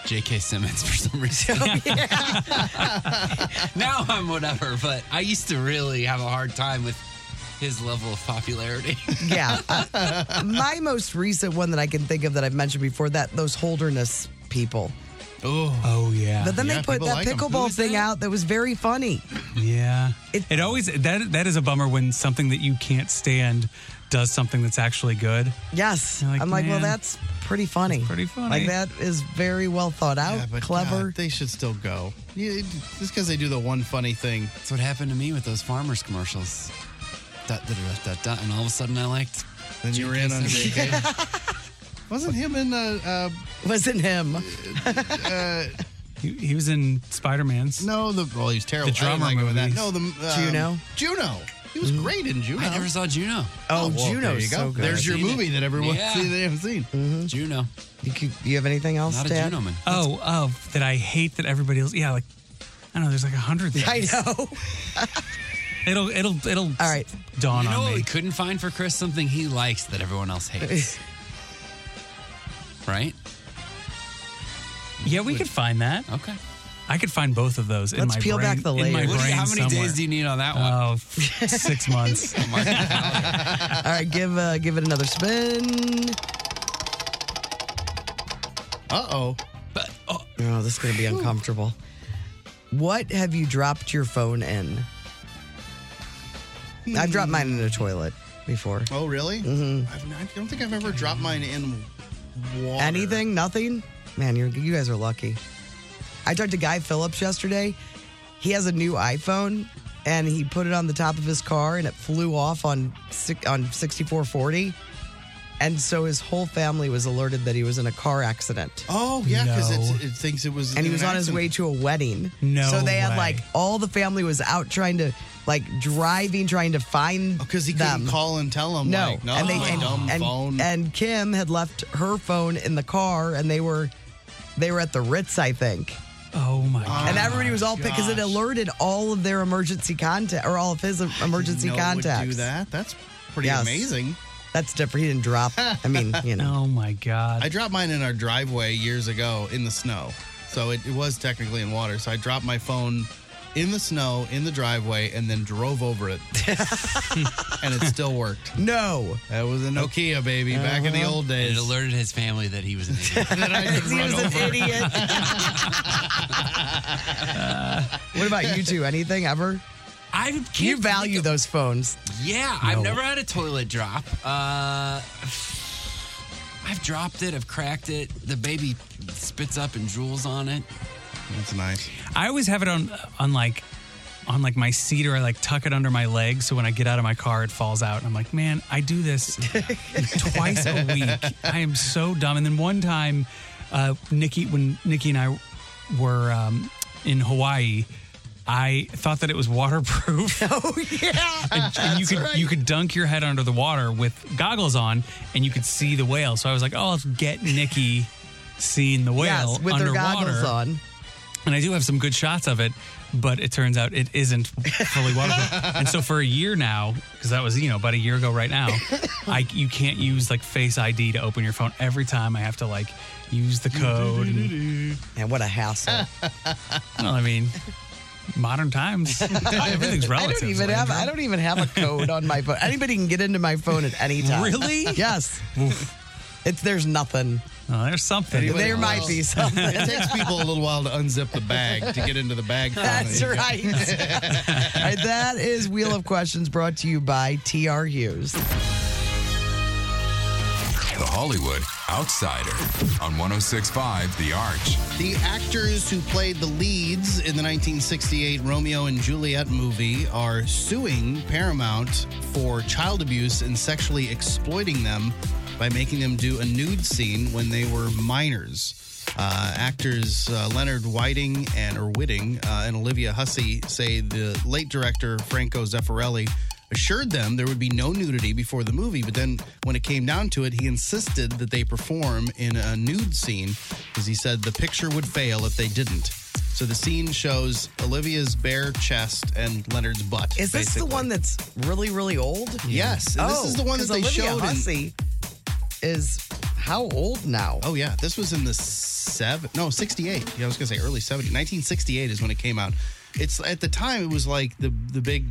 S3: J.K. Simmons [LAUGHS] for
S7: [LAUGHS]
S3: some reason. [LAUGHS] now I'm whatever, but I used to really have a hard time with his level of popularity.
S6: Yeah. Uh, my most recent one that I can think of that I've mentioned before, that those holderness people.
S5: Oh,
S7: Oh
S3: [LAUGHS]
S7: yeah.
S6: But then they put that pickleball thing out that was very funny.
S7: Yeah. It, always that that is a bummer when something that you can't stand does something that's actually good.
S6: Yes.
S7: You're like,
S6: I'm like, well,
S7: "Man,
S6: that's pretty funny.
S7: pretty funny."
S6: Like, that is very well thought out,
S5: Yeah, but
S6: clever.
S5: God, they should still go. You, just because they do the one funny thing.
S3: That's what happened to me with those farmers commercials. Da, da, da, da, da, da, and all of a sudden, I liked.
S5: Then you were
S3: J.K.
S5: in on
S3: Simmons.
S5: JK. [LAUGHS] Wasn't him in uh,
S6: Wasn't him.
S5: uh, uh
S7: He, he was in Spider Man's.
S5: no the well he was terrible.
S7: The
S5: I didn't
S7: drummer
S5: like him in that.
S7: movies.
S5: No the um,
S6: Juno?
S5: Juno. He was great in Juno.
S3: I never saw Juno.
S6: Oh,
S5: well,
S6: Juno's
S5: there you go.
S6: so good.
S5: There's your
S3: Seen it.
S5: movie that everyone
S3: Yeah.
S5: see they haven't seen.
S6: Hmm.
S3: Juno,
S6: You, keep- you have anything else,
S3: not a
S6: Dad?
S3: Juno man.
S7: Oh, oh,
S6: [LAUGHS]
S7: that I hate that everybody else. Yeah, like I don't know. There's like a hundred.
S6: I
S7: things.
S6: know.
S7: It'll it'll it'll all right. dawn
S3: you know
S7: on
S3: what
S7: me.
S3: we couldn't find for Chris something he likes that everyone else
S6: [LAUGHS]
S3: hates. right?
S7: Yeah, we could find that.
S3: Okay.
S7: I could find both of those in
S3: Let's
S7: my
S3: peel
S7: brain.
S3: back the
S7: in my
S3: layers. What do you-
S7: brain
S3: how many days
S7: somewhere.
S3: do you need on that one?
S7: Oh, f- six
S3: [LAUGHS]
S7: months.
S6: [LAUGHS] All right, give uh, give it another spin.
S5: Uh oh.
S6: Oh, this is going to be uncomfortable. What have you dropped your phone in? I've dropped mine in the toilet before.
S5: Oh, really? Mm-hmm. I've, I don't think I've ever dropped mine in water.
S6: Anything? Nothing? Man, you're, you guys are lucky. I talked to Guy Phillips yesterday. He has a new iPhone and he put it on the top of his car and it flew off on si- on 6440. And so his whole family was alerted that he was in a car accident.
S5: Oh, yeah, because it thinks it was.
S6: and he
S5: an
S6: was on his
S5: accident.
S6: way to a wedding.
S5: No
S6: so they had
S5: way.
S6: like all the family was out trying to like driving, trying to find because
S5: Oh, he couldn't call and tell them.
S6: No,
S5: like, no,
S6: and they
S7: "Ah,
S5: my
S6: and,
S5: dumb
S6: and,
S5: phone.
S6: and Kim had left her phone in the car, and they were they were at the Ritz, I think.
S7: Oh my god!
S6: And everybody was all because it alerted all of their emergency contact or all of his emergency
S5: know it would do
S6: contacts.
S5: that. That's pretty amazing.
S6: That's different. He didn't drop. I
S7: [LAUGHS]
S6: mean, you know.
S7: Oh my god!
S5: I dropped mine in our driveway years ago in the snow, so it, it was technically in water. So I dropped my phone in the snow in the driveway and then drove
S3: [LAUGHS]
S5: over it, and it still worked.
S6: No,
S5: that was a Nokia baby back in the
S3: Uh-huh.
S5: old days.
S3: It
S5: [LAUGHS]
S3: alerted his family that he was an idiot.
S6: [LAUGHS] he was an
S7: [LAUGHS]
S6: idiot. [LAUGHS] what about you two? Anything ever?
S3: I
S6: you value those phones.
S3: Yeah, I've never had a toilet drop. Uh, I've dropped it. I've cracked it. The baby spits up and drools on it.
S5: That's nice.
S7: I always have it on on like on like my seat or I like tuck it under my leg so when I get out of my car it falls out and I'm like, man, I do
S3: [LAUGHS]
S7: this twice a week. I am so dumb. And then one time, uh, Nikki when Nikki and I were um, in Hawaii. I thought that it was waterproof.
S6: [LAUGHS] Oh yeah,
S7: and, and you could you could dunk your head under the water with goggles on, and you could see the whale. So I was like, "Oh, let's get Nikki seeing the whale
S6: Yes, with her
S7: underwater."
S6: goggles on.
S7: And I do have some good shots of it, but it turns out it isn't fully
S5: [LAUGHS]
S7: waterproof. and so for a year now, because that was you know about a year ago right
S5: [LAUGHS]
S7: now, I you can't use like Face ID to open your phone. Every time I have to like use the code. And,
S6: and what a hassle!
S7: [LAUGHS] well, I mean, modern
S6: [LAUGHS]
S7: times, everything's relative.
S6: I don't even have. I don't even have a code on my phone. Anybody can get into my phone at any time.
S7: Really?
S6: Yes. it's there's nothing.
S7: Oh, there's something.
S6: there might
S7: [LAUGHS]
S6: be something.
S5: it takes people a little while to unzip the bag to get into the bag.
S6: [LAUGHS] That's
S5: finally.
S7: [LAUGHS]
S6: right. All right, that is Wheel of Questions brought to you by TR Hughes.
S9: The Hollywood Outsider on 1065 The Arch.
S5: The actors who played the leads in the 1968 Romeo and Juliet movie are suing Paramount for child abuse and sexually exploiting them by making them do a nude scene when they were minors. Uh, actors uh, Leonard Whiting and or Whiting uh, and Olivia Hussey say the late director Franco Zeffirelli assured them there would be no nudity before the movie, but then when it came down to it, he insisted that they perform in a nude scene because he said the picture would fail if they didn't. So the scene shows Olivia's bare chest and Leonard's butt.
S6: Is this the
S5: basically.
S6: one that's really, really old? Oh,
S5: Yes, and this is the one that
S6: 'cause
S5: they
S6: Olivia
S5: showed in-
S6: Hussey is how old now?
S5: Oh yeah, this was in the seven, no, sixty-eight. Yeah, I was gonna say early 70s. Nineteen sixty-eight is when it came out. It's at the time it was like the the big,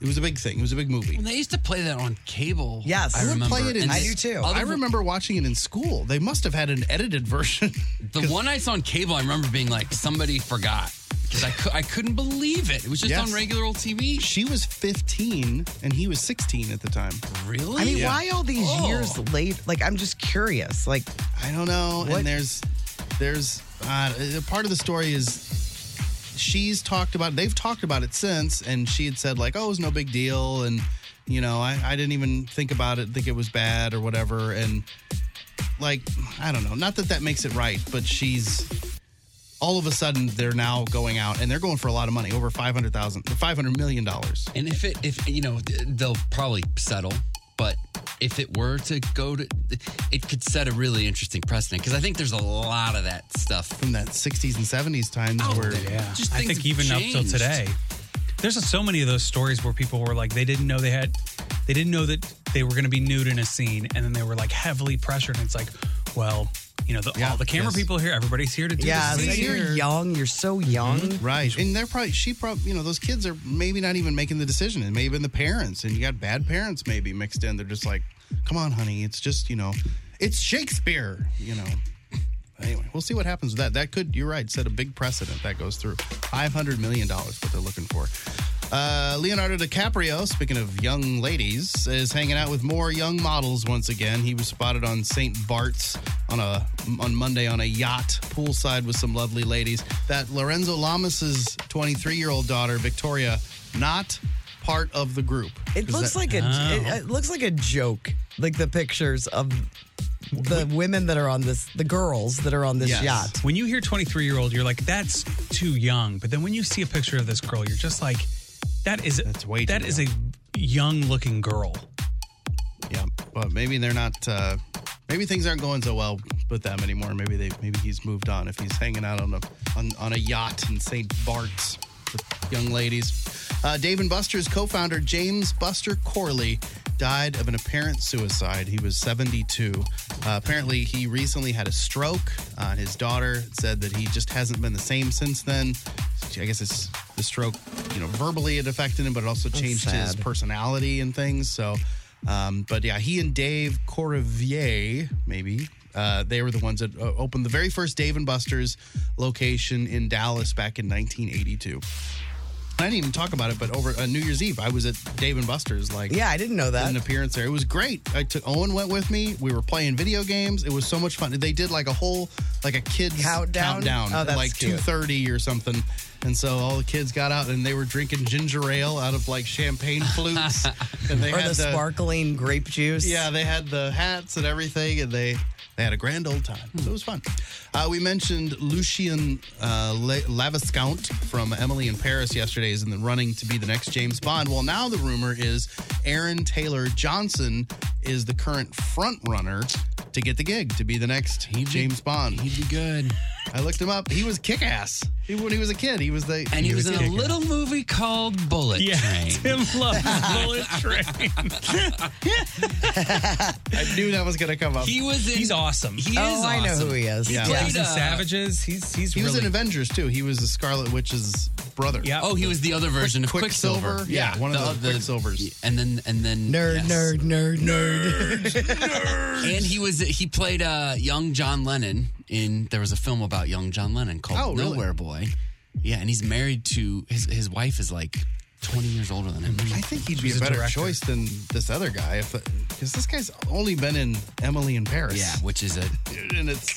S5: it was a big thing. It was a big movie.
S3: They used to play that on cable.
S5: I,
S3: I
S5: would
S3: remember.
S5: play it in.
S3: And the-
S5: I
S3: other-
S5: remember watching it in school. They must have had an edited [LAUGHS] version.
S3: The one I saw on cable, I remember being like, somebody forgot because I, cou- I couldn't believe it. It was just
S5: Yes.
S3: on regular old TV.
S5: She was fifteen and he was sixteen at the time.
S3: Really?
S6: I mean,
S5: Yeah.
S6: why all these
S5: Oh.
S6: years late? Like, I'm just curious. Like,
S5: I don't know.
S6: What?
S5: And there's there's uh, a part of the story is she's talked about. They've talked about it since, and she had said like, "Oh, it's no big deal," and you know, I, I didn't even think about it, think it was bad or whatever, and like I don't know. Not that that makes it right, but she's. All of a sudden, they're now going out, and they're going for a lot of money, over five hundred thousand, five hundred million dollars.
S3: And if it, if you know, th- they'll probably settle. But if it were to go to, it could set a really interesting precedent because I think there's a lot of that stuff
S5: from that 60s and 70s times
S3: Oh,
S5: where
S3: yeah. Just
S7: I
S3: things
S7: think even up till
S3: changed.
S7: today. There's so many of those stories where people were like, they didn't know they had, they didn't know that they were going to be nude in a scene, and then they were like heavily pressured. And it's like, well, you know, the, all the camera
S5: yes.
S7: people here, everybody's here to do
S6: Yeah,
S7: this.
S6: like, you're young. You're so young.
S7: Mm-hmm.
S5: Right. And they're probably, she probably, you know, those kids are maybe not even making the decision. And maybe the parents, and you got bad parents maybe mixed in. They're just like, come on, honey. It's just, you know, it's Shakespeare, you know. Anyway, we'll see what happens with that. That could, you're right, set a big precedent that goes through. $500 million, what they're looking for. Uh, Leonardo DiCaprio, speaking of young ladies, is hanging out with more young models once again. He was spotted on St. Bart's on a on Monday on a yacht poolside with some lovely ladies. That Lorenzo Lamas' 23 year old daughter, Victoria, not part of the group.
S6: It looks like a it, it looks like a joke. Like the pictures of the women that are on this, the girls that are on this yacht.
S7: When you hear 23 year old, you're like, that's too young. But then when you see a picture of this girl, you're just like, that is that's way that is a young looking girl.
S5: Yeah, well, maybe they're not. Uh, maybe things aren't going so well with them anymore. Maybe they. Maybe he's moved on. If he's hanging out on a on, on a yacht in St. Bart's with young ladies, uh, Dave and Buster's co-founder James Buster Corley died of an apparent suicide. He was 72. Uh, apparently, he recently had a stroke. Uh, his daughter said that he just hasn't been the same since then. I guess it's the stroke. You know, verbally it affected him, but it also
S6: That's
S5: changed his
S6: sad.
S5: personality and things. So, um, but yeah, he and Dave Corevier, maybe, uh, they were the ones that uh, opened the very first Dave and Buster's location in Dallas back in 1982. I didn't even talk about it, but over uh, New Year's Eve, I was at Dave and Buster's. Like,
S6: Yeah, I didn't know that.
S5: An appearance there. It was great. I took Owen went with me. We were playing video games. It was so much fun. They did like a whole like a kids
S6: Countdown?
S5: countdown
S6: Oh,
S5: at,
S6: that's
S5: like
S6: cute.
S5: two thirty or something. And so all the kids got out and they were drinking ginger ale out of like champagne
S6: [LAUGHS]
S5: flutes, and they
S6: or
S5: had
S6: the, sparkling grape juice.
S5: yeah, they had the hats and everything, and they they had a grand old time. It was fun. Uh, we mentioned Lucien uh, Le- Laviscount from Emily in Paris yesterday is in the running to be the next James Bond. Well, now the rumor is Aaron Taylor Johnson is the current front runner to get the gig to be the next James Bond. He'd be good. I looked him up. He was kick ass. He, when he was a kid, he was the
S3: And he was in a
S5: kick-ass.
S3: little movie called Bullet
S5: Yeah,
S3: Train.
S5: [LAUGHS]
S7: [LAUGHS]
S5: Tim Love's Bullet
S7: Train.
S5: I knew that was going to come up.
S3: He was in-
S7: He's awesome.
S3: He Oh, is I know awesome. who he is.
S7: He
S3: Yeah.
S7: plays
S3: Played,
S7: in
S3: uh,
S7: Savages. He's he's
S5: he was in
S7: really
S5: Avengers too. He was the Scarlet Witch's brother.
S7: Yeah.
S3: Oh, he was the other version of Quicksilver.
S5: Yeah, one of the,
S3: other- [LAUGHS]
S5: Quicksilvers.
S3: And then and then
S6: Nerd,
S3: yes.
S6: nerd, nerd, nerd,
S3: And he was he played uh, young John Lennon in there was a film about young John Lennon called
S5: Oh, really?
S3: Nowhere Boy. Yeah, and he's married to his his wife is like twenty years older than him.
S5: I think he'd be a better choice than this other guy, if because this guy's only been in Emily in Paris.
S3: Yeah, which is a
S5: and it's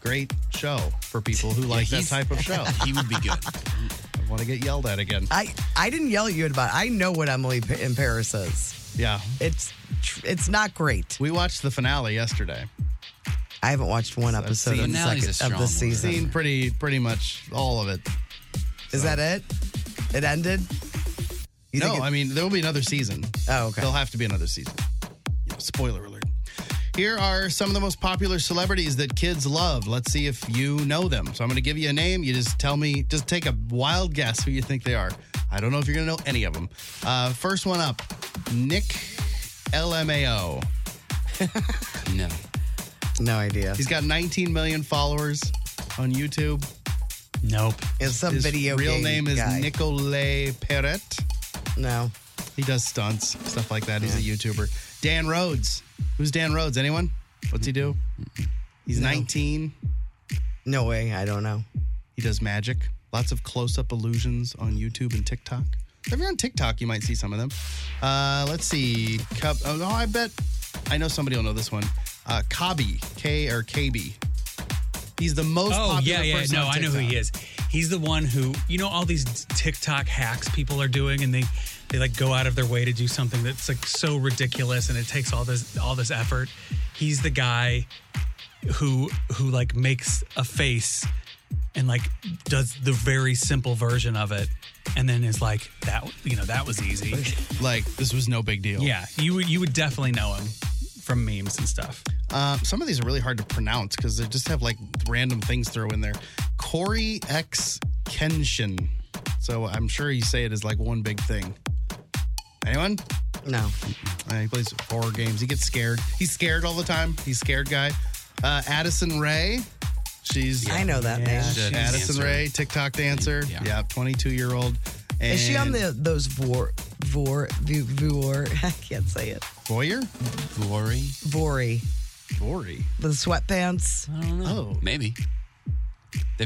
S5: great show for people who like that
S3: he's-
S5: type
S3: [LAUGHS]
S5: of show.
S3: he would be good.
S5: I want to get yelled at again.
S6: I I didn't yell at you about. it. I know what Emily Pa- in Paris is.
S5: yeah,
S6: It's tr- it's not great.
S5: We watched the finale yesterday.
S6: I haven't watched one
S5: I've
S6: episode of
S5: seen-
S6: the, second, of the season.
S5: Seen pretty pretty much all of it.
S6: Is that it? It ended.
S5: no,
S6: think it-
S5: I mean there will be another season.
S6: Oh, okay.
S5: There'll have to be another season. You know, spoiler alert. Here are some of the most popular celebrities that kids love. Let's see if you know them. So I'm going to give you a name. You just tell me, just take a wild guess who you think they are. I don't know if you're going to know any of them. Uh, first one up, Nick LMAO.
S3: no.
S6: No idea.
S5: He's got 19 million followers on YouTube.
S7: Nope.
S6: It's some
S5: His
S6: video
S5: real
S6: game
S5: name is
S6: guy.
S5: Nicolay Perret.
S6: No.
S5: He does stunts, stuff like that. He's a YouTuber. Dan Rhodes. Who's Dan Rhodes? Anyone? What's he do? He's 19.
S6: No way. I don't know.
S5: He does magic. Lots of close-up illusions on YouTube and TikTok. If you're on TikTok, you might see some of them. Uh, let's see. Cup. Oh, no, I bet. I know somebody will know this one. Uh, Kabi. K or KB. He's the most
S7: oh
S5: popular
S7: yeah, yeah.
S5: person
S7: No,
S5: on
S7: I know who
S5: TikTok.
S7: he is. He's the one who you know all these TikTok hacks people are doing, and they they like go out of their way to do something that's like so ridiculous, and it takes all this all this effort. He's the guy who who like makes a face and like does the very simple version of it, and then is like that you know that was easy.
S5: Like this was no big deal.
S7: yeah, you would you would definitely know him from memes and stuff.
S5: Uh, some of these are really hard to pronounce because they just have like random things thrown in there. Corey X Kenshin. So I'm sure you say it as like one big thing. Anyone? Uh,
S6: No.
S5: he plays horror games. He gets scared. He's scared all the time. He's scared guy. Uh, Addison Ray. She's
S6: I know that name.
S5: She's
S6: She's-
S5: Addison
S6: dancer.
S5: Ray, TikTok dancer. Yeah, 22 year old.
S6: Is she on the those vor vor vu- vor? [LAUGHS] I can't say it.
S5: Voyeur?
S3: Vory.
S6: Vory.
S5: Vory.
S6: The sweatpants. I
S3: don't
S5: know.
S3: Maybe.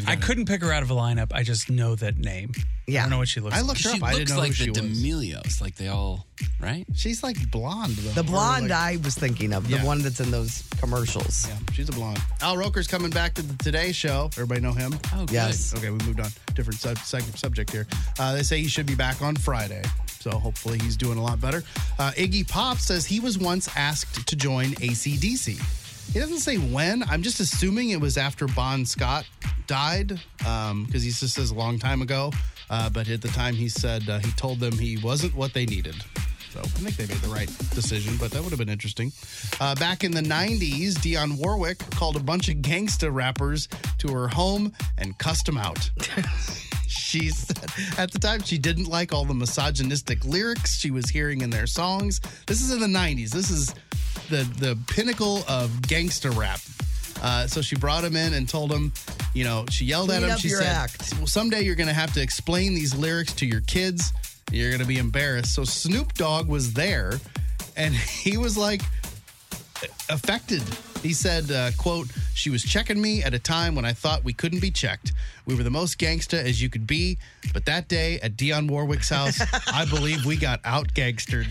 S7: I couldn't pick her out of a lineup. I just know that name. Yeah. I don't know what she looks like.
S3: she looks like the D'Amelios. Like they all, right?
S5: She's like blonde though.
S6: The
S5: Or,
S6: blonde
S5: like-
S6: I was thinking of, the
S5: Yeah.
S6: one that's in those commercials.
S5: Yeah, she's a blonde. Al Roker's coming back to the Today Show. Everybody know him?
S3: Oh,
S6: Yes.
S5: Okay, we moved on. Different sub- seg- subject here. Uh, they say he should be back on Friday. So hopefully he's doing a lot better. Uh, Iggy Pop says he was once asked to join ACDC. He doesn't say when. I'm just assuming it was after Bon Scott died because he just says a long time ago. Uh, but at the time, he said uh, he told them he wasn't what they needed. So I think they made the right decision, but that would have been interesting. Uh, back in the 90s, Dionne Warwick called a bunch of gangsta rappers to her home and cussed them out. she said, at the time, she didn't like all the misogynistic lyrics she was hearing in their songs. This is in the 90s. This is the, the pinnacle of gangsta rap. Uh, so she brought him in and told him, you know, she yelled at
S6: Clean
S5: him.
S6: up
S5: she
S6: your
S5: said,
S6: act.
S5: well, someday you're going to have to explain these lyrics to your kids. You're going to be embarrassed. So Snoop Dogg was there and [LAUGHS] he was like affected. He said, uh, quote, she was checking me at a time when I thought we couldn't be checked. We were the most gangsta as you could be. But that day at Dionne Warwick's house, I believe we got out gangstered.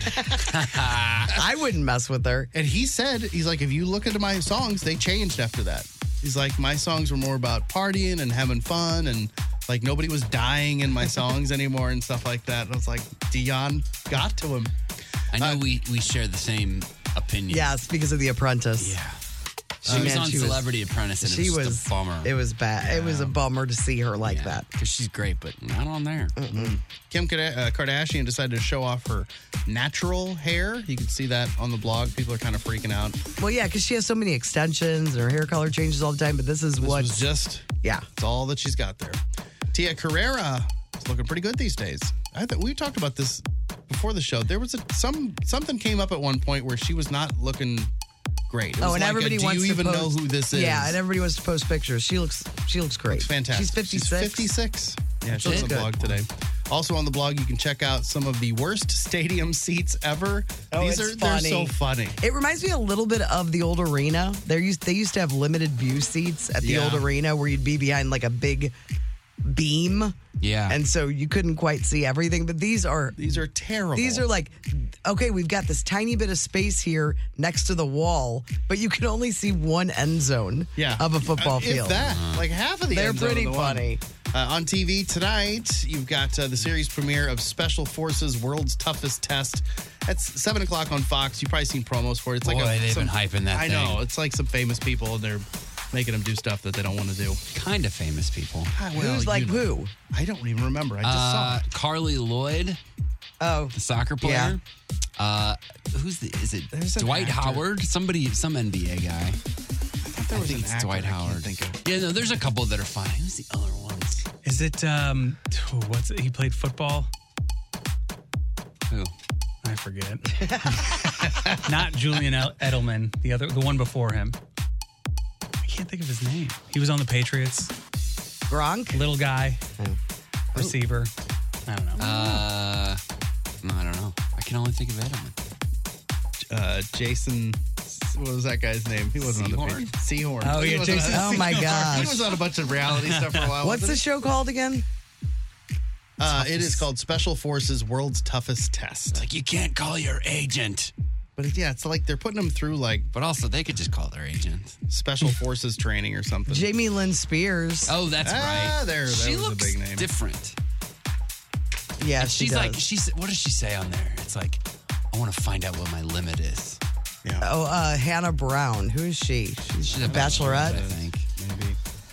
S6: I wouldn't mess with her.
S5: And he said, he's like, if you look into my songs, they changed after that. He's like, my songs were more about partying and having fun and like nobody was dying in my songs anymore and stuff like that. And I was like, Dion got to him.
S3: I know we, we share the same opinion.
S6: Yes, because of The Apprentice. Yeah.
S3: She was on Celebrity Apprentice and it was just a bummer.
S6: It was bad. It was a bummer to see her like that. Mm.
S3: Because she's great, but not on there.
S5: Kim Kada- uh, Kardashian decided to show off her natural hair. You can see that on the blog. People are kind of freaking out.
S6: Well, yeah, because she has so many extensions and her hair color changes all the time. But this is what
S5: was just
S6: yeah,
S5: it's all that she's got there. Tia Carrera is looking pretty good these days. I thought we talked about this before the show. There was a, some something came up at one point where she was not looking great. It
S6: Oh,
S5: was like
S6: and
S5: a,
S6: everybody
S5: Do
S6: wants
S5: you
S6: to
S5: even
S6: post-
S5: know who this is?
S6: Yeah, and everybody wants to post pictures. She looks she looks great.
S5: fantastic.
S6: She's fifty six.
S5: She's 56. Yeah, she's on the
S6: Good.
S5: blog today. Also on the blog, you can check out some of the worst stadium seats ever.
S6: Oh,
S5: These
S6: it's
S5: are they're
S6: funny.
S5: so funny.
S6: It reminds me a little bit of the old arena. They used they used to have limited view seats at the
S5: Yeah.
S6: old arena where you'd be behind like a big beam.
S3: Yeah.
S6: And so you couldn't quite see everything, but these are
S5: these are terrible.
S6: These are like okay, we've got this tiny bit of space here next to the wall, but you can only see one end zone
S5: yeah.
S6: of a football
S5: Uh, if
S6: field.
S5: that, like half of the
S6: They're
S5: end zone of
S6: pretty
S5: the one.
S6: funny.
S5: Uh, on TV tonight, you've got uh, the series premiere of Special Forces World's Toughest Test. That's seven o'clock on Fox. You've probably seen promos for it. It's
S3: Boy,
S5: like a,
S3: they've
S5: some-
S3: been hyping that
S5: I
S3: thing.
S5: know. It's like some famous people, and they're making them do stuff that they don't want to do.
S3: Kind of famous people.
S5: Ah,
S6: Who's like who?
S5: I don't even remember. I just saw
S3: Uh,
S5: it.
S3: Carly Lloyd.
S6: Oh.
S3: The soccer player. Uh, who's the, is it
S5: an
S3: Dwight
S5: actor.
S3: Howard? Somebody, some NBA guy.
S5: there
S3: I
S5: was
S3: think
S5: an
S3: it's
S5: actor
S3: Dwight
S5: I can't
S3: Howard.
S5: think of.
S3: Yeah, no, there's a couple that are funny. Who's the other one?
S7: Is it um what's it? he played football?
S3: Who?
S7: I forget. [LAUGHS] Not Julian El- Edelman, the other the one before him. I can't think of his name. He was on the Patriots.
S6: Gronk?
S7: Little guy. Receiver. I don't know.
S3: Uh, no, I don't know. I can only think of Edelman.
S5: Uh, Jason. What was that guy's name? He wasn't on the
S3: Seahorn?
S5: page. Seahorn.
S3: Oh,
S5: He
S3: yeah,
S5: was on-
S3: Jason
S6: Oh, my
S5: Seahorn.
S6: gosh.
S5: He was on a bunch
S3: [LAUGHS]
S5: of reality stuff for a while.
S6: What's
S5: wasn't
S6: the
S5: he?
S6: show called again?
S5: Uh, it is called Special Forces World's Toughest Test.
S3: Like you can't call your agent.
S5: But it- yeah, it's like they're putting them through like
S3: But also, they could just call their agent. [LAUGHS]
S5: Special Forces training or something.
S6: Jamie Lynn Spears.
S3: Oh, that's
S5: Ah,
S3: right.
S5: there- that
S3: she
S5: was a
S3: looks
S5: big name.
S3: different.
S6: Yeah,
S3: And
S6: she
S3: she's
S6: does.
S3: like, she's what does she say on there? It's like, I want to find out what my limit is.
S6: Oh, uh, Hannah Brown. Who is she? She's,
S3: She's
S6: a bachelorette.
S3: I think.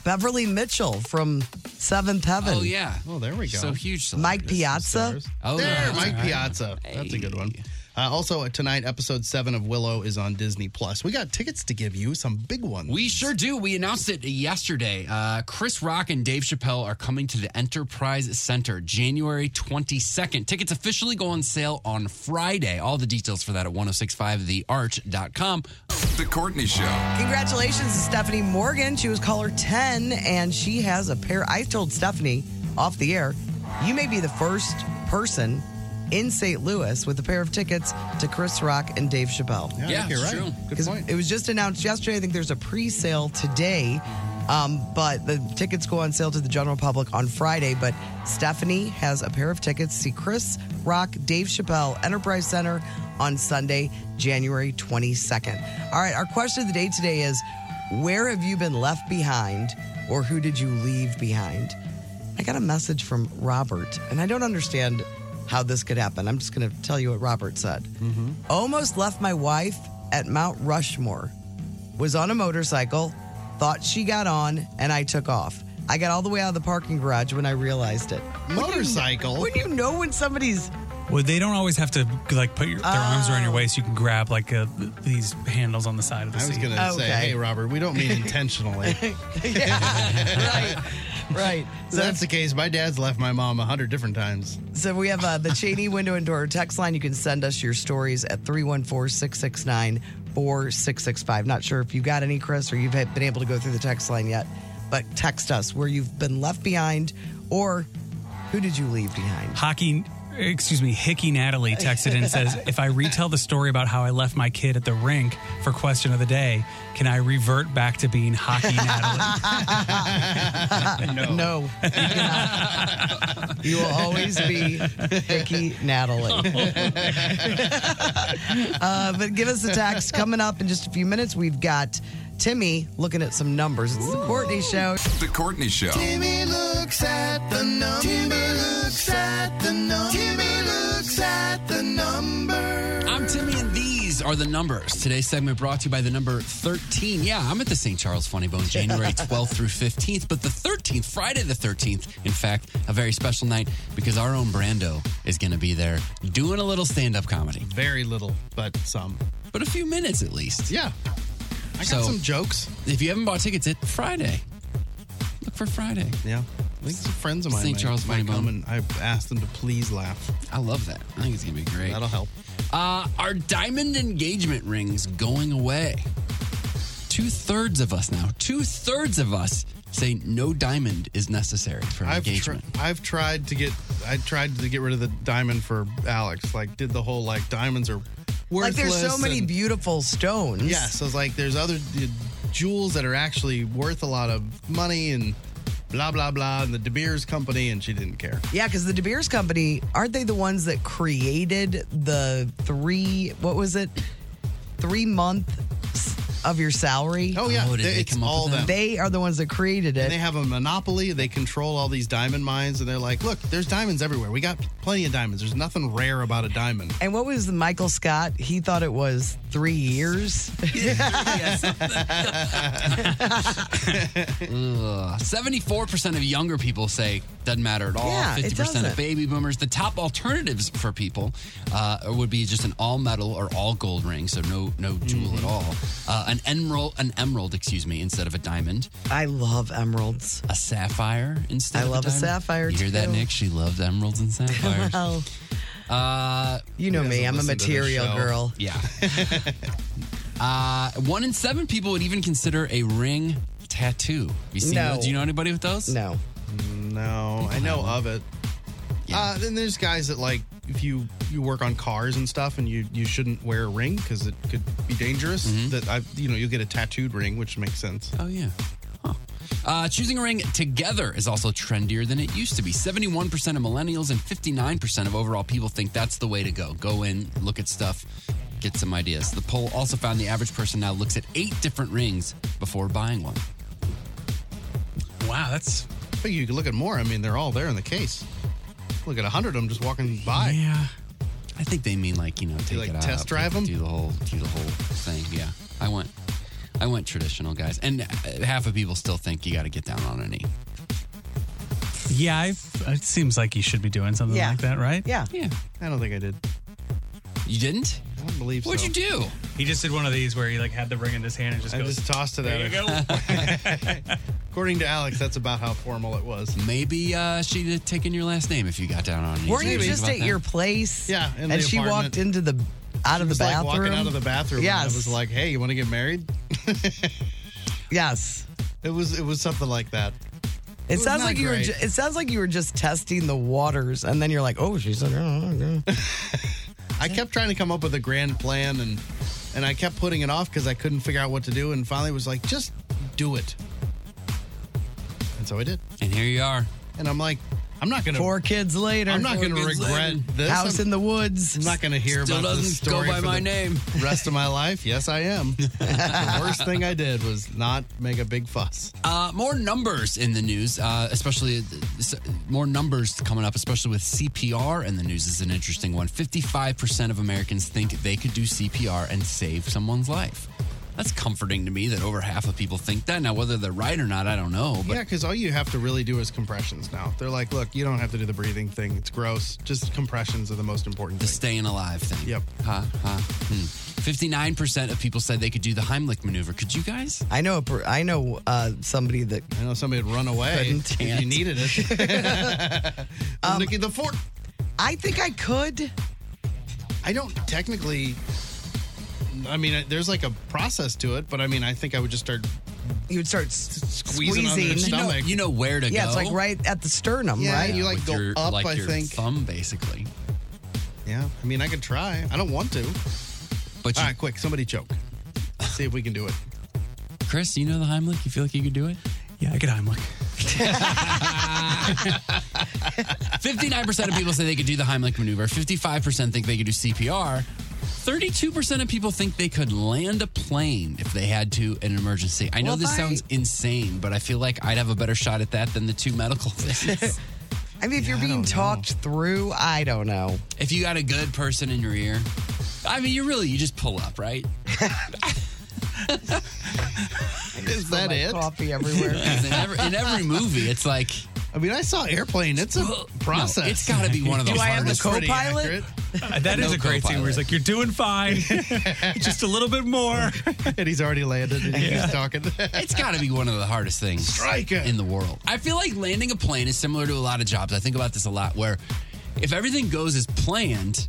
S6: Beverly Mitchell from Seventh Heaven.
S3: Oh yeah.
S5: Oh, there we go.
S3: So huge.
S6: Mike
S3: celebrity.
S6: Piazza.
S5: there, Mike
S3: Piazza.
S5: Piazza. That's a good one. Uh, also, tonight, episode seven of Willow is on Disney Plus. We got tickets to give you, some big ones.
S3: We sure do. We announced it yesterday. Uh, Chris Rock and Dave Chappelle are coming to the Enterprise Center January 22nd. Tickets officially go on sale on Friday. All the details for that at 1065thearch.com.
S9: The Courtney Show.
S6: Congratulations to Stephanie Morgan. She was caller 10 and she has a pair. I told Stephanie off the air, you may be the first person in St. Louis with a pair of tickets to Chris Rock and Dave Chappelle.
S5: Yeah, I Yeah, think you're it's right. true. Good
S6: 'Cause
S5: point.
S6: It was just announced yesterday. I think there's a pre sale today. Um, but the tickets go on sale to the general public on Friday. But Stephanie has a pair of tickets to see Chris Rock, Dave Chappelle, Enterprise Center on Sunday, January 22nd. All right, our question of the day today is Where have you been left behind or who did you leave behind? I got a message from Robert, and I don't understand how this could happen. I'm just going to tell you what Robert said. Almost left my wife at Mount Rushmore. Was on a motorcycle, thought she got on, and I took off. I got all the way out of the parking garage when I realized it. Motorcycle? When you know when somebody's. Ah,
S7: Well, they don't always have to like put your, their arms
S6: [LAUGHS]
S7: around your waist. You can grab like uh, these handles on the side of the
S5: I was
S7: seat.
S5: going to say, hey, Robert,
S3: [LAUGHS]
S5: we don't mean intentionally.
S6: right.
S5: So that's the case. My dad's left my mom a hundred different times.
S6: So we have uh, the Cheney window and door text line. You can send us your stories at 314 669 4665. Not sure if you got any, Chris, or you've had- been able to go through the text line yet, but text us where you've been left behind or who did you leave behind?
S7: Hockey, excuse me, Hickey Natalie texted and says, "If I retell the story about how I left my kid at the rink for question of the day, can I revert back to being Hockey
S3: Ah,
S7: Natalie?"
S6: no.
S5: [LAUGHS]
S6: you, cannot. You will always be Vicky Natalie. [LAUGHS] uh, but give us a text. Coming up in just a few minutes, we've got Timmy looking at some numbers. It's the Courtney Show.
S9: The Courtney Show.
S10: Timmy looks at the number. Timmy looks at the number. Timmy looks at the number.
S3: I'm Timmy, and these are the numbers. Today's segment brought to you by the number 13. Yeah, I'm at the St. Charles Funny
S10: [LAUGHS]
S3: Bone January 12th through 15th, but the 13th, Friday the 13th, in fact, a very special night because our own Brando is going to be there doing a little stand up comedy.
S5: Very little, but some.
S3: But a few minutes at least.
S5: Yeah. I got some jokes.
S3: If you haven't bought tickets, it's Friday. Look for Friday.
S5: Yeah. I think some friends of mine.
S3: St.
S5: might-
S3: Charles
S5: might
S3: Funny Bone.
S5: come and I asked them to please laugh.
S3: I love that. I think it's going to be great.
S5: That'll help.
S3: Uh, our diamond engagement rings going away. Two thirds of us now, two thirds of us say no diamond is necessary for an
S5: I've
S3: engagement.
S5: tri- I've tried to get I tried to get rid of the diamond for Alex. Like did the whole like diamonds are
S6: Like
S5: worthless.
S6: there's so many
S5: and-
S6: beautiful stones.
S5: Yeah, so it's like there's other uh, jewels that are actually worth a lot of money and blah blah blah and the De Beers company and she didn't care.
S6: Yeah, because the De Beers Company, aren't they the ones that created the three, what was it? Three month s- of your salary?
S5: Oh, yeah. Oh, did They- they it's come up all with that? them.
S6: They are the ones that created it.
S5: And they have a monopoly. They control all these diamond mines and they're like, "Look, there's diamonds everywhere. We got plenty of diamonds. There's nothing rare about a diamond."
S6: and what was the Michael Scott? He thought it was
S5: [LAUGHS]
S6: three years.
S3: [LAUGHS] Ugh. 74% of younger people say doesn't matter at all.
S6: Yeah, it
S3: 50% of
S6: doesn't.
S3: baby boomers. The top alternatives for people uh, would be just an all metal or all gold ring, so no no jewel
S5: Mm-hmm.
S3: at all. Uh, an emerald, an emerald, excuse me, instead of a diamond.
S6: I love emeralds.
S3: A sapphire instead.
S6: I
S3: of
S6: love a
S3: a, diamond.
S6: sapphire,
S3: You hear that,
S6: too.
S3: Nick? She loves emeralds
S6: [LAUGHS]
S3: and sapphires.
S6: well,
S3: Uh,
S6: you know me, I'm a material girl.
S3: Yeah. [LAUGHS] uh, one in seven people would even consider a ring tattoo. You seen
S5: No.
S3: those? Do you know anybody with those?
S6: No.
S5: No, I know of it. Uh, then there's guys that like if you you work on cars and stuff and you you shouldn't wear a ring because it could be dangerous. That I you know you'll get a tattooed ring, which makes sense.
S3: Oh yeah. Uh, choosing a ring together is also trendier than it used to be. 71% of millennials and 59% of overall people think that's the way to go. Go in, look at stuff, get some ideas. The poll also found the average person now looks at eight different rings before buying one.
S7: Wow, that's.
S5: But you can look at more. I mean, they're all there in the case. Look at a hundred of them just walking by.
S7: Yeah.
S3: I think they mean like, you know, take
S5: like
S3: it
S5: test
S3: out,
S5: drive 'em?
S3: Do the whole do the whole thing. Yeah. I went I went traditional, guys. And uh, half of people still think you got to get down on a knee.
S7: Yeah, I've, it seems like you should be doing something like that, right?
S6: Yeah.
S3: Yeah.
S5: I don't think I did.
S3: You didn't?
S5: I don't believe
S3: What'd
S5: so.
S3: you do?
S7: He just did one of these where he like had the ring in his hand and just
S5: I
S7: goes,
S5: just tossed it at
S7: there you go.
S5: her. [LAUGHS] According to Alex, that's about how formal it was.
S3: Maybe uh, she'd have taken your last name if you got down on it.
S6: Weren't you
S3: Think
S6: just
S3: about
S6: at
S3: that.
S6: your place?
S5: Yeah, in
S6: and
S5: the
S6: she
S5: apartment.
S6: walked into the out of the
S5: It's like
S6: bathroom.
S5: walking out of the bathroom. Yeah,
S6: Yes.
S5: and it was like, "Hey, you want to get married?"
S6: yes.
S5: It was. It was something like that.
S6: It,
S5: was
S6: sounds
S5: not
S6: like you were.
S5: great.
S6: Ju- it sounds like you were just testing the waters, and then you're like, "Oh, she's like, oh, oh,
S5: I kept trying to come up with a grand plan, and and I kept putting it off because I couldn't figure out what to do. And finally, was like, "Just do it." And so I did.
S3: And here you are.
S5: And I'm like, I'm not gonna
S6: four kids later.
S5: I'm not
S6: Four
S5: gonna
S6: kids
S5: regret
S6: later.
S5: this.
S6: House
S5: I'm-
S6: in the woods.
S5: I'm not going to hear
S3: Still
S5: about this
S3: doesn't go
S5: story
S3: by
S5: for
S3: my
S5: the
S3: name. [LAUGHS]
S5: Rest of my life, yes, I am. the worst thing I did was not make a big fuss.
S3: Uh, more numbers in the news, uh, especially s- more numbers coming up, especially with CPR in the news is an interesting one. 55% of Americans think they could do CPR and save someone's life. That's comforting to me that over half of people think that. Now, whether they're right or not, I don't know. But
S5: yeah, because all you have to really do is compressions now. They're like, look, you don't have to do the breathing thing. It's gross. Just compressions are the most important
S3: the
S5: thing.
S3: staying alive thing. Yep. Ha, ha, hmm. 59% of people said they could do the Heimlich maneuver. Could you guys?
S6: I know. a per- I know uh, somebody that.
S5: I know somebody would run away
S6: Couldn't.
S5: if you needed it.
S3: [LAUGHS] Um,
S5: Nikki the Fort.
S6: I think I could.
S5: I don't technically. I mean, there's like a process to it, but I mean, I think I would just start
S6: You would start
S5: squeezing, on their
S6: squeezing. You know-
S5: stomach.
S3: You know where to
S6: yeah,
S3: go.
S6: it's like right at the sternum,
S5: Yeah,
S6: right?
S5: you like
S3: With
S5: go
S3: your-
S5: up.
S3: like
S5: I
S3: your
S5: think.
S3: thumb, basically.
S5: Yeah, I mean, I could try. I don't want to.
S3: But
S5: all
S3: you-
S5: right, quick, somebody choke. See if we can
S3: [LAUGHS]
S5: do it.
S3: Chris, you know the Heimlich? You feel like you could do it?
S7: Yeah, I could
S3: [LAUGHS]
S7: Heimlich.
S3: 59% of people say they could do the Heimlich maneuver. 55% think they could do CPR. 32% of people think they could land a plane if they had to in an emergency. I know
S6: Well, if
S3: this
S6: I-
S3: sounds insane, but I feel like I'd have a better shot at that than the two medical things.
S6: I mean, if you're being talked through, I don't know.
S3: if you got a good person in your ear, I mean, you really, you just pull up, right?
S5: Is that
S6: my
S5: it?
S6: Coffee everywhere.
S3: 'Cause in, every, in every movie, it's like,
S5: I mean, I saw airplane. It's a process.
S3: [GASPS] no, it's got to be
S5: [LAUGHS]
S3: one of the
S6: Do I have the
S3: hardest.
S5: Pretty
S6: co-pilot?
S5: accurate. [LAUGHS]
S7: That is
S3: No
S7: a great scene where he's
S3: co-pilot.
S7: like, "You're doing
S6: [LAUGHS]
S7: fine, just a little bit more."
S5: and he's already landed. And he's talking.
S3: [LAUGHS] It's got to be one of the hardest things
S5: Strike it.
S3: in the world. I feel like landing a plane is similar to a lot of jobs. I think about this a lot where if everything goes as planned,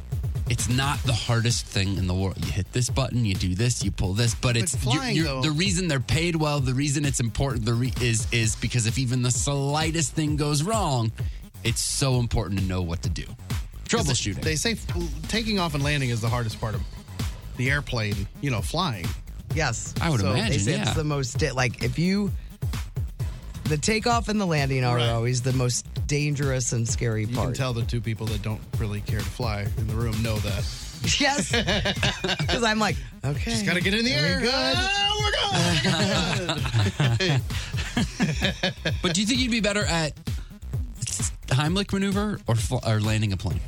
S3: it's not the hardest thing in the world. You hit this button, you do this, you pull this, but it's you-
S5: flying,
S3: you're-
S5: though-
S3: the reason they're paid well, the reason it's important, the re- is is because if even the slightest thing goes wrong, it's so important to know what to do. Troubleshooting.
S5: They say f- taking off and landing is the hardest part of the airplane. You know, flying.
S6: Yes.
S3: I would
S5: So they
S6: They
S3: imagine.
S6: say
S3: yeah.
S6: it's the most da- like if you the takeoff and the landing are
S5: Right.
S6: always the most dangerous and scary
S5: You can
S6: part.
S5: tell the two people that don't really care to fly in the room know that.
S6: [LAUGHS] Yes. [LAUGHS] Because I'm like, okay.
S5: Just gotta get in the
S6: very
S5: air.
S6: Good.
S5: Ah, we're going.
S3: But do you think you'd be better at Heimlich maneuver or fl- or landing a plane?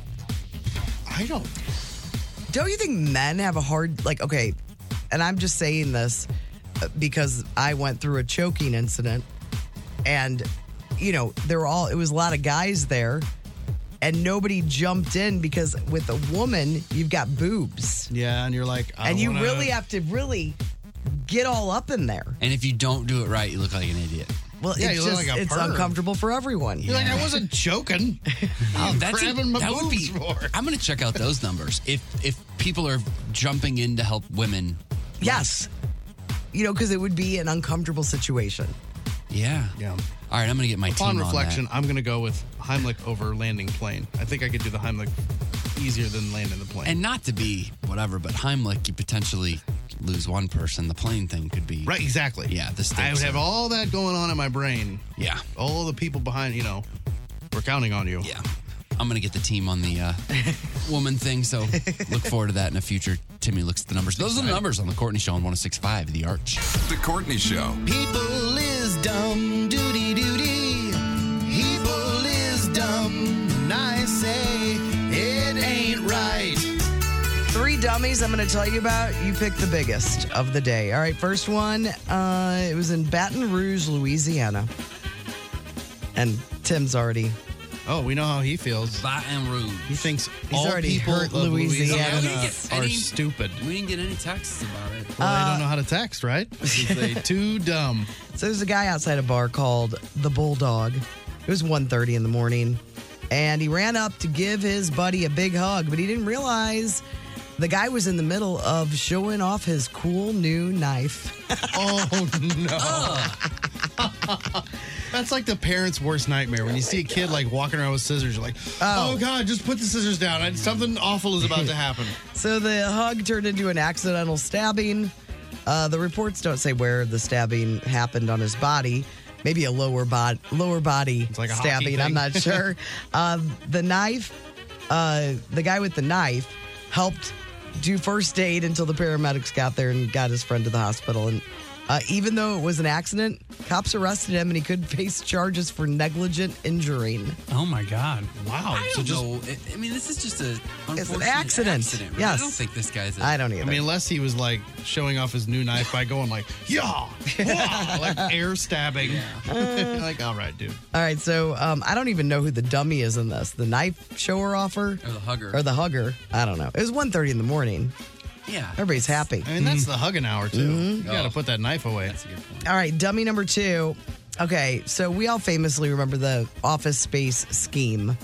S5: I don't.
S6: Don't you think men have a hard like? Okay, and I'm just saying this uh, because I went through a choking incident, and you know there were all it was a lot of guys there, and nobody jumped in because with a woman you've got boobs,
S5: Yeah, and you're like, I
S6: and
S5: don't
S6: you
S5: wanna-
S6: really have to really get all up in there.
S3: And if you don't do it right, you look like an idiot.
S6: Well,
S5: Yeah, you
S6: it's
S5: look
S6: just
S5: like a
S6: it's
S5: perv.
S6: uncomfortable for everyone.
S5: You're like, I wasn't joking.
S3: [LAUGHS] Oh, that's
S5: grabbing my
S3: that would
S5: boobs
S3: be.
S5: for it.
S3: I'm going to check out those numbers. If if people are jumping in to help women,
S6: Yes, you know because it would be an uncomfortable situation.
S3: yeah.
S5: Yeah.
S3: All right, I'm going to get my
S5: Upon
S3: team
S5: reflection,
S3: on
S5: I'm going to go with Heimlich over landing plane. I think I could do the Heimlich easier than landing the plane.
S3: that. And not to be whatever, but Heimlich, you potentially lose one person. The plane thing could be
S5: right, exactly.
S3: Yeah, the stakes
S5: I would have
S3: are-
S5: all that going on in my brain.
S3: Yeah,
S5: All the people behind, you know, we're counting on you.
S3: yeah. I'm going to get the team on
S5: [LAUGHS]
S3: the uh, woman thing. So look forward to that in a future. Timmy looks at the numbers. Those are the numbers on the Courtney Show on 106.5 The Arch.
S9: The Courtney Show.
S10: People is dumb, duty duty. People is dumb, and I say it ain't right.
S6: Three dummies I'm going to tell you about. You pick the biggest of the day. All right, first one. Uh, it was in Baton Rouge, Louisiana. And Tim's already
S5: Oh, we know how he feels.
S3: By and rude.
S5: He thinks
S3: He's
S5: all
S3: already
S5: people
S3: hurt
S5: of Louisiana,
S3: Louisiana. Yeah, we didn't get
S5: are
S3: any-
S5: stupid.
S3: We didn't get any texts about it.
S5: Well, they don't know how to text,
S3: [LAUGHS]
S5: right? they too dumb.
S6: So there's a guy outside a bar called the Bulldog. It was 1.30 in the morning, and he ran up to give his buddy a big hug, but he didn't realize the guy was in the middle of showing off his cool new knife.
S5: oh no.
S3: Uh.
S5: [LAUGHS] That's like the parents' worst nightmare when you see a kid like walking around with scissors. You're like, oh, god, just put the scissors down. I, something awful
S3: [LAUGHS]
S5: is about to happen.
S6: So the hug turned into an accidental stabbing. Uh, the reports don't say where the stabbing happened on his body. Maybe a lower body, lower body
S5: like a hockey
S6: stabbing. I'm
S5: thing. [LAUGHS]
S6: not sure. uh, the knife, uh, the guy with the knife, helped do first aid until the paramedics got there and got his friend to the hospital. And uh, even though it was an accident, cops arrested him and he could face charges for negligent injuring.
S7: Oh my God!
S5: Wow!
S3: I don't know. I- I mean, this is just a
S6: It's an
S3: unfortunate
S6: accident.
S3: accident, right? I
S6: Yes.
S3: don't think this guy's. A,
S5: I mean, unless he was like showing off his new knife by going like,
S3: [LAUGHS]
S5: yeah, wah, like air stabbing. [LAUGHS] like, all right, dude.
S6: All right, so um, I don't even know who the dummy is in this. The knife shower offer? Or
S3: the hugger.
S6: Or the hugger. I don't know. It was 1.30 in the morning.
S3: Yeah.
S6: Everybody's happy.
S5: I mean, that's the hugging hour too.
S6: Mhm.
S5: You got to put that knife away. That's
S3: a good point.
S6: All right, dummy number two. Okay, so we all famously remember the office space scheme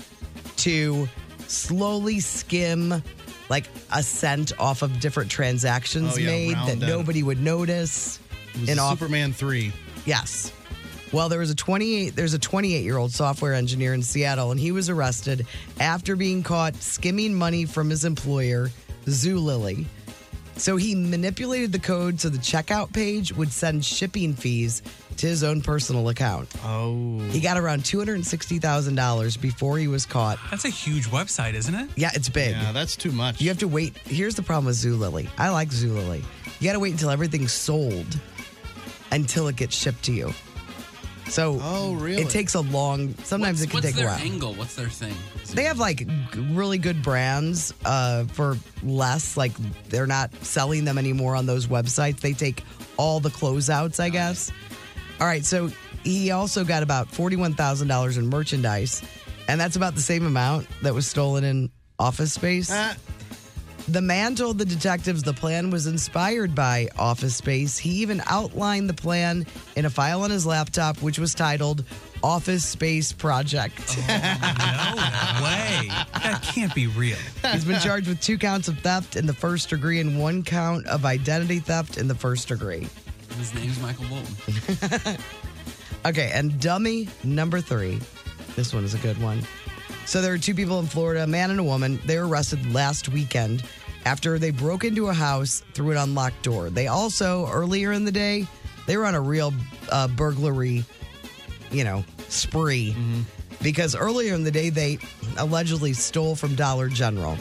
S6: to slowly skim like a cent off of different transactions
S5: Oh, yeah,
S6: made
S5: round
S6: that
S5: up.
S6: nobody would notice.
S5: It was
S6: in off-
S5: Superman three.
S6: Yes. Well, there was a 28 there's a 28-year-old software engineer in Seattle and he was arrested after being caught skimming money from his employer, Zulily. So he manipulated the code so the checkout page would send shipping fees to his own personal account.
S5: Oh.
S6: He got around $260,000 before he was caught.
S7: That's a huge website, isn't it?
S6: Yeah, it's big.
S5: Yeah, that's too much.
S6: You have to wait. Here's the problem with Zulily. I like Zulily. You got to wait until everything's sold until it gets shipped to you. So
S5: oh, really?
S6: it takes a long, sometimes it can
S3: What's
S6: take a
S3: their
S6: while.
S3: angle? What's their thing?
S6: [LAUGHS] They have like g- really good brands uh, for less. Like they're not selling them anymore on those websites. They take all the closeouts, I guess. All right. So he also got about $41,000 in merchandise. And that's about the same amount that was stolen in office
S3: Ah.
S6: space. The man told the detectives the plan was inspired by Office Space. He even outlined the plan in a file on his laptop, which was titled Office Space Project.
S7: Way. That can't be real.
S6: He's been charged with two counts of theft in the first degree and one count of identity theft in the first degree.
S3: [LAUGHS] His name's Michael Bolton.
S6: Okay, and dummy number three. This one is a good one. So there are two people in Florida, a man and a woman. They were arrested last weekend after they broke into a house through an unlocked door. They also, earlier in the day, they were on a real uh, burglary, you know, spree. Because earlier in the day, they allegedly stole from Dollar General.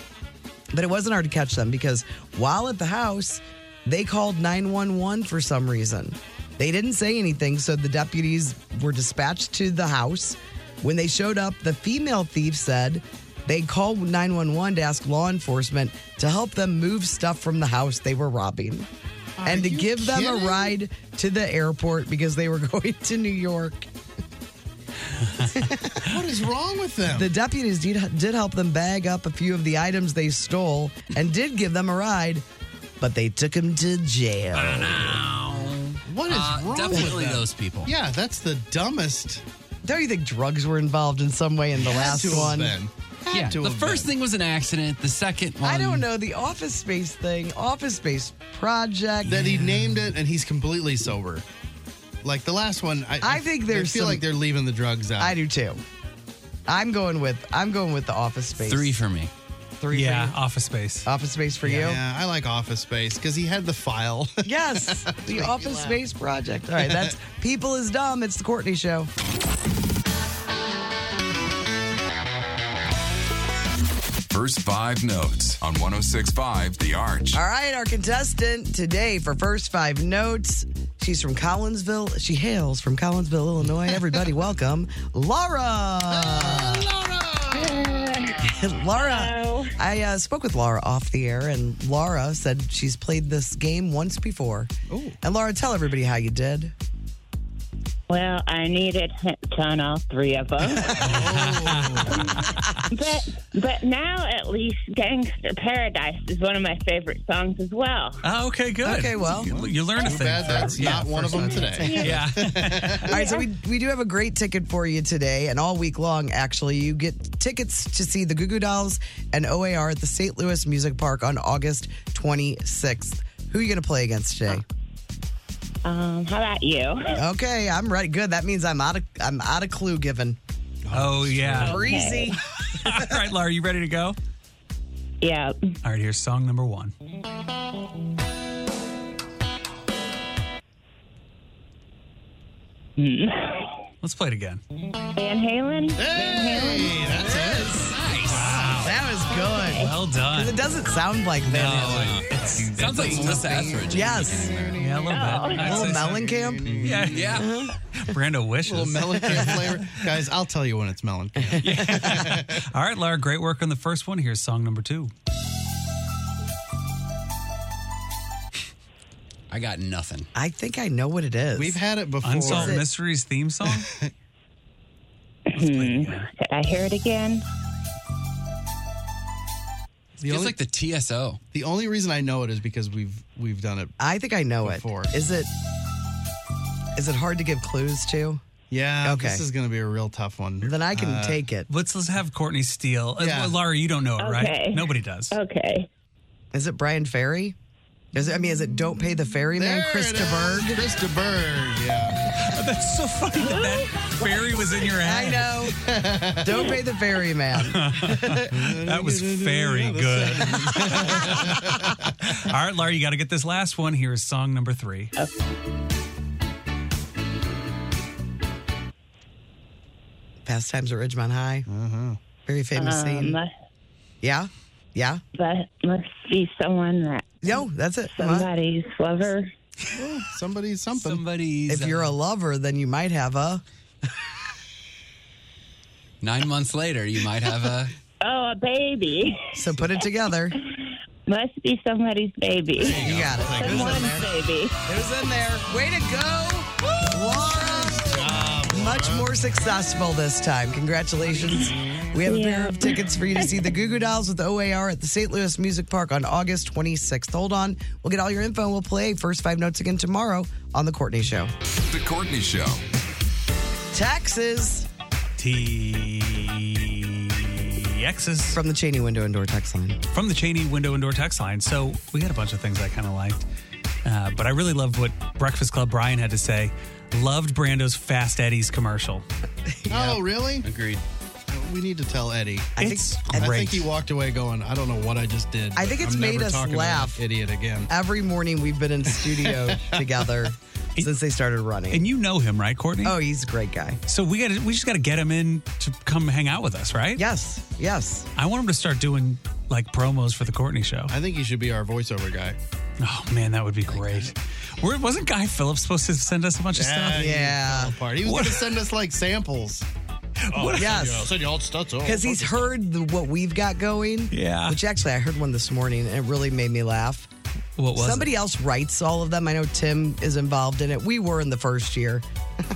S6: But it wasn't hard to catch them because while at the house, they called 911 for some reason. They didn't say anything, so the deputies were dispatched to the house. When they showed up, the female thief said they called 911 to ask law enforcement to help them move stuff from the house they were robbing and to give them a ride to the airport because they were [LAUGHS] going to New York.
S5: What is wrong with them?
S6: The deputies did, did help them bag up a few of the items they stole and did give them a ride, but they took them to jail.
S5: What is
S3: Uh,
S5: wrong
S3: definitely
S5: with them?
S3: those people.
S5: Yeah, that's the dumbest.
S6: Don't you think drugs were involved in some way in the
S5: Had
S6: last
S5: to have
S6: one?
S5: been. Had
S3: yeah.
S5: to
S3: The
S5: have
S3: first thing was an accident. The second one.
S6: I don't know. The office space thing, office space project.
S5: that he named it and he's completely sober. Like the last one, I,
S6: I think there's
S5: I feel
S6: some-
S5: like they're leaving the drugs out.
S6: I do too. I'm going with I'm going with the office space.
S3: Three for me.
S6: Three
S7: Yeah,
S6: for
S7: Office Space.
S6: you. Office space for you.
S5: Yeah, I like Office Space because he had the
S6: [LAUGHS]
S5: file.
S6: Oh,
S3: [LAUGHS]
S6: Yes. the office space project. All right, that's people is dumb. It's the Courtney show.
S9: First five notes on 1065 The Arch.
S6: All right, our contestant today for first five notes. She's from Collinsville. She hails from Collinsville, Illinois. Everybody, welcome, Laura. Laura. Laura. I uh, spoke with Laura off the air, and Laura said she's played this game once before. And Laura, tell everybody how you did.
S17: Well, I needed hints on all three of them. but but now at least "Gangster Paradise" is one of my favorite songs as well.
S7: Oh, okay, good.
S6: Okay, well.
S7: you, you learned a
S6: Too
S7: thing.
S6: bad that's not one of
S7: first
S6: them
S7: time.
S6: today.
S7: yeah,
S3: [LAUGHS]
S6: All right, so we, we do have a great ticket for you today, and all week long, actually. You get tickets to see the Goo Goo Dolls and OAR at the St. Louis Music Park on August 26th. Who are you going to play against today?
S17: Um, how about you?
S6: Okay, I'm ready. Good. That means I'm out of I'm out of clue given.
S7: Oh yeah.
S6: Breezy.
S7: All right, Laura, you ready to go?
S17: Yeah.
S7: All right, here's song number one. Let's play it again.
S17: Van Halen.
S6: Hey, that's it.
S3: Nice.
S6: That was good.
S7: Well done.
S6: 'Cause It doesn't sound like Van Halen.
S3: sounds like Melissa Etheridge.
S6: Yes.
S7: Yeah, a little bit. I'd
S6: little
S7: say so.
S6: Mellencamp.
S7: Yeah.
S3: Yeah.
S7: Brando wishes.
S5: Little Mellencamp flavor. Guys, I'll tell you when it's Mellencamp.
S7: All right, Laura, great work on the first one. Here's song number two.
S3: I got nothing.
S6: I think I know what it is.
S5: We've had it before.
S7: Unsolved
S6: Is it-
S7: Mysteries theme song.
S17: Hmm. Did I hear it again?
S5: The
S3: Feels
S5: only,
S3: like the TSO.
S5: the only reason I know it is because we've we've done it.
S6: I think I know
S5: Before.
S6: it. Is it is it hard to give clues to?
S5: Yeah.
S6: Okay.
S5: This is going to be a real tough one.
S6: Then I can
S5: Uh,
S6: take it.
S7: Let's let's have Courtney Steele. Uh,
S5: Yeah.
S7: well, Laura, you don't know it,
S17: Okay.
S7: right? Nobody does.
S17: Okay.
S6: Is it Brian Ferry? Is it, I mean, is it Don't Pay the Ferryman?
S5: There it
S6: Krista
S5: is.
S6: Berg?
S5: Krista Berg, yeah.
S7: That's so funny that that Barry was in your
S6: I
S7: head.
S5: [LAUGHS]
S6: know. Don't Pay the Ferryman.
S7: That [LAUGHS] was very good. [LAUGHS] All right, Laura, you got to get this last one. Here is song number three.
S6: Pastimes at Ridgemont High.
S5: Mm-hmm.
S6: Very famous
S17: Um,
S6: scene.
S17: must,
S6: Yeah? Yeah?
S17: that must be someone that
S6: No, that's it. Come on.
S17: somebody's lover.
S5: Somebody, something.
S3: Somebody's
S6: If you're
S3: uh,
S6: a lover, then you might have a.
S3: nine months later, you might have
S7: uh,
S3: a.
S17: Oh, a baby.
S6: So put it together.
S17: [LAUGHS] Must be somebody's baby.
S6: You got it. It was in
S17: Someone's
S6: there.
S17: baby.
S6: It was in there. Way to go, Laura. Much more successful this time. Congratulations. We have a pair of tickets for you to see the Goo Goo Dolls with OAR at the St. Louis Music Park on August 26th. Hold on. We'll get all your info and we'll play first five notes again tomorrow on The Courtney Show.
S9: The Courtney Show.
S6: Taxes
S7: TX's
S6: from the Cheney Window and Door Tax Line.
S7: from the Cheney window and door text line. So we had a bunch of things I kind of liked, uh, but I really loved what Breakfast Club Brian had to say. Loved Brando's Fast Eddie's commercial.
S5: Oh, really? [LAUGHS]
S3: Agreed.
S5: We need to tell Eddie.
S6: I think-
S7: It's
S6: I
S5: I
S7: great.
S5: think he walked away going, I don't know what I just did.
S6: I think
S5: but
S6: it's
S5: I'm
S6: made
S5: never
S6: us
S5: talking to
S6: laugh.
S5: that Idiot again.
S6: Every morning we've been
S7: [LAUGHS]
S6: in studio together since they started running.
S7: and you know him, right, Courtney?
S6: Oh, he's a great guy.
S7: So we got to we just got to get him in to come hang out with us, right?
S6: Yes, yes.
S7: I want him to start doing like promos for the Courtney show.
S5: I think he should be our voiceover guy.
S7: Oh man, that would be great. Where, wasn't Guy Phillips supposed to send us a bunch of stuff?
S5: he
S6: Yeah.
S5: fell apart. He was
S7: What-
S5: going to send us like samples. Oh,
S6: Yes.
S5: send you all
S6: [LAUGHS]
S5: studs over.
S6: Because he's heard the, what we've got going.
S7: Yeah.
S6: Which actually, I heard one this morning and it really made me laugh.
S7: What was it?
S6: Somebody else writes all of them. I know Tim is involved in it. We were in the first year.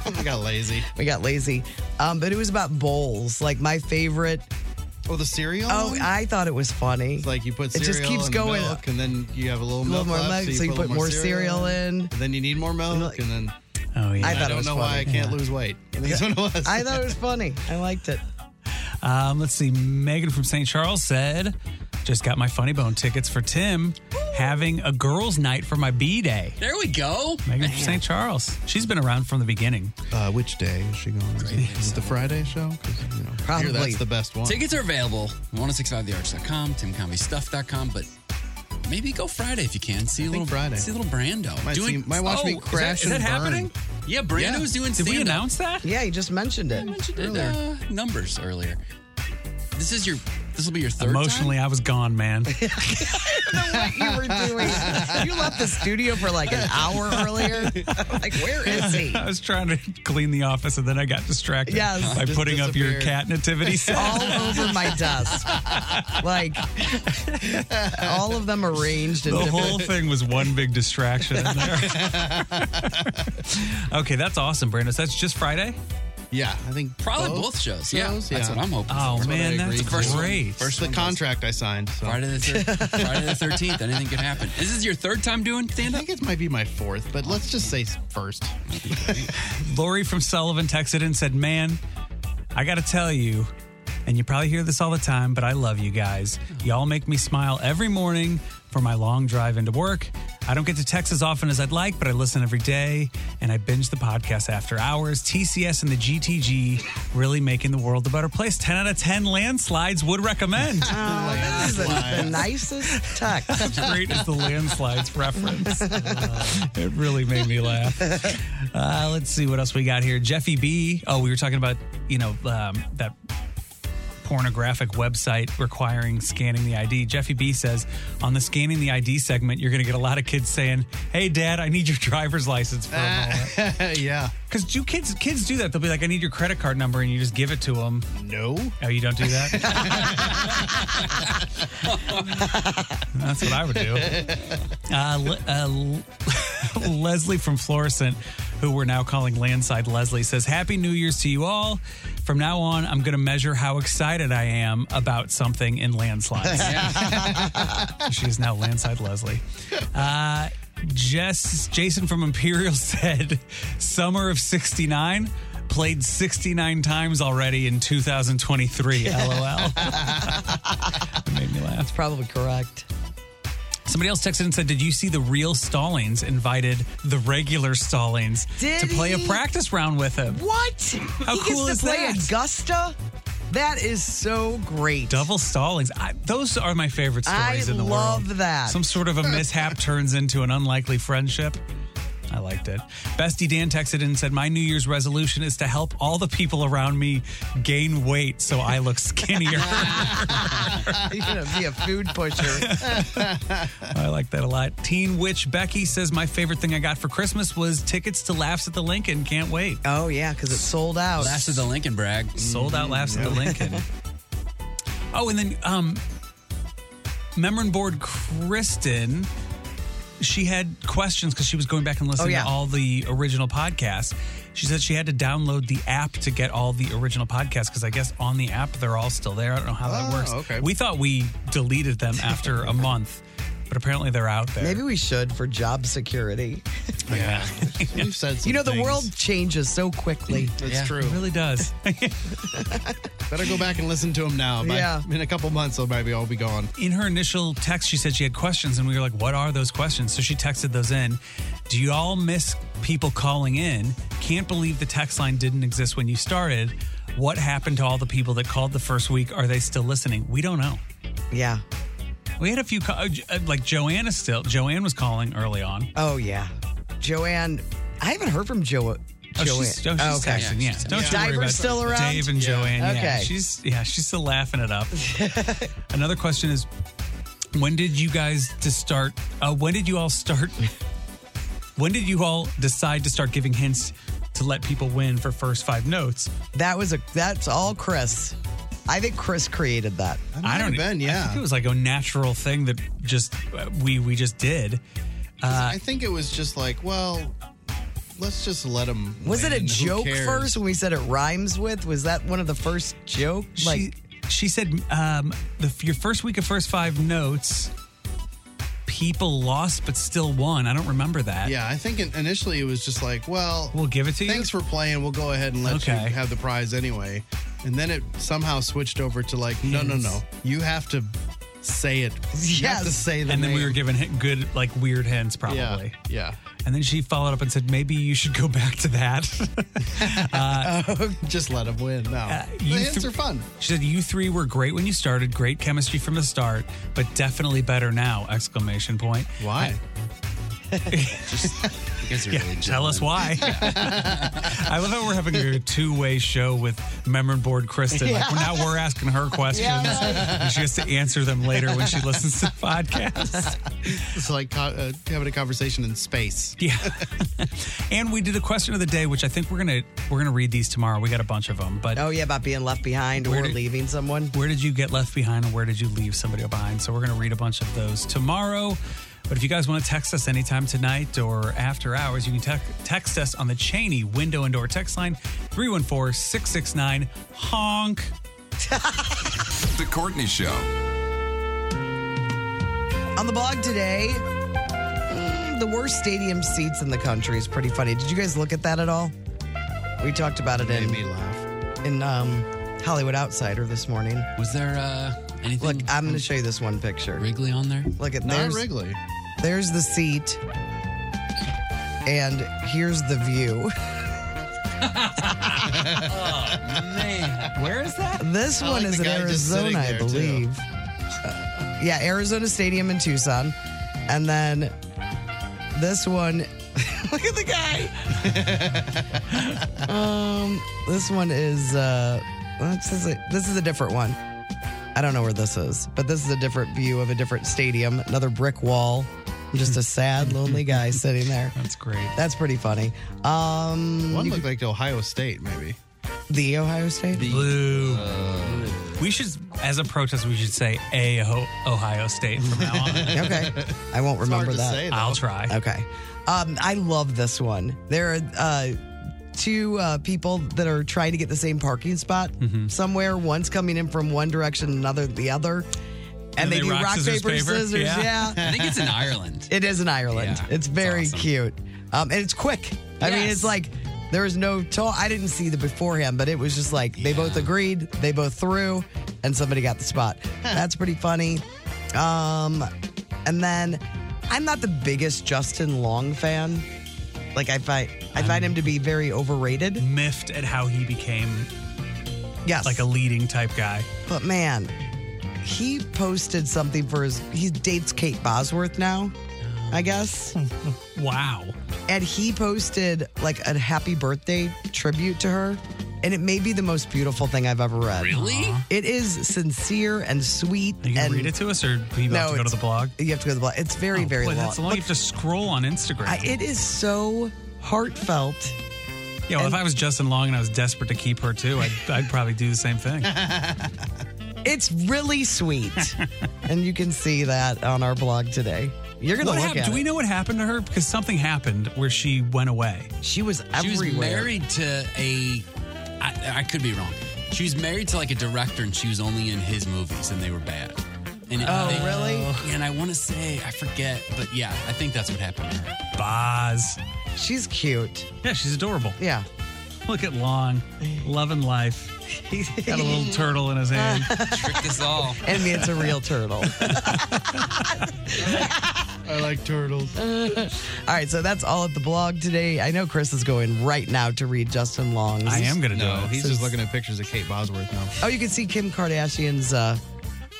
S5: I got lazy.
S6: We got lazy. Um, but it was about bowls. Like my favorite.
S5: Oh, the cereal.
S6: Oh,
S5: one?
S6: I thought it was funny.
S5: It's like you put
S6: It
S5: cereal
S6: just keeps
S5: and
S6: going.
S5: milk, and then you have a little,
S6: a little more
S5: milk left,
S6: milk, so you
S5: a
S6: put
S5: little
S6: more cereal in.
S5: And then you need more milk, and then
S7: Oh yeah.
S6: I
S5: I,
S6: thought it
S5: don't
S6: was
S5: know
S6: funny.
S5: why I can't lose weight. That's what it was.
S6: I thought it was funny. I liked it.
S7: Um, let's see. Megan from St. Charles said, "Just got my Funny Bone tickets for Tim having a girls' night for my B day."
S3: There we go.
S7: Megan from St. Charles. She's been around from the beginning.
S5: Uh, which day is she going? Is it the Friday show? 'Cause, you know, I hear
S6: Probably.
S5: that's the best one.
S3: Tickets are available. 1065thearch.com, timcombystuff.com, but maybe go Friday if you can. See a
S5: think
S3: little
S5: Friday.
S3: See a little Brando. Oh,
S5: Might see- might watch me
S3: is that-
S5: crash
S3: Is
S5: and
S3: that,
S5: burn.
S3: happening?
S7: Yeah.
S3: Yeah, Brando's doing
S7: Did
S3: stand
S7: we announce that?
S6: Yeah, you just mentioned it.
S3: mentioned it, uh, numbers earlier. This is your This will be your third.
S6: Emotionally, I was
S18: [LAUGHS]
S6: gone, man.
S18: what you were doing. You left the studio for like an hour earlier. [LAUGHS] Like, where is he?
S6: I was trying to clean the office and then I got distracted
S18: Yes.
S6: by
S18: Just
S6: putting up your
S18: disappeared.
S6: cat nativity set.
S18: all over my desk. Like all of them arranged.
S6: The
S18: In different-
S6: whole thing was one big distraction in there.
S18: [LAUGHS]
S6: okay, that's awesome, Brandon. So that's just Friday?
S5: Yeah, I think
S3: Probably both shows. Yeah, that's what I'm hoping
S6: Oh,
S3: for. That's what I
S6: man, that's
S3: agreed to. First one-
S6: great.
S3: first
S5: the contract I signed. So.
S3: Friday the
S6: [LAUGHS]
S3: thir- Friday the 13th. Anything could happen. Is this your third time doing stand up?
S5: I think it might be my fourth, but let's just say first.
S6: Lori from Sullivan texted and said, Man, I got to tell you, and you probably hear this all the time, but I love you guys. Y'all make me smile every morning for my long drive into work. I don't get to text as often as I'd like, but I listen every day and I binge the podcast after hours. TCS and the GTG really making the world a better place. 10 out of 10 landslides would recommend.
S18: [LAUGHS] Oh, this is the, the nicest text.
S6: How
S18: [LAUGHS]
S6: great is the landslides reference? Uh, it really made me laugh. Uh, let's see what else we got here. Jeffy B. Oh, we were talking about you know um, that pornographic website requiring scanning the ID. Jeffy B. says on the scanning the ID segment, you're going to get a lot of kids saying, "Hey, Dad, I need your [LAUGHS] driver's license for a moment."
S5: [LAUGHS] yeah.
S6: Because do kids kids do that? They'll be like, "I need your credit card number," and you just give it to them.
S5: No.
S6: Oh, you don't do that. That's what I would do. Uh, Le- uh, Le- [LAUGHS] Leslie from Florissant, who we're now calling Landside Leslie, says, Happy New Year's to you all. From now on, I'm going to measure how excited I am about something in landslides. she is now Landside Leslie. Uh, Jess, Jason from Imperial [LAUGHS] said, Summer of 69. Played 69 times already in [LAUGHS] 2023. LOL. made me laugh. That's
S18: probably correct.
S6: Somebody else texted and said, Did you see the real Stallings invited the regular Stallings
S18: Did
S6: to play
S18: he?
S6: a practice round with him?
S18: What?
S6: How
S18: he
S6: cool
S18: gets
S6: is
S18: to play
S6: that?
S18: Augusta? That is so great.
S6: Double Stallings. I, those are my favorite stories
S18: I
S6: in the world.
S18: love that.
S6: Some sort of a
S18: [LAUGHS]
S6: mishap turns into an unlikely friendship. I liked it. Bestie Dan texted and said, My New Year's resolution is to help all the people around me gain weight so I look skinnier.
S18: [LAUGHS] He's going to be a food
S6: [LAUGHS]
S18: pusher.
S6: I like that a lot. Teen Witch Becky says, My favorite thing I got for Christmas was tickets to Laughs at the Lincoln. Can't wait.
S18: Oh, yeah, because it sold out.
S3: Laughs at the Lincoln brag. Mm-hmm.
S6: Sold out Laughs at the
S3: Yeah.
S6: Lincoln. oh, and then um, Memory Board Kristen, she had questions because she was going back and listening
S18: Oh, yeah.
S6: to all the original podcasts. She said she had to download the app to get all the original podcasts because I guess on the app they're all still there. I don't know how that
S18: Oh,
S6: works.
S18: okay.
S6: We thought we deleted them after a month, but apparently they're out there.
S18: Maybe we should for job security.
S6: Yeah.
S5: We've said
S18: you know, the world changes so quickly.
S6: [LAUGHS]
S5: That's true. It
S6: really does.
S5: Better go back and listen to them now. By-
S6: Yeah.
S5: In a couple months, they'll maybe all be gone.
S6: In her initial text, she said she had questions, and we were like, What are those questions? So she texted those in. Do you all miss people calling in? Can't believe the text line didn't exist when you started. What happened to all the people that called the first week? Are they still listening? We don't know.
S18: Yeah.
S6: We had a few, ca- uh, J- uh, like Joanna still. Joanne was calling early on.
S18: Oh, yeah. Joanne, I haven't heard from Jo.
S6: Oh,
S18: Joanne.
S6: she's, oh, she's texting. Yeah, don't you worry
S18: Diver's
S6: about
S18: still around?
S6: Dave and Joanne. Yeah.
S18: Okay.
S6: she's yeah, she's still laughing
S18: [LAUGHS]
S6: it up. Another question is, when did you guys to start? Uh, when did you all start? When did you all decide to start giving hints to let people win for first five notes?
S18: That was a. That's all Chris. I think Chris created that.
S6: I don't even. Yeah, I think it was like a natural thing that just uh, we we just did. Uh,
S5: I think it was just like, well, let's just let them.
S18: Was it a joke first when we said it rhymes with? Was that one of the first joke?
S6: she, she said um, the, your first week of first five notes people lost but still won i don't remember that
S5: Yeah, I think in- initially it was just like, well,
S6: we'll give it to you.
S5: Thanks for playing. We'll go ahead and let
S6: Okay.
S5: you have the prize anyway. And then it somehow switched over to like, no, no, no, you have to say it. You have to say the
S6: and then we
S5: name.
S6: were given hi- good like weird hints probably
S5: Yeah, yeah.
S6: and then she followed up and said maybe you should go [LAUGHS] back to that
S5: [LAUGHS] just let them win. No, the
S6: you
S5: hints
S6: th-
S5: are fun.
S6: she said you three were great when you started great chemistry from the start
S3: [LAUGHS]
S6: but definitely better now exclamation point
S5: why
S19: guys are
S3: Yeah,
S19: really
S3: tell us why.
S6: [LAUGHS]
S3: I love how we're having a two-way show with member and board Kristen. Like,
S19: Yeah.
S5: [LAUGHS]
S3: now we're asking her questions,
S5: Yeah.
S3: and she has to answer them later when she listens to the podcast.
S5: It's like co- uh, having a conversation in space.
S3: Yeah. [LAUGHS] And we did a question of the day, which I think we're gonna we're gonna read these tomorrow. We got a bunch of them, but
S6: Oh yeah, about being left behind or leaving someone.
S3: Where did you get left behind, and where did you leave somebody behind? So we're gonna read a bunch of those tomorrow. But if you guys want to text us anytime tonight or after hours, you can tec- text us on the Cheney window and door text line 314 669 honk.
S20: The Courtney Show.
S6: On the blog today, mm, the worst stadium seats in the country is pretty funny. Did you guys look at that at all? We talked about it in in um, Hollywood Outsider this morning.
S19: Was there uh, anything?
S6: Look, I'm going to show you this one picture.
S19: Wrigley on there?
S6: Look at
S19: Not
S6: there's,
S19: Wrigley.
S6: There's the seat, and here's the
S19: [LAUGHS]
S6: view.
S19: Oh, man. Where is that?
S6: This
S19: I
S6: one
S19: like
S6: is
S19: the
S6: in
S19: guy just sitting
S6: Arizona, I
S19: there, too.
S6: believe. Uh, yeah, Arizona Stadium in Tucson. And then this one, [LAUGHS] look at the
S19: [LAUGHS]
S6: guy. um, this one is, uh, well, this, is a, this is a different one. I don't know where this is, but this is a different view of a different stadium, another brick wall. Just a sad, lonely guy sitting there.
S3: That's great.
S6: That's pretty funny. Um,
S5: One looked like Ohio State, maybe.
S6: the Ohio State.
S3: Blue. Uh, we should, as a protest, we should say a Ho- Ohio State from now on.
S6: [LAUGHS] okay. I won't
S3: It's
S6: remember
S3: hard to
S6: that.
S3: say, though. I'll try.
S6: Okay. Um, I love this one. There are uh, two uh, people that are trying to get the same parking spot somewhere. One's coming in from one direction, another the other. And, they, do rock, paper, scissors. Yeah. [LAUGHS]
S19: I think it's in Ireland.
S6: It is in Ireland. it's very cute. Um, and it's quick. I mean, it's like there was no toll. I didn't see the beforehand, but it was just like they both agreed, they both threw, and somebody got the spot. That's pretty funny. Um, and then I'm not the biggest Justin Long fan. Like I find I
S3: Um,
S6: find him to be very overrated.
S3: Miffed at how he became
S6: yes.
S3: like a leading type guy.
S6: But man, he posted something for his. He dates Kate Bosworth now, I guess.
S3: Hmm. wow.
S6: And he posted like a happy birthday tribute to her. And it may be the most beautiful thing I've ever read.
S3: Really? Aw.
S6: It is sincere and sweet.
S3: You can
S6: and
S3: read it to us, or do you
S6: No,
S3: have to go to
S6: it's-
S3: the blog? Oh,
S6: You have to go to the blog. It's very, very
S3: Boy,
S6: long.
S3: that's long. You have to scroll on Instagram.
S6: I, it is so heartfelt.
S3: yeah, well, if I was Justin Long and I was desperate to keep her too, I'd, I'd probably do the same
S6: [LAUGHS]
S3: thing.
S6: It's really sweet. and you can see that on our blog today. You're going to
S3: What
S6: look
S3: happened-
S6: at
S3: Do
S6: it.
S3: we know what happened to her? Because something happened where she went away.
S6: She was
S19: She was married to a. I, I could be wrong. She was married to like a director, and she was only in his movies, and they were bad. And
S6: Oh,
S19: they-
S6: really?
S19: And I want to say I forget, but yeah, I think that's what happened. to her.
S3: Boz.
S6: She's cute.
S3: Yeah, she's adorable.
S6: Yeah.
S3: Look at Long, loving life. He's got a
S6: [LAUGHS]
S3: little turtle in his hand.
S19: Tricked us all.
S6: And me, it's a real turtle.
S5: I like turtles.
S6: all right, so that's all at the blog today. I know Chris is going right now to read Justin Long's.
S5: No, He's
S6: Since-
S5: just looking at pictures of Kate Bosworth now.
S6: Oh, you can see Kim Kardashian's uh,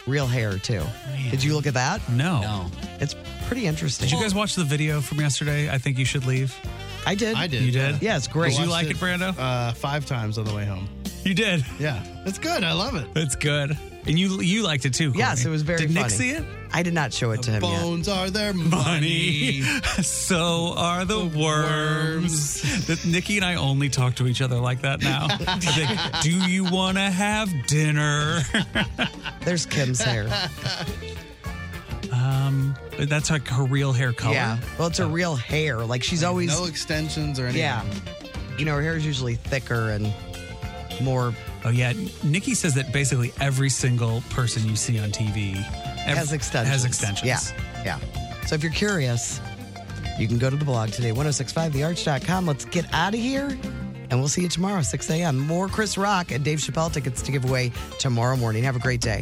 S6: real hair too. Did you look at that?
S3: No. No.
S6: It's pretty interesting.
S3: Did you guys watch the video from yesterday? I think you should leave.
S6: I did.
S5: I did.
S3: You did?
S5: yeah.
S3: Did you
S5: Watched
S3: like it, Brando?
S5: Uh, five times on the way home.
S3: You did.
S5: Yeah. It's good. I love it.
S3: It's good. And you you liked it too.
S6: Yes,
S3: Courtney.
S6: it was very.
S3: Did Nick
S6: funny.
S3: see it? [LAUGHS]
S6: I did not show it to him yet.
S5: Bones are their
S3: Money. [LAUGHS] so are the worms. That Nikki and I only talk to each other like that
S6: [LAUGHS]
S3: now. I think, do you want to have dinner? [LAUGHS]
S6: There's Kim's hair.
S3: Um, that's like her real hair color.
S6: Yeah. Well, it's a real hair. Like she's always
S5: No extensions or anything.
S6: yeah. You know, her hair is usually thicker and more.
S3: Oh yeah, Nikki says that basically every single person you see on TV ev-
S6: has extensions.
S3: Has extensions.
S6: Yeah. Yeah. So if you're curious, you can go to the blog today, 1065thearch.com. Let's get out of here. And we'll see you tomorrow, 6 a.m. More Chris Rock and Dave Chappelle tickets to give away tomorrow morning. Have a great day.